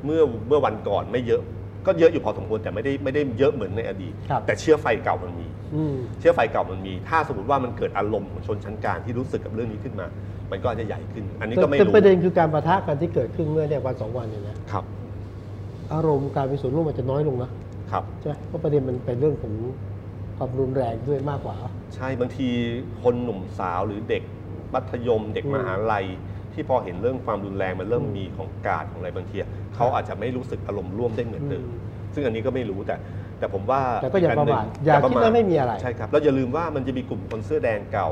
[SPEAKER 3] เมื่อเมื่อวันก่อนไม่เยอะ ก็เยอะอยู่พอสมควรแต่ไม่ได้ไม่ได้เยอะเหมือนในอดีต
[SPEAKER 2] ครับ
[SPEAKER 3] แต่เชื้อไฟเก่ามันมี
[SPEAKER 2] อืม
[SPEAKER 3] เชื้อไฟเก่ามันมี ถ้าสมมติว่ามันเกิดอารมณ์ของชนชั้นกลางที่รู้สึกกับเรื่องนี้ขึ้นมา มันก็อาจจะใหญ่ขึ้น อันนี้ก็ไม่
[SPEAKER 2] แต่
[SPEAKER 3] รู้
[SPEAKER 2] ประเด็นคือการประทะกันที่เกิดขึ้นเมื่อเนี่ยวันสองวันเนี่ยนะครับ อารมณ์การมีส่วนร่วมมันจะน้อยลงนะครับ ใช่ไหมเพราะประเด็นมันเป็นเรื่องของความรุนแรงด้วยมากกว่า
[SPEAKER 3] ใช่บางทีคนหนุ่มสาวหรือเด็กมัธยม เด็ก
[SPEAKER 2] อืม
[SPEAKER 3] มหาลัย ที่พอเห็นเรื่องความรุนแรงมันเริ่มมีของการของอะไรบางทีอะเขาอาจจะไม่รู้สึกอารมณ์ร่วมได้เหมือนเดิม
[SPEAKER 2] อื
[SPEAKER 3] ซึ่งอันนี้ก็ไม่รู้แต่ แต่ผมว่า
[SPEAKER 2] แต่ก็อย่าประมาทอย่าคิดว่าไม่มีอะไร
[SPEAKER 3] ใช่ครับแล้วอย่าลืมว่ามันจะมีกลุ่มคนเสื้อแดงเก่า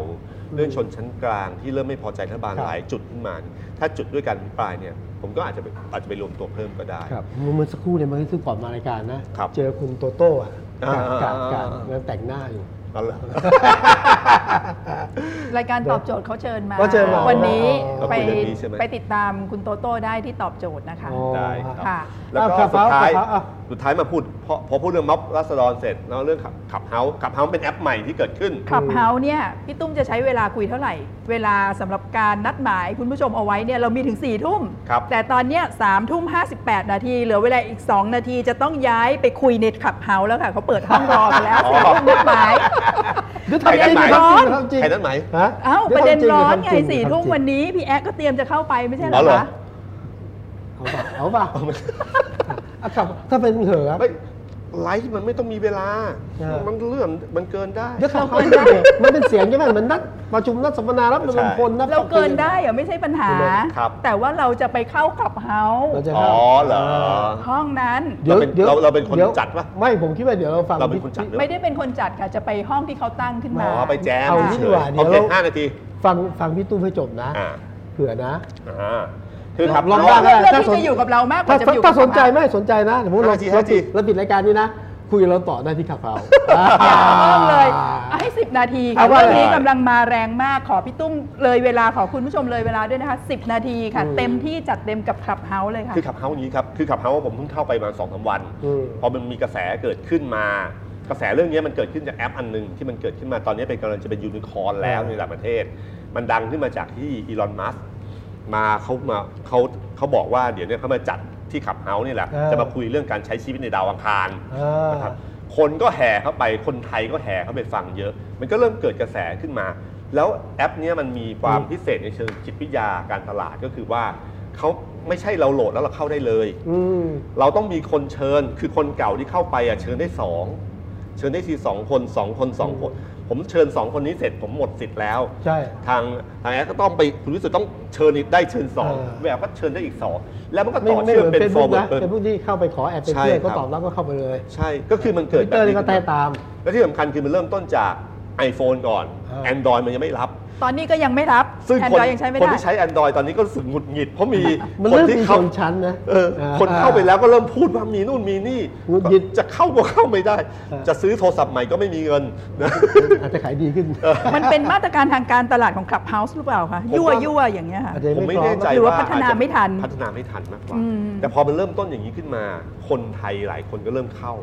[SPEAKER 3] เรื่อง
[SPEAKER 2] อืม
[SPEAKER 3] ชนชั้นกลางที่เริ่มไม่พอใจรัฐบาล
[SPEAKER 2] ครับ
[SPEAKER 3] หลายจุดขึ้นมา ถ้าจุดด้วยการอภิปรายเนี่ยผมก็อาจจะไปอาจจะไปรวมตัวเพิ่มก็ได้
[SPEAKER 2] ครับเมื่อสักครู่เนี่ยเมื่อซึ่งก่อนมารายการนะ
[SPEAKER 3] ครับ
[SPEAKER 2] เจอคุณโตโต้อะ
[SPEAKER 3] อ่า
[SPEAKER 2] กาดกาดกาดแล้วแต่งหน้าอยู่
[SPEAKER 3] เอาละ
[SPEAKER 1] รายการตอบโจทย์เขาเชิญมา
[SPEAKER 2] เขาเชิญมา
[SPEAKER 1] วันนี้
[SPEAKER 2] อ๋อ
[SPEAKER 1] ไป
[SPEAKER 3] คุยเรื่องนี้ใช่ไหม
[SPEAKER 1] ไปติดตามคุณโตโต้ได้ที่ตอบโจทย์นะคะ
[SPEAKER 2] อ๋อ
[SPEAKER 3] ได้ครับ
[SPEAKER 1] ค่ะ
[SPEAKER 3] แล้วก็
[SPEAKER 2] อ้าวขับ
[SPEAKER 3] สุดท้าย
[SPEAKER 2] เฮ้าส์ขับเฮ้าส์อ่ะ
[SPEAKER 3] สุดท้ายมาพูดพอพอพูดเรื่องม็อบรัษฎรเสร็จแล้วเรื่องขับขับเฮาส์ขับเฮาส์เป็นแอปใหม่ที่เกิดขึ้น
[SPEAKER 1] คลับเฮาส์เนี่ยพี่ตุ้มจะใช้เวลาคุยเท่าไหร่ เวลาสำหรับการนัดหมายคุณผู้ชมเอาไว้เนี่ยเรามีถึง4ี่ทุ่ม
[SPEAKER 3] ครับ
[SPEAKER 1] แต่ตอนเนี้ยสามทุ่มห้าสิบแปดนาที เหลือเวลาอีก 2 นาทีจะต้องย้ายไปคุยในคลับเฮาส์แล้วค่ะเขาเปิดห้องรอกันแล้ว
[SPEAKER 3] อ๋อ
[SPEAKER 1] สี่ทุ่มนัดหมาย
[SPEAKER 2] เดี๋ยวทำจริง
[SPEAKER 1] ใคร
[SPEAKER 2] เดี๋ยว
[SPEAKER 1] นัดหมาย
[SPEAKER 2] ทำจริงเดี๋ยวทำจริง
[SPEAKER 3] ใครนั้นไหมาย
[SPEAKER 2] ฮะ
[SPEAKER 1] เอ้าป
[SPEAKER 2] ดี๋ย
[SPEAKER 1] ระ
[SPEAKER 2] วทำจ
[SPEAKER 1] เด็นร้อนไง
[SPEAKER 2] เดี๋ยวทำจ
[SPEAKER 1] สี่ทุ่ม
[SPEAKER 2] เดี๋ยวทำจริง
[SPEAKER 1] วันนี้ พี่แอ๊กก็เตรียมจะเข้าไปไม่ใช่เหร
[SPEAKER 3] อ๋
[SPEAKER 1] อ
[SPEAKER 3] อเหรอ
[SPEAKER 1] คะ
[SPEAKER 2] เอาป่ะเอาป่ะอ่ะครับถ้าเป็นเหอะครับ
[SPEAKER 3] ไม่ไลฟ์มันไม่ต้องมีเวลา
[SPEAKER 2] ใช่
[SPEAKER 3] มันเลื่อนมันเกินได้
[SPEAKER 2] เดี๋ยวขับเขามันเป็นเสียงใช่ไหมเหมือนนัดประชุมนัดสัมมนารับมันลงพลนะ
[SPEAKER 1] เราเกินได้เหรอไม่ใช่ปัญหา
[SPEAKER 3] ครับ
[SPEAKER 1] แต่ว่าเราจะไปเข้าคลับเฮาส์
[SPEAKER 2] เราจะ
[SPEAKER 3] อ๋
[SPEAKER 2] เข้า
[SPEAKER 3] อเหรอ
[SPEAKER 1] ห้องนั้น
[SPEAKER 3] เราเป็นเราเราเป็นคน
[SPEAKER 2] ดี๋ยว
[SPEAKER 3] จัดปะ
[SPEAKER 2] ไม่ผมคิดว่าเดี๋ยวเราฟัง
[SPEAKER 3] เราเป็นคนจัดหรือ
[SPEAKER 1] ไม่ได้เป็นคนจัดค่ะจะไปห้องที่เขาตั้งขึ้น
[SPEAKER 3] หม
[SPEAKER 1] มา
[SPEAKER 3] อไปแจม
[SPEAKER 2] เอา
[SPEAKER 3] ฉย
[SPEAKER 2] ดีกว่าเดี๋
[SPEAKER 3] โอ
[SPEAKER 2] ยว
[SPEAKER 3] เค
[SPEAKER 2] เรา
[SPEAKER 3] ห้านาที
[SPEAKER 2] ฟังฟังพี่ตุ้มให้จบนะ
[SPEAKER 3] อ่า
[SPEAKER 2] เผื่อนะ
[SPEAKER 3] อ่าคือขับ
[SPEAKER 2] ลอง
[SPEAKER 3] รถ
[SPEAKER 2] บ้าง
[SPEAKER 1] เรื่องที่จะอยู่กับเรามากก
[SPEAKER 2] ถ้า
[SPEAKER 1] ว่าจะอยู่
[SPEAKER 2] ถ้า
[SPEAKER 1] กับ
[SPEAKER 2] สนใจ
[SPEAKER 1] เร
[SPEAKER 2] ไม่สนใจนะสมมติเรา
[SPEAKER 3] ห้าทีห้าที
[SPEAKER 2] เราปิดรายการนี้นะ คุยกับเราต่อได้ที่ขับเรา
[SPEAKER 1] อย่าเริ่มเลยเอาให้ 10 นาทีค่ะ
[SPEAKER 2] เอาว่า
[SPEAKER 1] เรื่องนี้
[SPEAKER 3] เลย
[SPEAKER 1] กำลังมาแรงมากขอพี่ตุ้มเลยเวลาขอคุณผู้ชมเลยเวลาด้วยนะคะ 10 นาทีค่ะ
[SPEAKER 2] อืม
[SPEAKER 1] เต็มที่จัดเต็มกับคลับเฮาส์เลยค่ะ
[SPEAKER 3] คือขับเฮาส์อย่างนี้ครับคือขับเฮาส์ผมเพิ่งเข้าไปมาสองสามวัน
[SPEAKER 2] อืม
[SPEAKER 3] พอมันมีกระแสเกิดขึ้นมา กระแสเรื่องนี้มันเกิดขึ้นจากแอปอันหนึ่งที่มันเกิดขึ้นมาตอนนี้เป็นกำลังจะเป็นยูนิคอร์นแล้วในต่างประเทศ มันดังขึ้นมาจากที่อีลอนมัสมาเขามาเขาเขาบอกว่าเดี๋ยวเนี้เขามาจัดที่ขับเฮาส์นี่แหละ
[SPEAKER 2] เออ
[SPEAKER 3] จะมาคุยเรื่องการใช้ชีวิตในดาวอังคาร
[SPEAKER 2] อ่า
[SPEAKER 3] นะครับคนก็แห่เข้าไป คนไทยก็แห่เข้าไปฟังเยอะ มันก็เริ่มเกิดกระแสขึ้นมา แล้วแอปเนี้ยมันมีความ
[SPEAKER 2] อืม
[SPEAKER 3] พิเศษในเชิงจิตวิทยาการตลาดก็คือว่าเขาไม่ใช่เราโหลดแล้วเราเข้าได้เลย
[SPEAKER 2] อืม
[SPEAKER 3] เราต้องมีคนเชิญ คือคนเก่าที่เข้าไปอ่ะเชิญได้สองเชิญได้ทีสองคนสองคนสองคน ผมเชิญสองคนนี้เสร็จผมหมดสิทธิ์แล้ว
[SPEAKER 2] ใช่
[SPEAKER 3] ทางทางแอปก็ต้องไปคุณวิสุทธ์ต้องเชิญอีกได้เชิญสอง
[SPEAKER 2] เออ
[SPEAKER 3] แบบก็เชิญได้อีกสองแล้วมันก็
[SPEAKER 2] ไม่
[SPEAKER 3] ต่อ
[SPEAKER 2] ไม่
[SPEAKER 3] เชื่
[SPEAKER 2] เหมื
[SPEAKER 3] อม
[SPEAKER 2] อน
[SPEAKER 3] เป็น
[SPEAKER 2] เฟซ
[SPEAKER 3] ฟอ
[SPEAKER 2] บุ๊
[SPEAKER 3] ร์
[SPEAKER 2] ก
[SPEAKER 3] เวิร์
[SPEAKER 2] นะ
[SPEAKER 3] เปิ
[SPEAKER 2] เฟซบุ๊กที่เข้าไปขอแอดเป็น
[SPEAKER 3] ใช่
[SPEAKER 2] เพื่อน
[SPEAKER 3] ครั
[SPEAKER 2] ก็
[SPEAKER 3] บ
[SPEAKER 2] ตอบรับก็เข้าไปเลย
[SPEAKER 3] ใช่ก็คือมัน
[SPEAKER 2] ท
[SPEAKER 3] เกิด
[SPEAKER 2] วิต
[SPEAKER 3] แบ
[SPEAKER 2] เตอบ ร์นี่
[SPEAKER 3] นี้
[SPEAKER 2] ก็
[SPEAKER 3] ขึ้น
[SPEAKER 2] แต่
[SPEAKER 3] มา
[SPEAKER 2] ตาม
[SPEAKER 3] และที่สำคัญคือมันเริ่มต้นจาก iPhone ก่อน
[SPEAKER 2] อ่า
[SPEAKER 3] Android มันยังไม่รับ
[SPEAKER 1] ตอนนี้ก็ยังไม่รับ
[SPEAKER 3] ซึ่ง
[SPEAKER 1] แอน
[SPEAKER 3] ค
[SPEAKER 1] ด
[SPEAKER 3] น
[SPEAKER 1] รอยยังใช้ไม่
[SPEAKER 3] คน
[SPEAKER 1] ได้
[SPEAKER 3] ที่ใช้ Android ตอนนี้ก็รู้สึกหงุดหงิด เพราะมี
[SPEAKER 2] มัน
[SPEAKER 3] คน
[SPEAKER 2] เริ่ม
[SPEAKER 3] ที่
[SPEAKER 2] มีช
[SPEAKER 3] เข้าน
[SPEAKER 2] ชั้นนะ
[SPEAKER 3] เออ
[SPEAKER 2] อ่า
[SPEAKER 3] คนเข้าไปแล้วก็เริ่มพูดว่ามีนู่นมีนี่
[SPEAKER 2] หงุดหงิด
[SPEAKER 3] จะเข้าก็เข้าไม่ได้
[SPEAKER 2] อ่า
[SPEAKER 3] จะซื้อโทรศัพท์ใหม่ก็ไม่มีเงินนะ
[SPEAKER 2] อาจจะขายดีขึ้น
[SPEAKER 1] มันเป็นมาตรการทางการตลาดของคลับเฮาส์หรือเปล่าคะ
[SPEAKER 3] ผม
[SPEAKER 1] ยั่ว
[SPEAKER 3] ว่า
[SPEAKER 1] ยั่วอย่างเงี้ยค่ะ
[SPEAKER 2] อาจจะ
[SPEAKER 3] ผมไม่แน่ใจ
[SPEAKER 1] หรือว่า
[SPEAKER 3] อจจะ
[SPEAKER 1] พัฒนาไม่ทัน
[SPEAKER 3] พัฒนาไม่ทันมากกว่า
[SPEAKER 1] อืม
[SPEAKER 3] แต่พอมันเริ่มต้นอย่างนี้ขึ้นมา คนไทยหลายคนก็เริ่มเข้า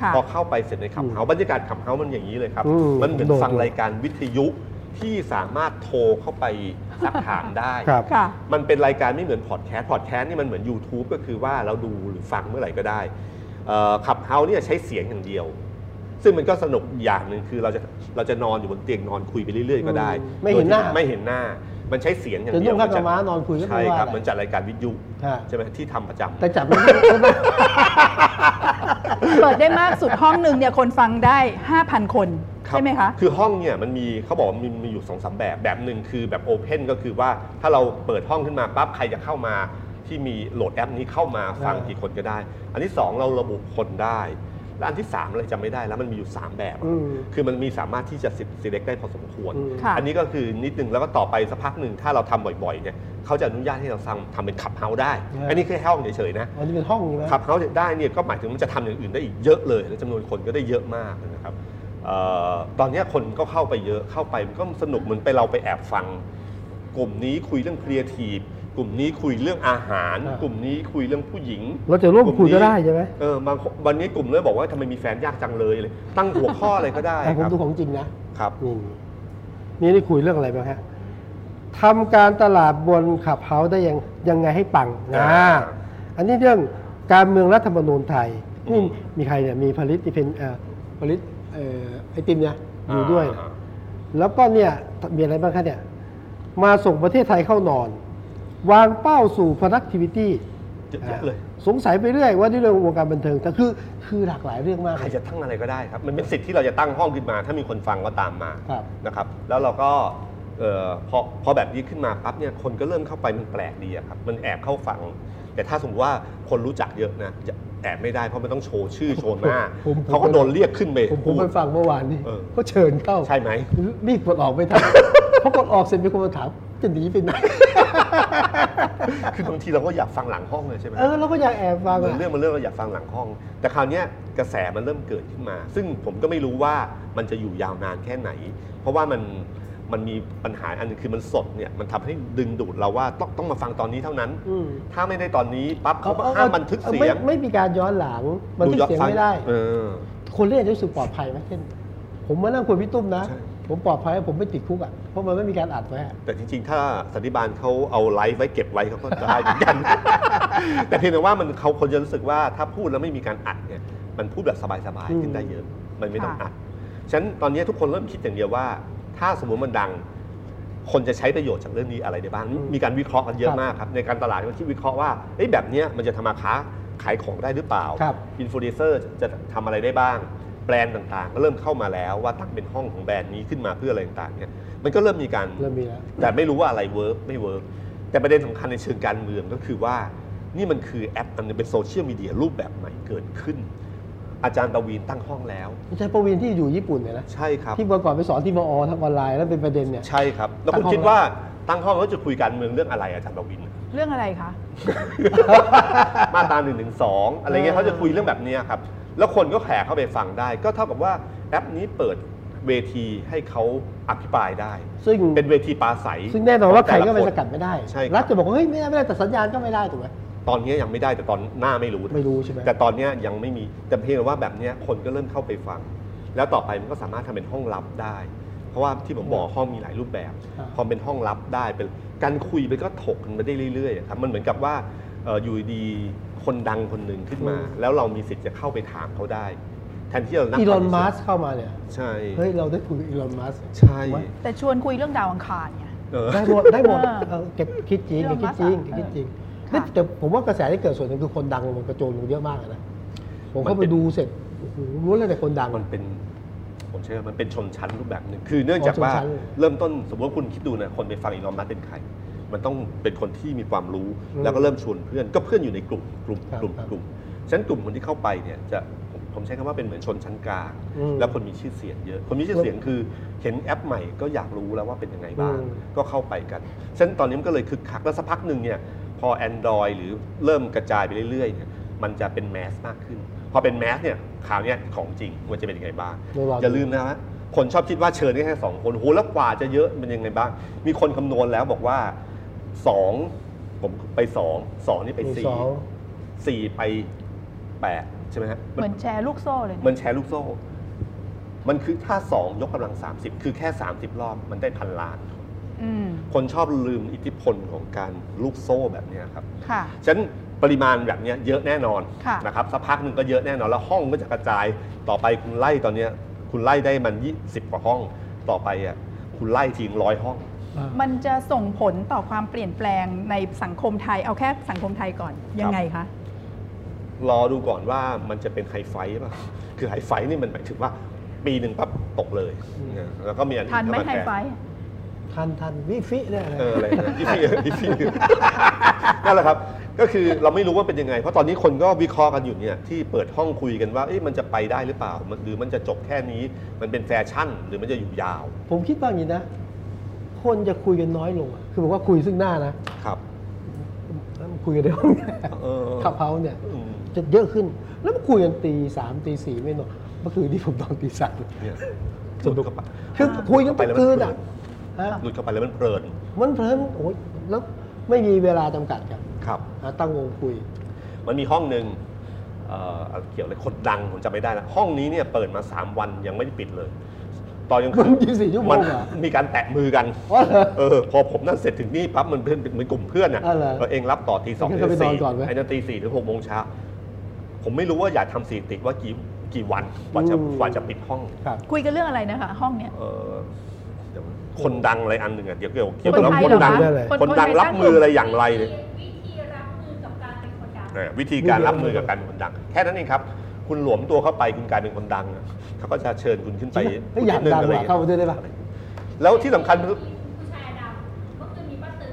[SPEAKER 1] ค่ะ
[SPEAKER 3] พอเข้าไปเสร็จในขับเฮาส์บรรยากาศขับเฮาส์มันอย่างนี้เลยครับ
[SPEAKER 2] อืม
[SPEAKER 3] มันเหมือน
[SPEAKER 2] โดด
[SPEAKER 3] ฟังรายการวิทยุที่สามารถโทรเข้าไปสักถามได้
[SPEAKER 2] ครับ
[SPEAKER 1] ค่ะ
[SPEAKER 3] มันเป็นรายการไม่เหมือนพอดแคสต์พอดแคสต์นี่มันเหมือน YouTube ก็คือว่าเราดูหรือฟังเมื่อไหร่ก็ได้ขับเฮาเนี่ยใช้เสียงอย่างเดียว ซึ่งมันก็สนุกอย่างหนึ่งคือเราจะเราจะนอนอยู่บนเตียงนอนคุยไปเรื่อยๆก็ได้
[SPEAKER 2] อืมไม่เห็นหน้า
[SPEAKER 3] โดยที่ไม่เห็นหน้า มันใช้เสียงอย่าง
[SPEAKER 2] จะ
[SPEAKER 3] เดี
[SPEAKER 2] นุ่
[SPEAKER 3] ว
[SPEAKER 2] งผ้ากำม้านอนคุยก็ไม่
[SPEAKER 3] ใช่
[SPEAKER 2] ว่า
[SPEAKER 3] ครับ
[SPEAKER 2] อะไร
[SPEAKER 3] มันจัดรายการวิทยุ
[SPEAKER 2] ฮะ
[SPEAKER 3] ใช่ไหมที่ทำประจำ
[SPEAKER 2] แต่จับไม่ได้ไม่ได้
[SPEAKER 1] เปิดได้มากสุดห้องหนึ่งเนี่ยคนฟังได้ 5,000 คน
[SPEAKER 3] รับ
[SPEAKER 1] ใช่ไหมคะ
[SPEAKER 3] คือห้องเนี่ยมันมีเขาบอกว่ามีมีอยู่สองสามแบบแบบหนึ่งคือแบบโอเพนก็คือว่าถ้าเราเปิดห้องขึ้นมาปั๊บใครจะเข้ามาที่มีโหลดแอปนี้เข้ามาฟัง
[SPEAKER 2] อ่า
[SPEAKER 3] กี่คนก็ได้ อันที่ 2 เราระบุคนได้ และอันที่ 3 อะไรจำไม่ได้แล้วมันมีอยู่ 3 แบบอะ
[SPEAKER 2] อืม
[SPEAKER 3] คือมันมีสามารถที่จะ select ได้พอสมควร
[SPEAKER 2] อืม
[SPEAKER 1] ค่ะ
[SPEAKER 3] อันนี้ก็คือนิดนึงแล้วก็ต่อไปสักพักหนึ่งถ้าเราทำบ่อยๆเนี่ยเขาจะอนุญาตให้เราทำทำเป็นขับเฮาได้ อันนี้แค่ห้องเฉยๆนะ
[SPEAKER 2] อันนี้เป็นห้องนะ
[SPEAKER 3] ขับเฮาส์ได้เนี่ยก็หมายถึงมันจะทำอย่างอื่นได้อีกเยอะเลยและจำนวนคนก็ได้เยอะมากนะครับเออตอนเนี้ยคนก็เข้าไปเยอะเข้าไปมันก็สนุกเหมือนไปเราไปแอบฟัง กลุ่มนี้คุยเรื่องครีเอทีฟกลุ่มนี้คุยเรื่องอาหาร
[SPEAKER 2] อ่าก
[SPEAKER 3] ลุ่มนี้คุยเรื่องผู้หญิง
[SPEAKER 2] เราจะร่วมคุยก็ได้ใช่ไหม
[SPEAKER 3] เออบางคนวันนี้กลุ่มเลยบอกว่าทำไมมีแฟนยากจังเลยเลย ตั้งหัวข้ออะไรก็ได้
[SPEAKER 2] แต่ผม
[SPEAKER 3] ครับ
[SPEAKER 2] ดูของจริงนะ
[SPEAKER 3] ครับ
[SPEAKER 2] อืมนี่ได้คุยเรื่องอะไรบ้างฮะทำการตลาดบนขับเฮาได้ยังยังไงให้ปังนะ
[SPEAKER 3] อ่า
[SPEAKER 2] อันนี้เรื่องการเมืองรัฐธรรมนูญไทย
[SPEAKER 3] อื
[SPEAKER 2] นี่
[SPEAKER 3] ม
[SPEAKER 2] มีใครเนี่ยมีผลิตที่เป็นเอ่อผลิตเอ่อไอติมเนี่ยอยู่ด้วยนะ
[SPEAKER 3] อ่า
[SPEAKER 2] แล้วก็เนี่ยมีอะไรบ้างคะเนี่ย มาส่งประเทศไทยเข้านอน วางเป้าสู่ productivity
[SPEAKER 3] เยอะแยะเลย
[SPEAKER 2] สงสัยไปเรื่อยว่านี่เรื่องวงการบันเทิงแต่คือคือหลากหลายเรื่องมาก
[SPEAKER 3] ใครจะตั้งอะไรก็ได้ครับ มันเป็นสิทธิ์ที่เราจะตั้งห้องขึ้นมา ถ้ามีคนฟังก็ตามมา
[SPEAKER 2] ครับ
[SPEAKER 3] นะครับ แล้วเราก็เอ่อพอพอแบบนี้ขึ้นมาปั๊บเนี่ยคนก็เริ่มเข้าไปมันแปลกดีอะครับ มันแอบเข้าฝัง แต่ถ้าสมมติว่าคนรู้จักเยอะนะจะแอบไม่ได้เพราะมันต้องโชว์ชื่อโชว์หน้า
[SPEAKER 2] ผมผม
[SPEAKER 3] เขาก็โดนเรียกขึ้นไป
[SPEAKER 2] ผมผ
[SPEAKER 3] พู
[SPEAKER 2] ม
[SPEAKER 3] ด
[SPEAKER 2] ไปฟังเมื่อวานนี้
[SPEAKER 3] เออ
[SPEAKER 2] ก็เชิญเข้า
[SPEAKER 3] ใช่ไหม
[SPEAKER 2] รีบกดออกไม่ ทัน เพราะกดออกเสร็จมีคนมาถามจะหนีไปไหน
[SPEAKER 3] คือบางทีเราก็อยากฟังหลังห้องเลยใช่ไหม
[SPEAKER 2] เออเราก็อยากแอบฟัง
[SPEAKER 3] เหมือ
[SPEAKER 2] อะ
[SPEAKER 3] นเรื่องมันเรื่องเราอยากฟังหลังห้อง แต่คราวเนี้ยกระแสมันเริ่มเกิดขึ้นมา ซึ่งผมก็ไม่รู้ว่ามันจะอยู่ยาวนานแค่ไหน เพราะว่ามันมันมีปัญหาอันหนึงคือมันสดเนี่ยมันทำให้ดึงดูดเราว่าต้องต้องมาฟังตอนนี้เท่านั้น
[SPEAKER 2] อืม
[SPEAKER 3] ถ้าไม่ได้ตอนนี้ปั๊บเขาห้ามบันทึกเสียง
[SPEAKER 2] ไม่ไม่มีการย้อนหลังบันทึกเสียงไม่ได้
[SPEAKER 3] เออ
[SPEAKER 2] คนเล่นจะรู้สึกปลอดภัยไหมเช่น ผมมานั่งคุยพี่ตุ้มนะ
[SPEAKER 3] ใช่
[SPEAKER 2] ผมปลอดภัยผมไม่ติดคุกอ่ะเพราะมันไม่มีการอัดไว้อะ
[SPEAKER 3] แต่จริงๆ ถ้าสันติบาลเขาเอาไลฟ์ไว้เก็บไว้เขาก็ได้เหมือน กัน แต่เพียงแต่ว่ามันเขาคนจะรู้สึกว่าถ้าพูดแล้วไม่มีการอัดเนี่ยมันพูดแบบสบาย
[SPEAKER 2] อืม
[SPEAKER 3] ๆ ขึ้นได้เยอะ มันไม่ต้องอัด ฉะนั้นตอนนี้ทุกคนเริ่มคิดอย่างเดียวว่า ถ้าสมมติมันดัง คนจะใช้ประโยชน์จากเรื่องนี้อะไรได้บ้าง มีการวิเคราะห์กันเยอะมากครับ ในการตลาดก็คิดวิเคราะห์ว่าเอ้ยแบบเนี้ยมันจะทำมาค้าขายของได้หรือเปล่า
[SPEAKER 2] ครับ
[SPEAKER 3] อินฟลูเอนเซอร์จะทำอะไรได้บ้าง แบรนด์ต่างๆ ก็เริ่มเข้ามาแล้วว่าตั้งเป็นห้องของแบรนด์นี้ขึ้นมาเพื่ออะไรต่างๆเนี่ยมันก็เริ่มมีการ
[SPEAKER 2] เริ่มมีแล้ว
[SPEAKER 3] แต่ไม่รู้ว่าอะไรเวิร์กไม่เวิร์กแต่ประเด็นสำคัญในเชิงการเมืองก็คือว่า นี่มันคือแอปอันหนึงเป็นโซเชียลมีเดียรูปแบบใหม่เกิดขึ้น อาจารย์ประวีนตั้งห้องแล้ว
[SPEAKER 2] ไม่ใช่ประวินที่อยู่ญี่ปุ่นเนี่ยนะ
[SPEAKER 3] ใช่ครับ
[SPEAKER 2] ที่เมื่อก่อนไปสอนที่มอทำออนไลน์แล้วเป็นประเด็นเนี่ย
[SPEAKER 3] ใช่ครับ แล้ว
[SPEAKER 2] ตั้
[SPEAKER 3] คุณ
[SPEAKER 2] งห้อง
[SPEAKER 3] คิดว่าตั้งห้องแล้วจะคุยการเมืองเรื่องอะไรอาจารย์ประวิน
[SPEAKER 1] เรื่องอะไรคะ
[SPEAKER 3] มาตราหนึ่งหนึ่งสองอะไรเงี้ยเขาจะคุยเรื่องแบบเนี้ยครับ แล้วคนก็แห่เข้าไปฟังได้ ก็เท่ากับว่าแอปนี้เปิดเวทีให้เขาอภิปรายได้
[SPEAKER 2] ซึ่ง
[SPEAKER 3] เป็นเวทีปราศัย
[SPEAKER 2] ซึ่งแน่นอนว่าใคร
[SPEAKER 3] ข
[SPEAKER 2] ก็
[SPEAKER 3] ง
[SPEAKER 2] ไป
[SPEAKER 3] แต่
[SPEAKER 2] ส
[SPEAKER 3] ละ
[SPEAKER 2] กัด
[SPEAKER 3] คน
[SPEAKER 2] ไม่ได้
[SPEAKER 3] ใช่ครับ
[SPEAKER 2] รัฐจะบอกว่าเฮ้ยไม่ได้ไม่ได้แต่สัญญาณก็ไม่ได้ถูกไหม
[SPEAKER 3] ตอนนี้ยังไม่ได้แต่ตอนหน้าไม่รู้นะ
[SPEAKER 2] ไม่รู้ใช่ไหม
[SPEAKER 3] แต่ตอนเนี้ยยังไม่มีแต่เพียงแต่ว่าแบบเนี้ยคนก็เริ่มเข้าไปฟัง แล้วต่อไปมันก็สามารถทำเป็นห้องลับได้ เพราะว่าที่ผมบอกห้องมีหลายรูปแบบ พอเป็นห้องลับได้เป็นการคุยไปก็ถกกันไปได้เรื่อยๆอะครับมันเหมือนกับว่าเอ่ออยู่ดีๆคนดังคนหนึ่งขึ้นมา แล้วเรามีสิทธิ์จะเข้าไปถามเขาได้ แทนที่เรานั่ง
[SPEAKER 2] อีลอน
[SPEAKER 3] ปฏิเสธ
[SPEAKER 2] มัสเข้ามาเนี่ย
[SPEAKER 3] ใช่
[SPEAKER 2] เฮ้ยเราได้คุยกับอีลอนมัส
[SPEAKER 3] ใช่
[SPEAKER 1] แต่ชวนคุยเรื่องดาวอังคารเนี่ย
[SPEAKER 3] เออ
[SPEAKER 2] ได้หมดได้หมด
[SPEAKER 1] เออ
[SPEAKER 2] เออเก็บคิดจริง
[SPEAKER 1] เรื่
[SPEAKER 2] เก็
[SPEAKER 1] อบ ง
[SPEAKER 2] คิดจ
[SPEAKER 1] มัสอะ
[SPEAKER 2] ริงเก็บคิดจริง
[SPEAKER 1] เออ
[SPEAKER 2] นี่
[SPEAKER 1] ค่ะ
[SPEAKER 2] แต่ผมว่ากระแสที่เกิดส่วนหนึ่งคือคนดังมันกระโจนลงเยอะมากอะนะผมเข้า
[SPEAKER 3] มั
[SPEAKER 2] ไป
[SPEAKER 3] นเป็น
[SPEAKER 2] ดูเสร็จโอ้โหรู้เลยแต่คนดัง
[SPEAKER 3] มันเป็นผมเชื่อมันเป็นชนชั้นรูปแบบหนึ่งคือเนื่องจากว่า
[SPEAKER 2] อ๋อชนชั้นเลย
[SPEAKER 3] เริ่มต้นสมมติว่าคุณคิดดูนะคนไปฟังอีลอนมัสเป็นใคร มันต้องเป็นคนที่มีความรู้
[SPEAKER 2] อืม
[SPEAKER 3] แล้วก็เริ่มชวนเพื่อน ก็เพื่อนอยู่ในกลุ่มกลุ่ม
[SPEAKER 2] ครับ
[SPEAKER 3] กลุ่ม
[SPEAKER 2] ครับ
[SPEAKER 3] กลุ่มฉะนันกลุ่มคนที่เข้าไปเนี่ยจะผม ผมใช้คำว่าเป็นเหมือนชนชั้นกลาง
[SPEAKER 2] อืม
[SPEAKER 3] และคนมีชื่อเสียงเยอะ คนมีชื่อเสียงคือเห็นแอปใหม่ก็อยากรู้แล้วว่าเป็นยังไงบ้าง
[SPEAKER 2] อืม
[SPEAKER 3] ก็เข้าไปกันฉะนั้นตอนนี้มันก็เลยคึกคักแล้วสักพักหนึ่งเนี่ยพอ Android หรือเริ่มกระจายไปเรื่อยๆเนี่ยมันจะเป็นแมสมากขึ้น พอเป็นแมสเนี่ยข่าวเนี้ยของจริงว่าจะเป็นยังไงบ้าง
[SPEAKER 2] เดี๋ยวรอดู
[SPEAKER 3] อย่าลืมนะครับคนชอบคิดว่าเชิญได้แค่สองคนโหแล้วกว่าจะเยอะเป็นยังไงบ้าง มีคนคำนวณแล้วบอกว่าสองผมไปสองสองนี่ไป
[SPEAKER 2] หนึ่ง
[SPEAKER 3] สี่
[SPEAKER 2] สอง
[SPEAKER 3] สี่ไปแปดใช่ไหมฮะ
[SPEAKER 1] เห
[SPEAKER 3] มัน
[SPEAKER 1] มือนแชร์ลูกโซ่เลยนะ
[SPEAKER 3] มันแชร์ลูกโซ่ มันคือถ้าสองยกกำลัง 30 คือแค่ 30 รอบมันได้พันล้าน
[SPEAKER 1] อืม
[SPEAKER 3] คนชอบลืมอิทธิพลของการลูกโซ่แบบเนี้ยครับ
[SPEAKER 1] ค่ะ
[SPEAKER 3] ฉะนันปริมาณแบบเนี้ยเยอะแน่นอน
[SPEAKER 1] ค่ะ
[SPEAKER 3] นะครับสักพักหนึ่งก็เยอะแน่นอน แล้วห้องก็จะกระจายต่อไปคุณไล่ตอนเนี้ยคุณไล่ได้มันยี่สิบกว่าห้องต่อไปอ่ะคุณไล่ทิ้งร้อยห้อง
[SPEAKER 2] อ่า
[SPEAKER 1] มันจะส่งผลต่อความเปลี่ยนแปลงในสังคมไทย เอาแค่สังคมไทยก่อน ยังไงคะ
[SPEAKER 3] รอดูก่อนว่ามันจะเป็นไฮไฟท์ป่ะคือไฮไฟท์นี่มันหมายถึงว่าปีหนึ่งปั๊บตกเลย
[SPEAKER 2] อืม
[SPEAKER 3] นะแล้วก็มีอัน
[SPEAKER 1] ทันไหม
[SPEAKER 3] เข้าา
[SPEAKER 1] ไฮ
[SPEAKER 3] แท
[SPEAKER 1] ไฟ
[SPEAKER 2] ทันทันวิฟิเนี่ยนะ
[SPEAKER 3] เอออะไรนะยี่สิบยี่สิบนั่นแหละครับก็คือเราไม่รู้ว่าเป็นยังไง เพราะตอนนี้คนก็วิเคราะห์กันอยู่เนี่ยที่เปิดห้องคุยกันว่าเอ๊ะมันจะไปได้หรือเปล่ามันหรือมันจะจบแค่นี้มันเป็นแฟชั่นหรือมันจะอยู่ยาว
[SPEAKER 2] ผมคิดว่าอย่างนี้นะ คนจะคุยกันน้อยลงอะคือบอกว่าคุยซึ่งหน้านะครับ แล้วมันคุยกันในห้อง
[SPEAKER 3] เออ
[SPEAKER 2] ขับเฮาส์เนี่ย
[SPEAKER 3] อืม
[SPEAKER 2] จะเยอะขึ้น แล้วมันคุยกันตีสามตีสี่ไม่นอนเมื่อคืนที่ผมนอนตีสาม
[SPEAKER 3] เนี่ย
[SPEAKER 2] สนุ
[SPEAKER 3] หลุ
[SPEAKER 2] ก
[SPEAKER 3] ดเข้าไป
[SPEAKER 2] คือคุยกันทุกคืนอ่ะฮะ
[SPEAKER 3] หลุดเข้าไปแล้วมันเพลิน
[SPEAKER 2] มันเพลินโอ้ยแล้วไม่มีเวลาจำกัดครับ
[SPEAKER 3] ครับ
[SPEAKER 2] หาตั้งวงคุย
[SPEAKER 3] มันมีห้องหนึ่งเอ่อเกี่ยวอะไรคนดังผมจำไม่ได้ละห้องนี้เนี่ยเปิดมา 3 วันยังไม่ได้ปิดเลย ตอนยังคื
[SPEAKER 2] มัน24ชั่วโมง
[SPEAKER 3] น
[SPEAKER 2] เหรอ
[SPEAKER 3] มีการแตะมือกัน
[SPEAKER 2] อ๋อเหรอ
[SPEAKER 3] เออพอผมนั่นเสร็จถึงนี่ปั๊บมันเป็นเป็นเหมือนกลุ่มเพื่อนอ่ะ
[SPEAKER 2] อ่าเหรอ
[SPEAKER 3] เราเองรับต่อทีสอง
[SPEAKER 2] งั้น
[SPEAKER 3] ถึ
[SPEAKER 2] ก็
[SPEAKER 3] ง
[SPEAKER 2] ไปนอน
[SPEAKER 3] สี่
[SPEAKER 2] ก่อนไหม
[SPEAKER 3] ไอ้นั่นตีสี่ถึงหกโมงเช้าผมไม่รู้ว่าอยากทำสถิติว่ากี่กี่วันกว่าจะกว่าจะปิดห้อง
[SPEAKER 2] ครับ
[SPEAKER 1] คุยกันเรื่องอะไรนะคะ ห้องเนี้ย
[SPEAKER 3] เอ่อเดี๋ยวคนดังอะไรอันหนึ่งอะเดี๋ยวเกี่ยวเกี่ยว
[SPEAKER 1] คน
[SPEAKER 3] กับ
[SPEAKER 1] ไทย
[SPEAKER 3] คนดัง
[SPEAKER 1] เหรอคะคน
[SPEAKER 3] คนดัง
[SPEAKER 1] คนไทย
[SPEAKER 3] รับมือ
[SPEAKER 1] ตั้งกลุ่ม
[SPEAKER 3] อะไรอย่างไรเนี่ย
[SPEAKER 6] วิธีรับมือกับการเป็นคนดัง
[SPEAKER 3] เออวิธีการรับมือกับการเป็นคนดัง แค่นั้นเองครับ คุณหลวมตัวเข้าไปคุณกลายเป็นคนดังอะเขาก็จะเชิญคุณขึ้นไป
[SPEAKER 2] จริงปะเฮ้ยอยากดังว่ะ
[SPEAKER 3] พูนินึ
[SPEAKER 2] เข้าไปด้วยได้ปะ
[SPEAKER 3] แล้วที่สำคัญคือ
[SPEAKER 6] ผู้ชายดำก็คือมีป้าตือ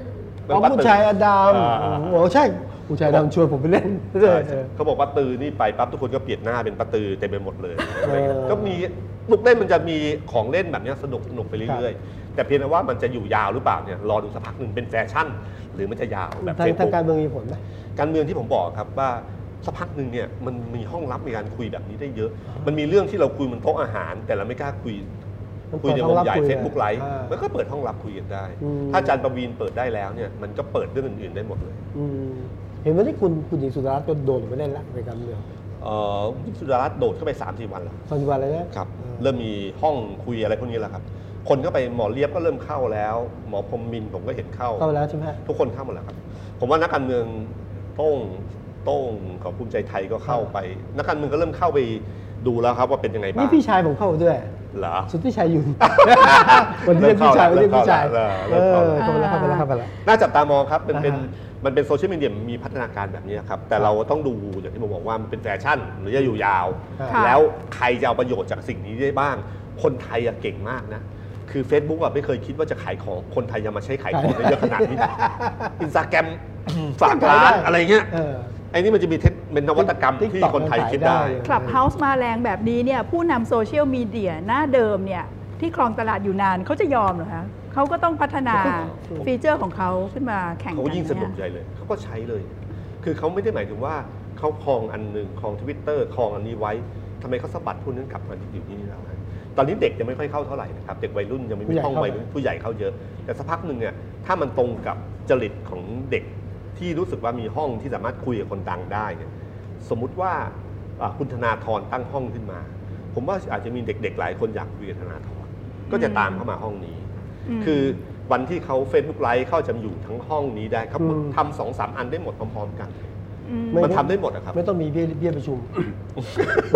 [SPEAKER 2] อ๋อผู้ชายอดัม
[SPEAKER 3] อ่า
[SPEAKER 2] โอ้ใช่ผู้ชายอดัมชวนผมไปเล่น
[SPEAKER 3] ใช่
[SPEAKER 2] เอ
[SPEAKER 3] ใช่
[SPEAKER 2] อ
[SPEAKER 3] เขาบอกว่าตือนี่ไปปั๊บทุกคนก็เปลี่ยนหน้าเป็นป้าตือเต็มไปหมดเลย
[SPEAKER 2] เออ
[SPEAKER 3] ก็มีลูกเล่นมันจะมีของเล่นแบบเนี้ยสนุกสนุกไปเรื่อยๆ แต่เพียงแต่ว่ามันจะอยู่ยาวหรือเปล่าเนี่ยรอดูสักพักหนึ่งเป็นแฟชั่น หรือมันจะยาวแบบ
[SPEAKER 2] ทาง
[SPEAKER 3] เฟซ
[SPEAKER 2] ทาง
[SPEAKER 3] บุ๊ก
[SPEAKER 2] การเมืองมีผลไหม
[SPEAKER 3] การเมืองที่ผมบอกครับว่าสักพักหนึ่งเนี่ยมันมีห้องลับในการคุยแบบนี้ได้เยอะ มันมีเรื่องที่เราคุยบนโต๊ะอาหาร แต่เราไม่กล้าคุย
[SPEAKER 2] มันเปิ
[SPEAKER 3] คุย
[SPEAKER 2] ด
[SPEAKER 3] ใน
[SPEAKER 2] ห้
[SPEAKER 3] ว
[SPEAKER 2] อง
[SPEAKER 3] ง
[SPEAKER 2] ลับ
[SPEAKER 3] ใหญ่
[SPEAKER 2] คุย
[SPEAKER 3] เฟซบุ๊กไลฟ์
[SPEAKER 2] อ่ามั
[SPEAKER 3] มันก็เปิดห้องลับคุยกันได้
[SPEAKER 2] อืม
[SPEAKER 3] ถ้าอาจารย์ประวีนเปิดได้แล้วเนี่ยมันก็เปิดเรื่องอื่นๆได้หมดเลย
[SPEAKER 2] อืมเห็นวันที่คุณคุณหญิงสุดารัตน์ก็โดนไปเล่นละในการเมือง
[SPEAKER 3] เอ่อคุณสุดารัตน์โดดเข้าไป 3-4 วันแล้ว
[SPEAKER 2] ปัจจุบันเลยนะครับ ออ
[SPEAKER 3] เริ่มมีห้องคุยอะไรพวกนี้แล้วครับ คนก็ไปหมอเลียบก็เริ่มเข้าแล้ว หมอพรหมมินทร์ผมก็เห็นเข้า
[SPEAKER 2] เข้าไปแล้วใช่ไหมฮะ
[SPEAKER 3] ทุกคนเข้าหมดแล้วครับ ผมว่านักการเมืองโต้งโต้งของภูมิใจไทยก็เข้าไป นักการเมืองก็เริ่มเข้าไปดูแล้วครับว่าเป็นยังไงบ้า
[SPEAKER 2] นี่
[SPEAKER 3] ง
[SPEAKER 2] พี่ชายผมเข้าไปด้วย
[SPEAKER 3] เหรอ
[SPEAKER 2] สุทธิชัย ยุน วันนี้เรียกพี่ชายวันนี้เรียกพี่ชาย
[SPEAKER 3] เริ่ม
[SPEAKER 2] เอ
[SPEAKER 3] เข้า
[SPEAKER 2] อ
[SPEAKER 3] แล้วเริ่มเข้าแล้ว
[SPEAKER 2] เข้าไปแล้วเข้าไปแล้วเข้าไปแล้ว
[SPEAKER 3] น่าจับตามองครับ มันเป็น
[SPEAKER 2] อ่าฮะ
[SPEAKER 3] มันเป็นโซเชียลมีเดียมีพัฒนาการแบบนี้ครับ แต่เราต้องดูอย่างที่ผมบอกว่ามันเป็นแฟชั่นหรือจะอยู่ยาว
[SPEAKER 1] ค่ะ
[SPEAKER 3] แล้วใครจะเอาประโยชน์จากสิ่งนี้ได้บ้าง คนไทยอะเก่งมากนะ คือ Facebook อะไม่เคยคิดว่าจะขายของ คนไทยจะมาใช้ขายของได้เยอะขนาด นี้อินสตาแกรม ฝากร้า
[SPEAKER 2] ขาย
[SPEAKER 3] น
[SPEAKER 2] ได้
[SPEAKER 3] อะไร เงี้ย
[SPEAKER 2] เออ
[SPEAKER 3] ไอ้นี่มันจะมีเทคเป็นนวัตกรรม
[SPEAKER 2] TikTok
[SPEAKER 3] ที่คนไทยคิดได้
[SPEAKER 2] มันขายได้
[SPEAKER 1] คลับเฮาส์มาแรงแบบนี้เนี่ย ผู้นำโซเชียลมีเดียหน้าเดิมเนี่ย ที่ครองตลาดอยู่นานเขาจะยอมเหรอคะเขาก็ต้องพัฒนาฟีเจอร์ของเขาขึ้นมาแข่งกั
[SPEAKER 3] เขา
[SPEAKER 1] น
[SPEAKER 3] ก็ยิ่งสนุก
[SPEAKER 1] เนี่ย
[SPEAKER 3] ใหญ่เลย เขาก็ใช้เลย คือเขาไม่ได้หมายถึงว่าเขาคลองอันหนึ่งคลองทวิตเตอร์คลองอันนี้ไว้ทำไมเขาสะบัดพวกนั้นกลับมาอยู่ที่นี่แล้วนะตอนนี้เด็กยังไม่ค่อยเข้าเท่าไหร่นะครับ เด็กวัยรุ่นยังไม่
[SPEAKER 2] ผู้
[SPEAKER 3] มี
[SPEAKER 2] ใหญ่
[SPEAKER 3] ห้อง
[SPEAKER 2] เข้า
[SPEAKER 3] วัยรุ่นผู้ใหญ่เข้าเยอะ แต่สักพักหนึ่งเนี่ยถ้ามันตรงกับจริตของเด็กที่รู้สึกว่ามีห้องที่สามารถคุยกับคนดังได้เนี่ยสมมุติว่าอ่ะคุณธนาธรตั้งห้องขึ้นมา ผมว่าอาจจะมีเด็ก ๆ หลายคนอยากคุยกับธนาธรก็จะตามเข้ามาห้องนี้
[SPEAKER 1] อืม
[SPEAKER 3] คือ วันที่เขา Facebook ไลฟ์เขาจะอยู่ทั้งห้องนี้ได้ครับ
[SPEAKER 2] อืม
[SPEAKER 3] ทำสองสามอันได้หมดพร้อมๆกัน
[SPEAKER 1] อืม
[SPEAKER 2] ไม่
[SPEAKER 3] มันทำได้หมดอะครับ
[SPEAKER 2] ไม่ต้องมีเบี้ยเบี้ยประชุม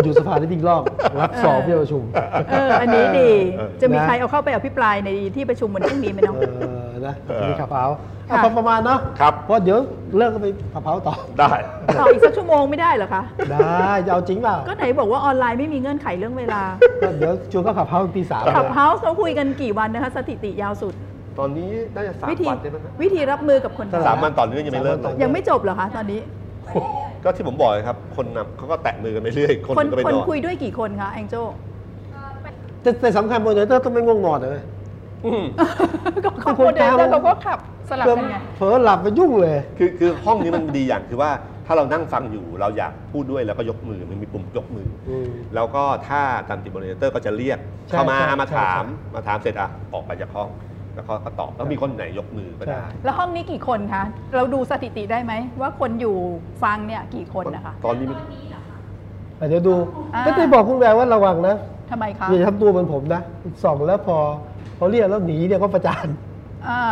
[SPEAKER 2] อยู่สภาได้วิ่งรอบรับสอบเบี้ยประชุม
[SPEAKER 1] เออ อันนี้ดี
[SPEAKER 3] เออ
[SPEAKER 1] จะมี
[SPEAKER 2] นะ
[SPEAKER 1] ใครเอาเข้าไปอภิปรายในที่ประชุมวันพรุ่งนี้ไหมน้อง
[SPEAKER 2] เออนะ
[SPEAKER 3] เออ
[SPEAKER 2] มีขับเผา
[SPEAKER 1] ค่ะ
[SPEAKER 2] เอาพอประมาณเนาะ
[SPEAKER 3] ครับ
[SPEAKER 2] เพราะเดี๋ยวเลิกก็ไปขับเผาต่อ
[SPEAKER 3] ได้
[SPEAKER 1] ต่ออีกสักชั่วโมงไม่ได้เหรอคะ
[SPEAKER 2] ได้จะเอาจริงเปล่า
[SPEAKER 1] ก็ไหนบอกว่าออนไลน์ไม่มีเงื่อนไขเรื่องเวลา
[SPEAKER 2] ก็เดี๋ยวชวนก็ขับเผาตีสาม
[SPEAKER 1] ขับเฮาส์เขาคุยกันกี่วันนะคะ สถิติยาวสุด
[SPEAKER 3] ตอนนี้น่าจะสาม
[SPEAKER 1] วิธี
[SPEAKER 3] วันได้ไหมครับ
[SPEAKER 1] วิธีรับมือกับคน
[SPEAKER 2] เท่าไหร่
[SPEAKER 3] สามวันต่อเนื่องยังไม่เลิกเล
[SPEAKER 2] สามวันต่อ
[SPEAKER 3] ย
[SPEAKER 1] ยังไม่จบเหรอคะตอนนี้
[SPEAKER 3] ก็ที่ผมบอกนะครับ คนน่ะเขาก็แตะมือกันไปเรื่อยคน
[SPEAKER 1] คน
[SPEAKER 3] ก็ไป
[SPEAKER 1] คน
[SPEAKER 3] นอน
[SPEAKER 1] คุยด้วยกี่คนคะแอง โจ
[SPEAKER 2] แต่แต่สำคัญโมเดลเตอร์ต้องไม่ง่วงนอนนะเลย
[SPEAKER 3] อืม
[SPEAKER 1] ก็เขา
[SPEAKER 2] คน
[SPEAKER 1] โมเดล
[SPEAKER 2] ตาม
[SPEAKER 1] แล้วเขาก็ขับสลับกันไง
[SPEAKER 2] เผลอหลับไปยุ่งเลย
[SPEAKER 3] คือคือห้องนี้มันดีอย่างคือว่าถ้าเรานั่งฟังอยู่เราอยากพูดด้วยแล้วก็ยกมือมันมีปุ่มยกมืออ
[SPEAKER 2] ม
[SPEAKER 3] แล้วก็ถ้าตามติดบริเตอร์ก็จะเรียก
[SPEAKER 2] ใช่
[SPEAKER 3] เข้ามา
[SPEAKER 2] ใช่
[SPEAKER 3] มา
[SPEAKER 2] ใช่
[SPEAKER 3] ถาม
[SPEAKER 2] ใช่
[SPEAKER 3] มาถามเสร็จอ่ะออกไปจากห้องแล้วก็ก็ตอบแล้วมีคนไหนยกมือก็ได้
[SPEAKER 1] แล้วห้องนี้กี่คนคะ เราดูสถิติได้ไหม ว่าคนอยู่ฟังเนี่ยกี่คนนะคะ
[SPEAKER 3] ตอนนี้มี
[SPEAKER 2] อ่ะเดี๋ยวดู
[SPEAKER 1] อ่า
[SPEAKER 2] ก็ได้บอกคุณแววว่าระวังนะ
[SPEAKER 1] ทำไมคะ
[SPEAKER 2] อย่าทำตัวเหมือนผมนะส่องแล้วพอพอเรียกแล้วหนีเนี่ยก็ประจาน
[SPEAKER 1] อ่า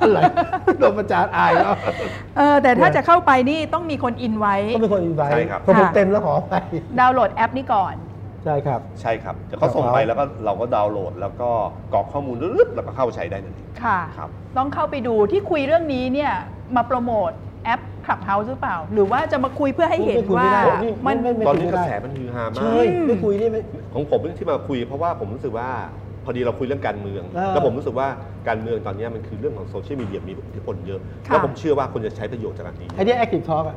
[SPEAKER 2] อะไร โดนประจานอายแล้ว
[SPEAKER 1] เออแต่ถ้าจะเข้าไปนี่ต้องมีคนอินไว้
[SPEAKER 2] ก็เป็นคนอินไว้
[SPEAKER 3] ใช่ครับ
[SPEAKER 2] พอผม
[SPEAKER 1] ค่ะ
[SPEAKER 2] เต็มแล้วขอไป
[SPEAKER 1] ดาวน์โหลดแอปนี้ก่อน
[SPEAKER 2] ใช่ครับ
[SPEAKER 3] ใช่ครับเดี๋ยวเขาส่งไปแล้วก็เราก็ดาวน์โหลด แล้วก็กรอกข้อมูลรึบแล้วก็เข้าใช้ได้นั่นเอง
[SPEAKER 1] ค่ะ
[SPEAKER 3] ครับ
[SPEAKER 1] ต้องเข้าไปดูที่คุยเรื่องนี้เนี่ยมาโปรโมทแอปขับเฮาส์หรือเปล่า หรือว่าจะมาคุยเพื่อให้เห็น
[SPEAKER 2] ไม่คุย
[SPEAKER 1] ว่า
[SPEAKER 2] ไม่ได้ไม่
[SPEAKER 1] มัน
[SPEAKER 2] ไม่ไม่
[SPEAKER 3] ตอนนี้
[SPEAKER 2] คุย
[SPEAKER 3] ก
[SPEAKER 2] ด้
[SPEAKER 3] ระแสมันฮือฮามาก
[SPEAKER 2] ใช่ไม่คุยนี่ไม่
[SPEAKER 3] ของผมเรื่องที่มาคุยเพราะว่าผมรู้สึกว่าพอดีเราคุยเรื่องการเมือง
[SPEAKER 2] เออ
[SPEAKER 3] แล้วผมรู้สึกว่าการเมืองตอนนี้มันคือเรื่องของโซเชียลมีเดียมีอิทธิพลเยอะ
[SPEAKER 1] ค่ะ
[SPEAKER 3] แล้วผมเชื่อว่าคนจะใช้ประโยชน์จากอันนี้
[SPEAKER 2] ไอ้เนี่ยแอคทีฟทอล์กอะ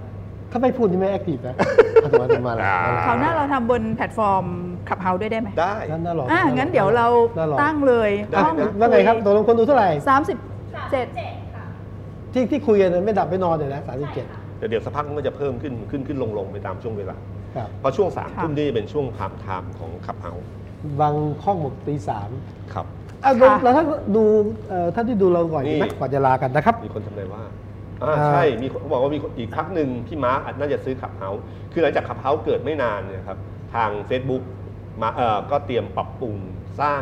[SPEAKER 2] ถ้าไม่พูดนี่ไม่แอคทีฟนะเอาตัวมาตัวมาแล้ว
[SPEAKER 3] อ่า
[SPEAKER 1] คราวหน้าเราทำบนแพลตฟอร์มขับเฮาส์ด้วยได้ไหม
[SPEAKER 3] ได้
[SPEAKER 2] นั่นน่าหลอก
[SPEAKER 1] อ่างั้นเดี๋ยวเรา
[SPEAKER 2] น่าหลอก
[SPEAKER 1] ตั้งเลย
[SPEAKER 3] ได้
[SPEAKER 1] ห้อง
[SPEAKER 2] ว่าไงครับตกลงคนดูเท่าไหร่
[SPEAKER 1] สามสิบเจ็ด
[SPEAKER 6] เจ็ดค่ะ
[SPEAKER 2] ที่ที่คุยกันนะไม่ดับไม่นอนเลยนะสามสิบเจ็ด
[SPEAKER 3] แต่เดี๋ยวสักพักมันก็จะเพิ่มขึ้นขึ้นขึ้นลงลงไปตามช่วงเวลา
[SPEAKER 2] ครับ
[SPEAKER 3] เพราะช่วงสาม
[SPEAKER 1] ค่ะ
[SPEAKER 3] ทุ่มนี่เป็นช่วงพามไทม์ของขับเฮา
[SPEAKER 2] บางห้องผมตีสาม
[SPEAKER 3] ครับ
[SPEAKER 2] อ่ะ
[SPEAKER 1] ค่ะ
[SPEAKER 2] แล้วท่านดูเอ่อท่านที่ดูเราก่อน
[SPEAKER 3] นี่
[SPEAKER 2] ดีไหมก่อนจะลากันนะครับ
[SPEAKER 3] มีคนทำนายว่าอ่า ใช่ มีคนเขาบอกว่ามีคนอีกพักหนึ่งพี่มาร์คอาจน่าจะซื้อขับเฮาส์คือหลังจากขับเฮาส์เกิดไม่นานเนี่ยครับ ทาง Facebook มาเอ่อก็เตรียมปรับปรุงสร้าง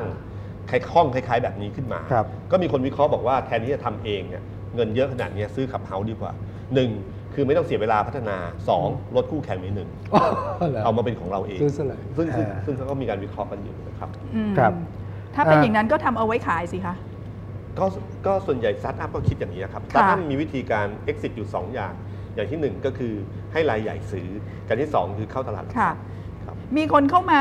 [SPEAKER 3] คล้ายๆห้องคล้าย ๆ แบบนี้ขึ้นมา
[SPEAKER 2] ครับ
[SPEAKER 3] ก็มีคนวิเคราะห์บอกว่าแทนที่จะทำเองเนี่ยเงินเยอะขนาดเนี้ยซื้อขับเฮาส์ดีกว่าหนึ่งคือไม่ต้องเสียเวลาพัฒนาสองลดคู่แข่งไปหนึ่ง
[SPEAKER 2] หร
[SPEAKER 3] เอามาเป็นของเราเอง
[SPEAKER 2] ซื้อซะเลย
[SPEAKER 3] ซึ่งซึ่ง
[SPEAKER 2] อ่า
[SPEAKER 3] ซึ่งเขาก็มีการวิเคราะห์กันอยู่นะครับ
[SPEAKER 1] อืม
[SPEAKER 2] ครับ
[SPEAKER 1] ถ้าเป็น
[SPEAKER 2] อ่า
[SPEAKER 1] อย่างนั้นก็ทำเอาไว้ขายสิคะ
[SPEAKER 3] ก็ก็ส่วนใหญ่สตาร์ทอัพก็คิดอย่างนี้ครับส
[SPEAKER 1] ค่ะ
[SPEAKER 3] ตาร์ทอัพมีวิธีการ exit อยู่ 2 อย่าง อย่างที่ 1 ก็คือให้รายใหญ่ซื้อการที่ 2 คือเข้าตลาดหลักท
[SPEAKER 1] ค่ะ
[SPEAKER 3] รัพย์ครับ
[SPEAKER 1] มีคนเข้ามา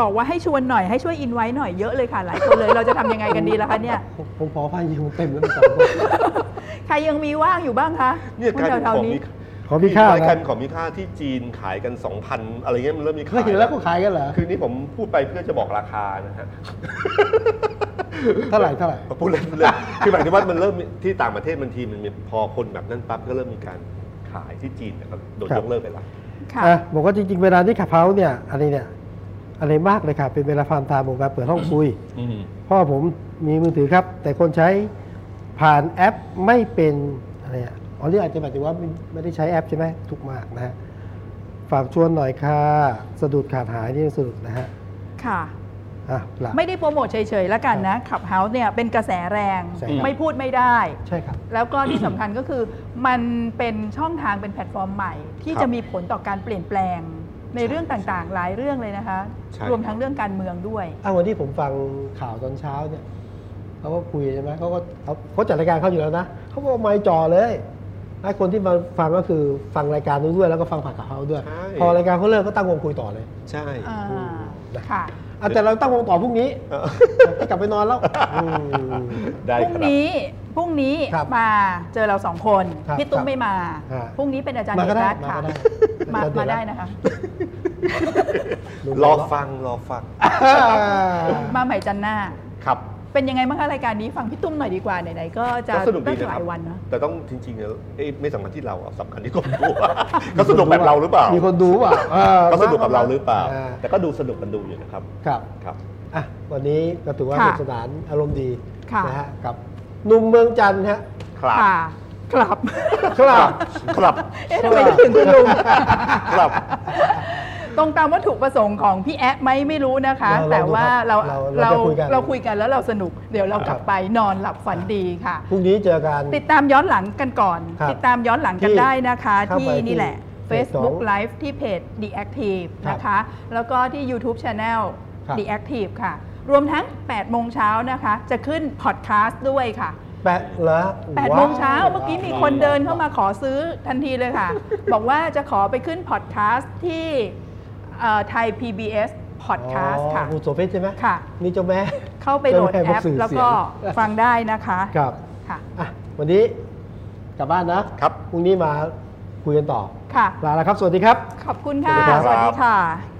[SPEAKER 1] บอกว่าให้ชวนหน่อยให้ช่วยอินไว้หน่อยเยอะเลยค่ะ หลายคนเลยเราจะทำยังไงกันดีล่ะคะเนี่ย
[SPEAKER 2] ผมผมขอพายิงผมเต็มแล้วมันสองคน
[SPEAKER 1] ใครยังมีว่างอยู่บ้างคะ
[SPEAKER 3] เนี่ยกลายเป็น
[SPEAKER 1] แถ
[SPEAKER 3] ข
[SPEAKER 1] ว
[SPEAKER 3] อง
[SPEAKER 1] ๆ
[SPEAKER 3] มี
[SPEAKER 2] ของมีค่านะ
[SPEAKER 3] กลายเป็นของมีค่าที่จีนขายกัน 2,000 อะไรเงี้ยมันเริ่มมี
[SPEAKER 2] เค
[SPEAKER 3] ขาย ย
[SPEAKER 2] เห็นแล้วก็ขายกันเหรอ
[SPEAKER 3] คือนี่ผมพูดไปเพื่อจะบอกราคานะฮะ
[SPEAKER 2] เท่าไหร่เท่าไหร่
[SPEAKER 3] พูดเล่นพูดเล่นคือหมายถึงว่ามันเริ่มมีที่ต่างประเทศบางทีมันมีพอคนแบบนั้นปั๊บก็เริ่มมีการขายที่จีนเนี่ยก็โดน
[SPEAKER 2] ครับ
[SPEAKER 3] ยกเลิกไปแล้ว
[SPEAKER 1] ค่ะ
[SPEAKER 2] อ่ะบอกว่าจริงๆเวลาที่ขับเฮาส์เนี่ยอะไรเนี่ยอะไรมากเลยค่ะเป็นเวลาพามตามผมมาเปิดห้องคุย
[SPEAKER 3] อืม
[SPEAKER 2] พ่อผมมีมือถือครับ แต่คนใช้ผ่านแอปไม่เป็นอะไรอ่ะอ๋อนี่อาจจะหมายถึงว่าไม่ไม่ได้ใช้แอปใช่ไหมทุกข์มากนะฮะฝากชวนหน่อยค่ะสะดุดขาดหายนี่ยังสะดุดนะฮะ
[SPEAKER 1] ค่ะ
[SPEAKER 2] อ่ะหลับ
[SPEAKER 1] ไม่ได้โปรโมทเฉยๆแล้วกันนะขับเฮาส์เนี่ยเป็นกระแสแรง
[SPEAKER 2] ใช่ครับ
[SPEAKER 1] ไม่พูดไม่ได้
[SPEAKER 2] ใช่ครับ
[SPEAKER 1] แล้วก็ที่สำคัญก็คือ มันเป็นช่องทางเป็นแพลตฟอร์มใหม่ ที่
[SPEAKER 3] ครับ
[SPEAKER 1] จะมีผลต่อการเปลี่ยนแปลง ในเรื่องต่างๆ หลายเรื่องเลยนะคะ
[SPEAKER 3] ใช่
[SPEAKER 1] รวมทั้งเรื่องการเมืองด้วย
[SPEAKER 2] อ้าววันที่ผมฟังข่าวตอนเช้าเนี่ยเขาก็คุยใช่ไหมเขาก็เขาเขาจัดรายการเขาอยู่แล้วนะเขาบอกไม่จ่อเลยให้คนที่มาฟังก็คือฟังรายการนู้นด้วยแล้วก็ฟังผ่านข่าวเขาด้วย
[SPEAKER 3] ใช่
[SPEAKER 2] พอรายการเขาเลิกก็ตั้งวงคุยต่อเลย
[SPEAKER 3] ใช่
[SPEAKER 1] อ่าค่ะ
[SPEAKER 2] อ่ะแต่เราตั้งวงต่อพ รุ่งนี้
[SPEAKER 3] เออ
[SPEAKER 2] ให้กลับไปนอนแล้วอืม
[SPEAKER 3] ได้
[SPEAKER 1] พรุ่ง
[SPEAKER 3] ครับ
[SPEAKER 1] นี้พรุ่งนี้
[SPEAKER 2] ครับ
[SPEAKER 1] มาเจอเราสองคน
[SPEAKER 2] ครับ
[SPEAKER 1] พี่ตุ้ม
[SPEAKER 2] ครับ
[SPEAKER 1] ไม่มา
[SPEAKER 2] ฮะ
[SPEAKER 1] พรุ่งนี้เป็นอาจารย์
[SPEAKER 2] มา
[SPEAKER 1] เอ
[SPEAKER 2] ก็
[SPEAKER 1] ก
[SPEAKER 2] ได้
[SPEAKER 1] รัตน์ค่ะมา
[SPEAKER 2] มาก็
[SPEAKER 1] มา
[SPEAKER 2] ได้
[SPEAKER 1] ได้นะคะ
[SPEAKER 3] รอฟังรอฟัง
[SPEAKER 2] อ่า
[SPEAKER 1] มาใหม่จันทร์หน้า
[SPEAKER 3] ครับ
[SPEAKER 1] เป็นยังไงบ้างคะรายการนี้ฟังพี่ตุ้มหน่อยดีกว่าไหนๆก็จะ
[SPEAKER 3] ก็สนุกดี
[SPEAKER 1] ตั้งหลา
[SPEAKER 3] นะครับ
[SPEAKER 1] ยวันเนอะ
[SPEAKER 3] แต่ต้องจริงๆเนี่ยเอ้ยไม่สำคัญที่เราอะสำคัญที่คนดูอะ เขาสนุกแบบเราหรือเปล่า
[SPEAKER 2] มีคนดูเปล่าออ
[SPEAKER 3] เขาสนุกกับเราหรือเปล่า
[SPEAKER 2] า
[SPEAKER 3] แต่ก็ดูสนุกกันดูอยู่นะครับ
[SPEAKER 2] ครับ
[SPEAKER 3] ครับ
[SPEAKER 2] อ่ะวันนี้ก็ถือว่าส
[SPEAKER 1] ค่ะ
[SPEAKER 2] นุกสนานอารมณ์ดี
[SPEAKER 1] ค่ะ
[SPEAKER 2] นะฮะกับหนุ่มเมืองจันทร์ฮะ
[SPEAKER 3] ครับ
[SPEAKER 1] ค่ะกลับ
[SPEAKER 2] ครับ
[SPEAKER 3] ครับ
[SPEAKER 1] เอ๊ะทำไมนึกถึงคุณลุง
[SPEAKER 3] ครับ
[SPEAKER 1] ตรงตามวัตถุประสงค์ของพี่แอะไหมไม่รู้นะคะ
[SPEAKER 2] เรา
[SPEAKER 1] แต่ว่าเรา
[SPEAKER 2] เรา
[SPEAKER 1] เรา
[SPEAKER 2] เราจะคุยกัน
[SPEAKER 1] เราคุยกันแล้วเราสนุก เดี๋ยวเรากลับ
[SPEAKER 2] ครับ
[SPEAKER 1] ไปนอนหลับฝันดีค่ะ
[SPEAKER 2] พรุ่งนี้เจอกัน
[SPEAKER 1] ติดตามย้อนหลังกันก่อน
[SPEAKER 2] ครับ
[SPEAKER 1] ติดตามย้อนหลังกัน
[SPEAKER 2] ที่
[SPEAKER 1] ได้นะคะ
[SPEAKER 2] เข้า
[SPEAKER 1] ที่
[SPEAKER 2] ไป
[SPEAKER 1] นี่แหละ
[SPEAKER 2] ที่
[SPEAKER 1] Facebook
[SPEAKER 2] เพจของ
[SPEAKER 1] Live ที่เพจ The Active
[SPEAKER 2] ครับ
[SPEAKER 1] นะคะ แล้วก็ที่ YouTube Channel
[SPEAKER 2] ครับ
[SPEAKER 1] The Active ค่ะ รวมทั้ง 8 โมงเช้านะคะ จะขึ้นพอดแคาสต์ด้วยค่ะ
[SPEAKER 2] แปะเหรอ
[SPEAKER 1] 8
[SPEAKER 2] ว้ว
[SPEAKER 1] โมงเช้าเมื่อกี้มีคนเดินเข้ามาขอซื้อทันทีเลยค่ะ บอกว่าจะขอไปขึ้นพอดแคาสต์ที่ไทย PBS พอดแคาสต์ค่ะ
[SPEAKER 2] คุณโสเภชใช่ไหม
[SPEAKER 1] ค่ะ
[SPEAKER 2] นี่เจ้าแม่
[SPEAKER 1] เข้าไปโหลดแอป
[SPEAKER 2] เจ้าม่บนสื่
[SPEAKER 1] แล้วก็
[SPEAKER 2] เสียง
[SPEAKER 1] ฟังได้นะคะ
[SPEAKER 2] ครับ
[SPEAKER 1] ค่ะ
[SPEAKER 2] อ่ะวันนี้กลับบ้านนะครับ พรุ่งนี้มาคุยกันต่อ
[SPEAKER 1] ค่ะ
[SPEAKER 2] ลาแล้วครับ สวัสดีครับ
[SPEAKER 1] ขอบคุณค่ะ
[SPEAKER 2] ส
[SPEAKER 1] สวั
[SPEAKER 2] วัสดีครับ
[SPEAKER 1] สดีค่ะ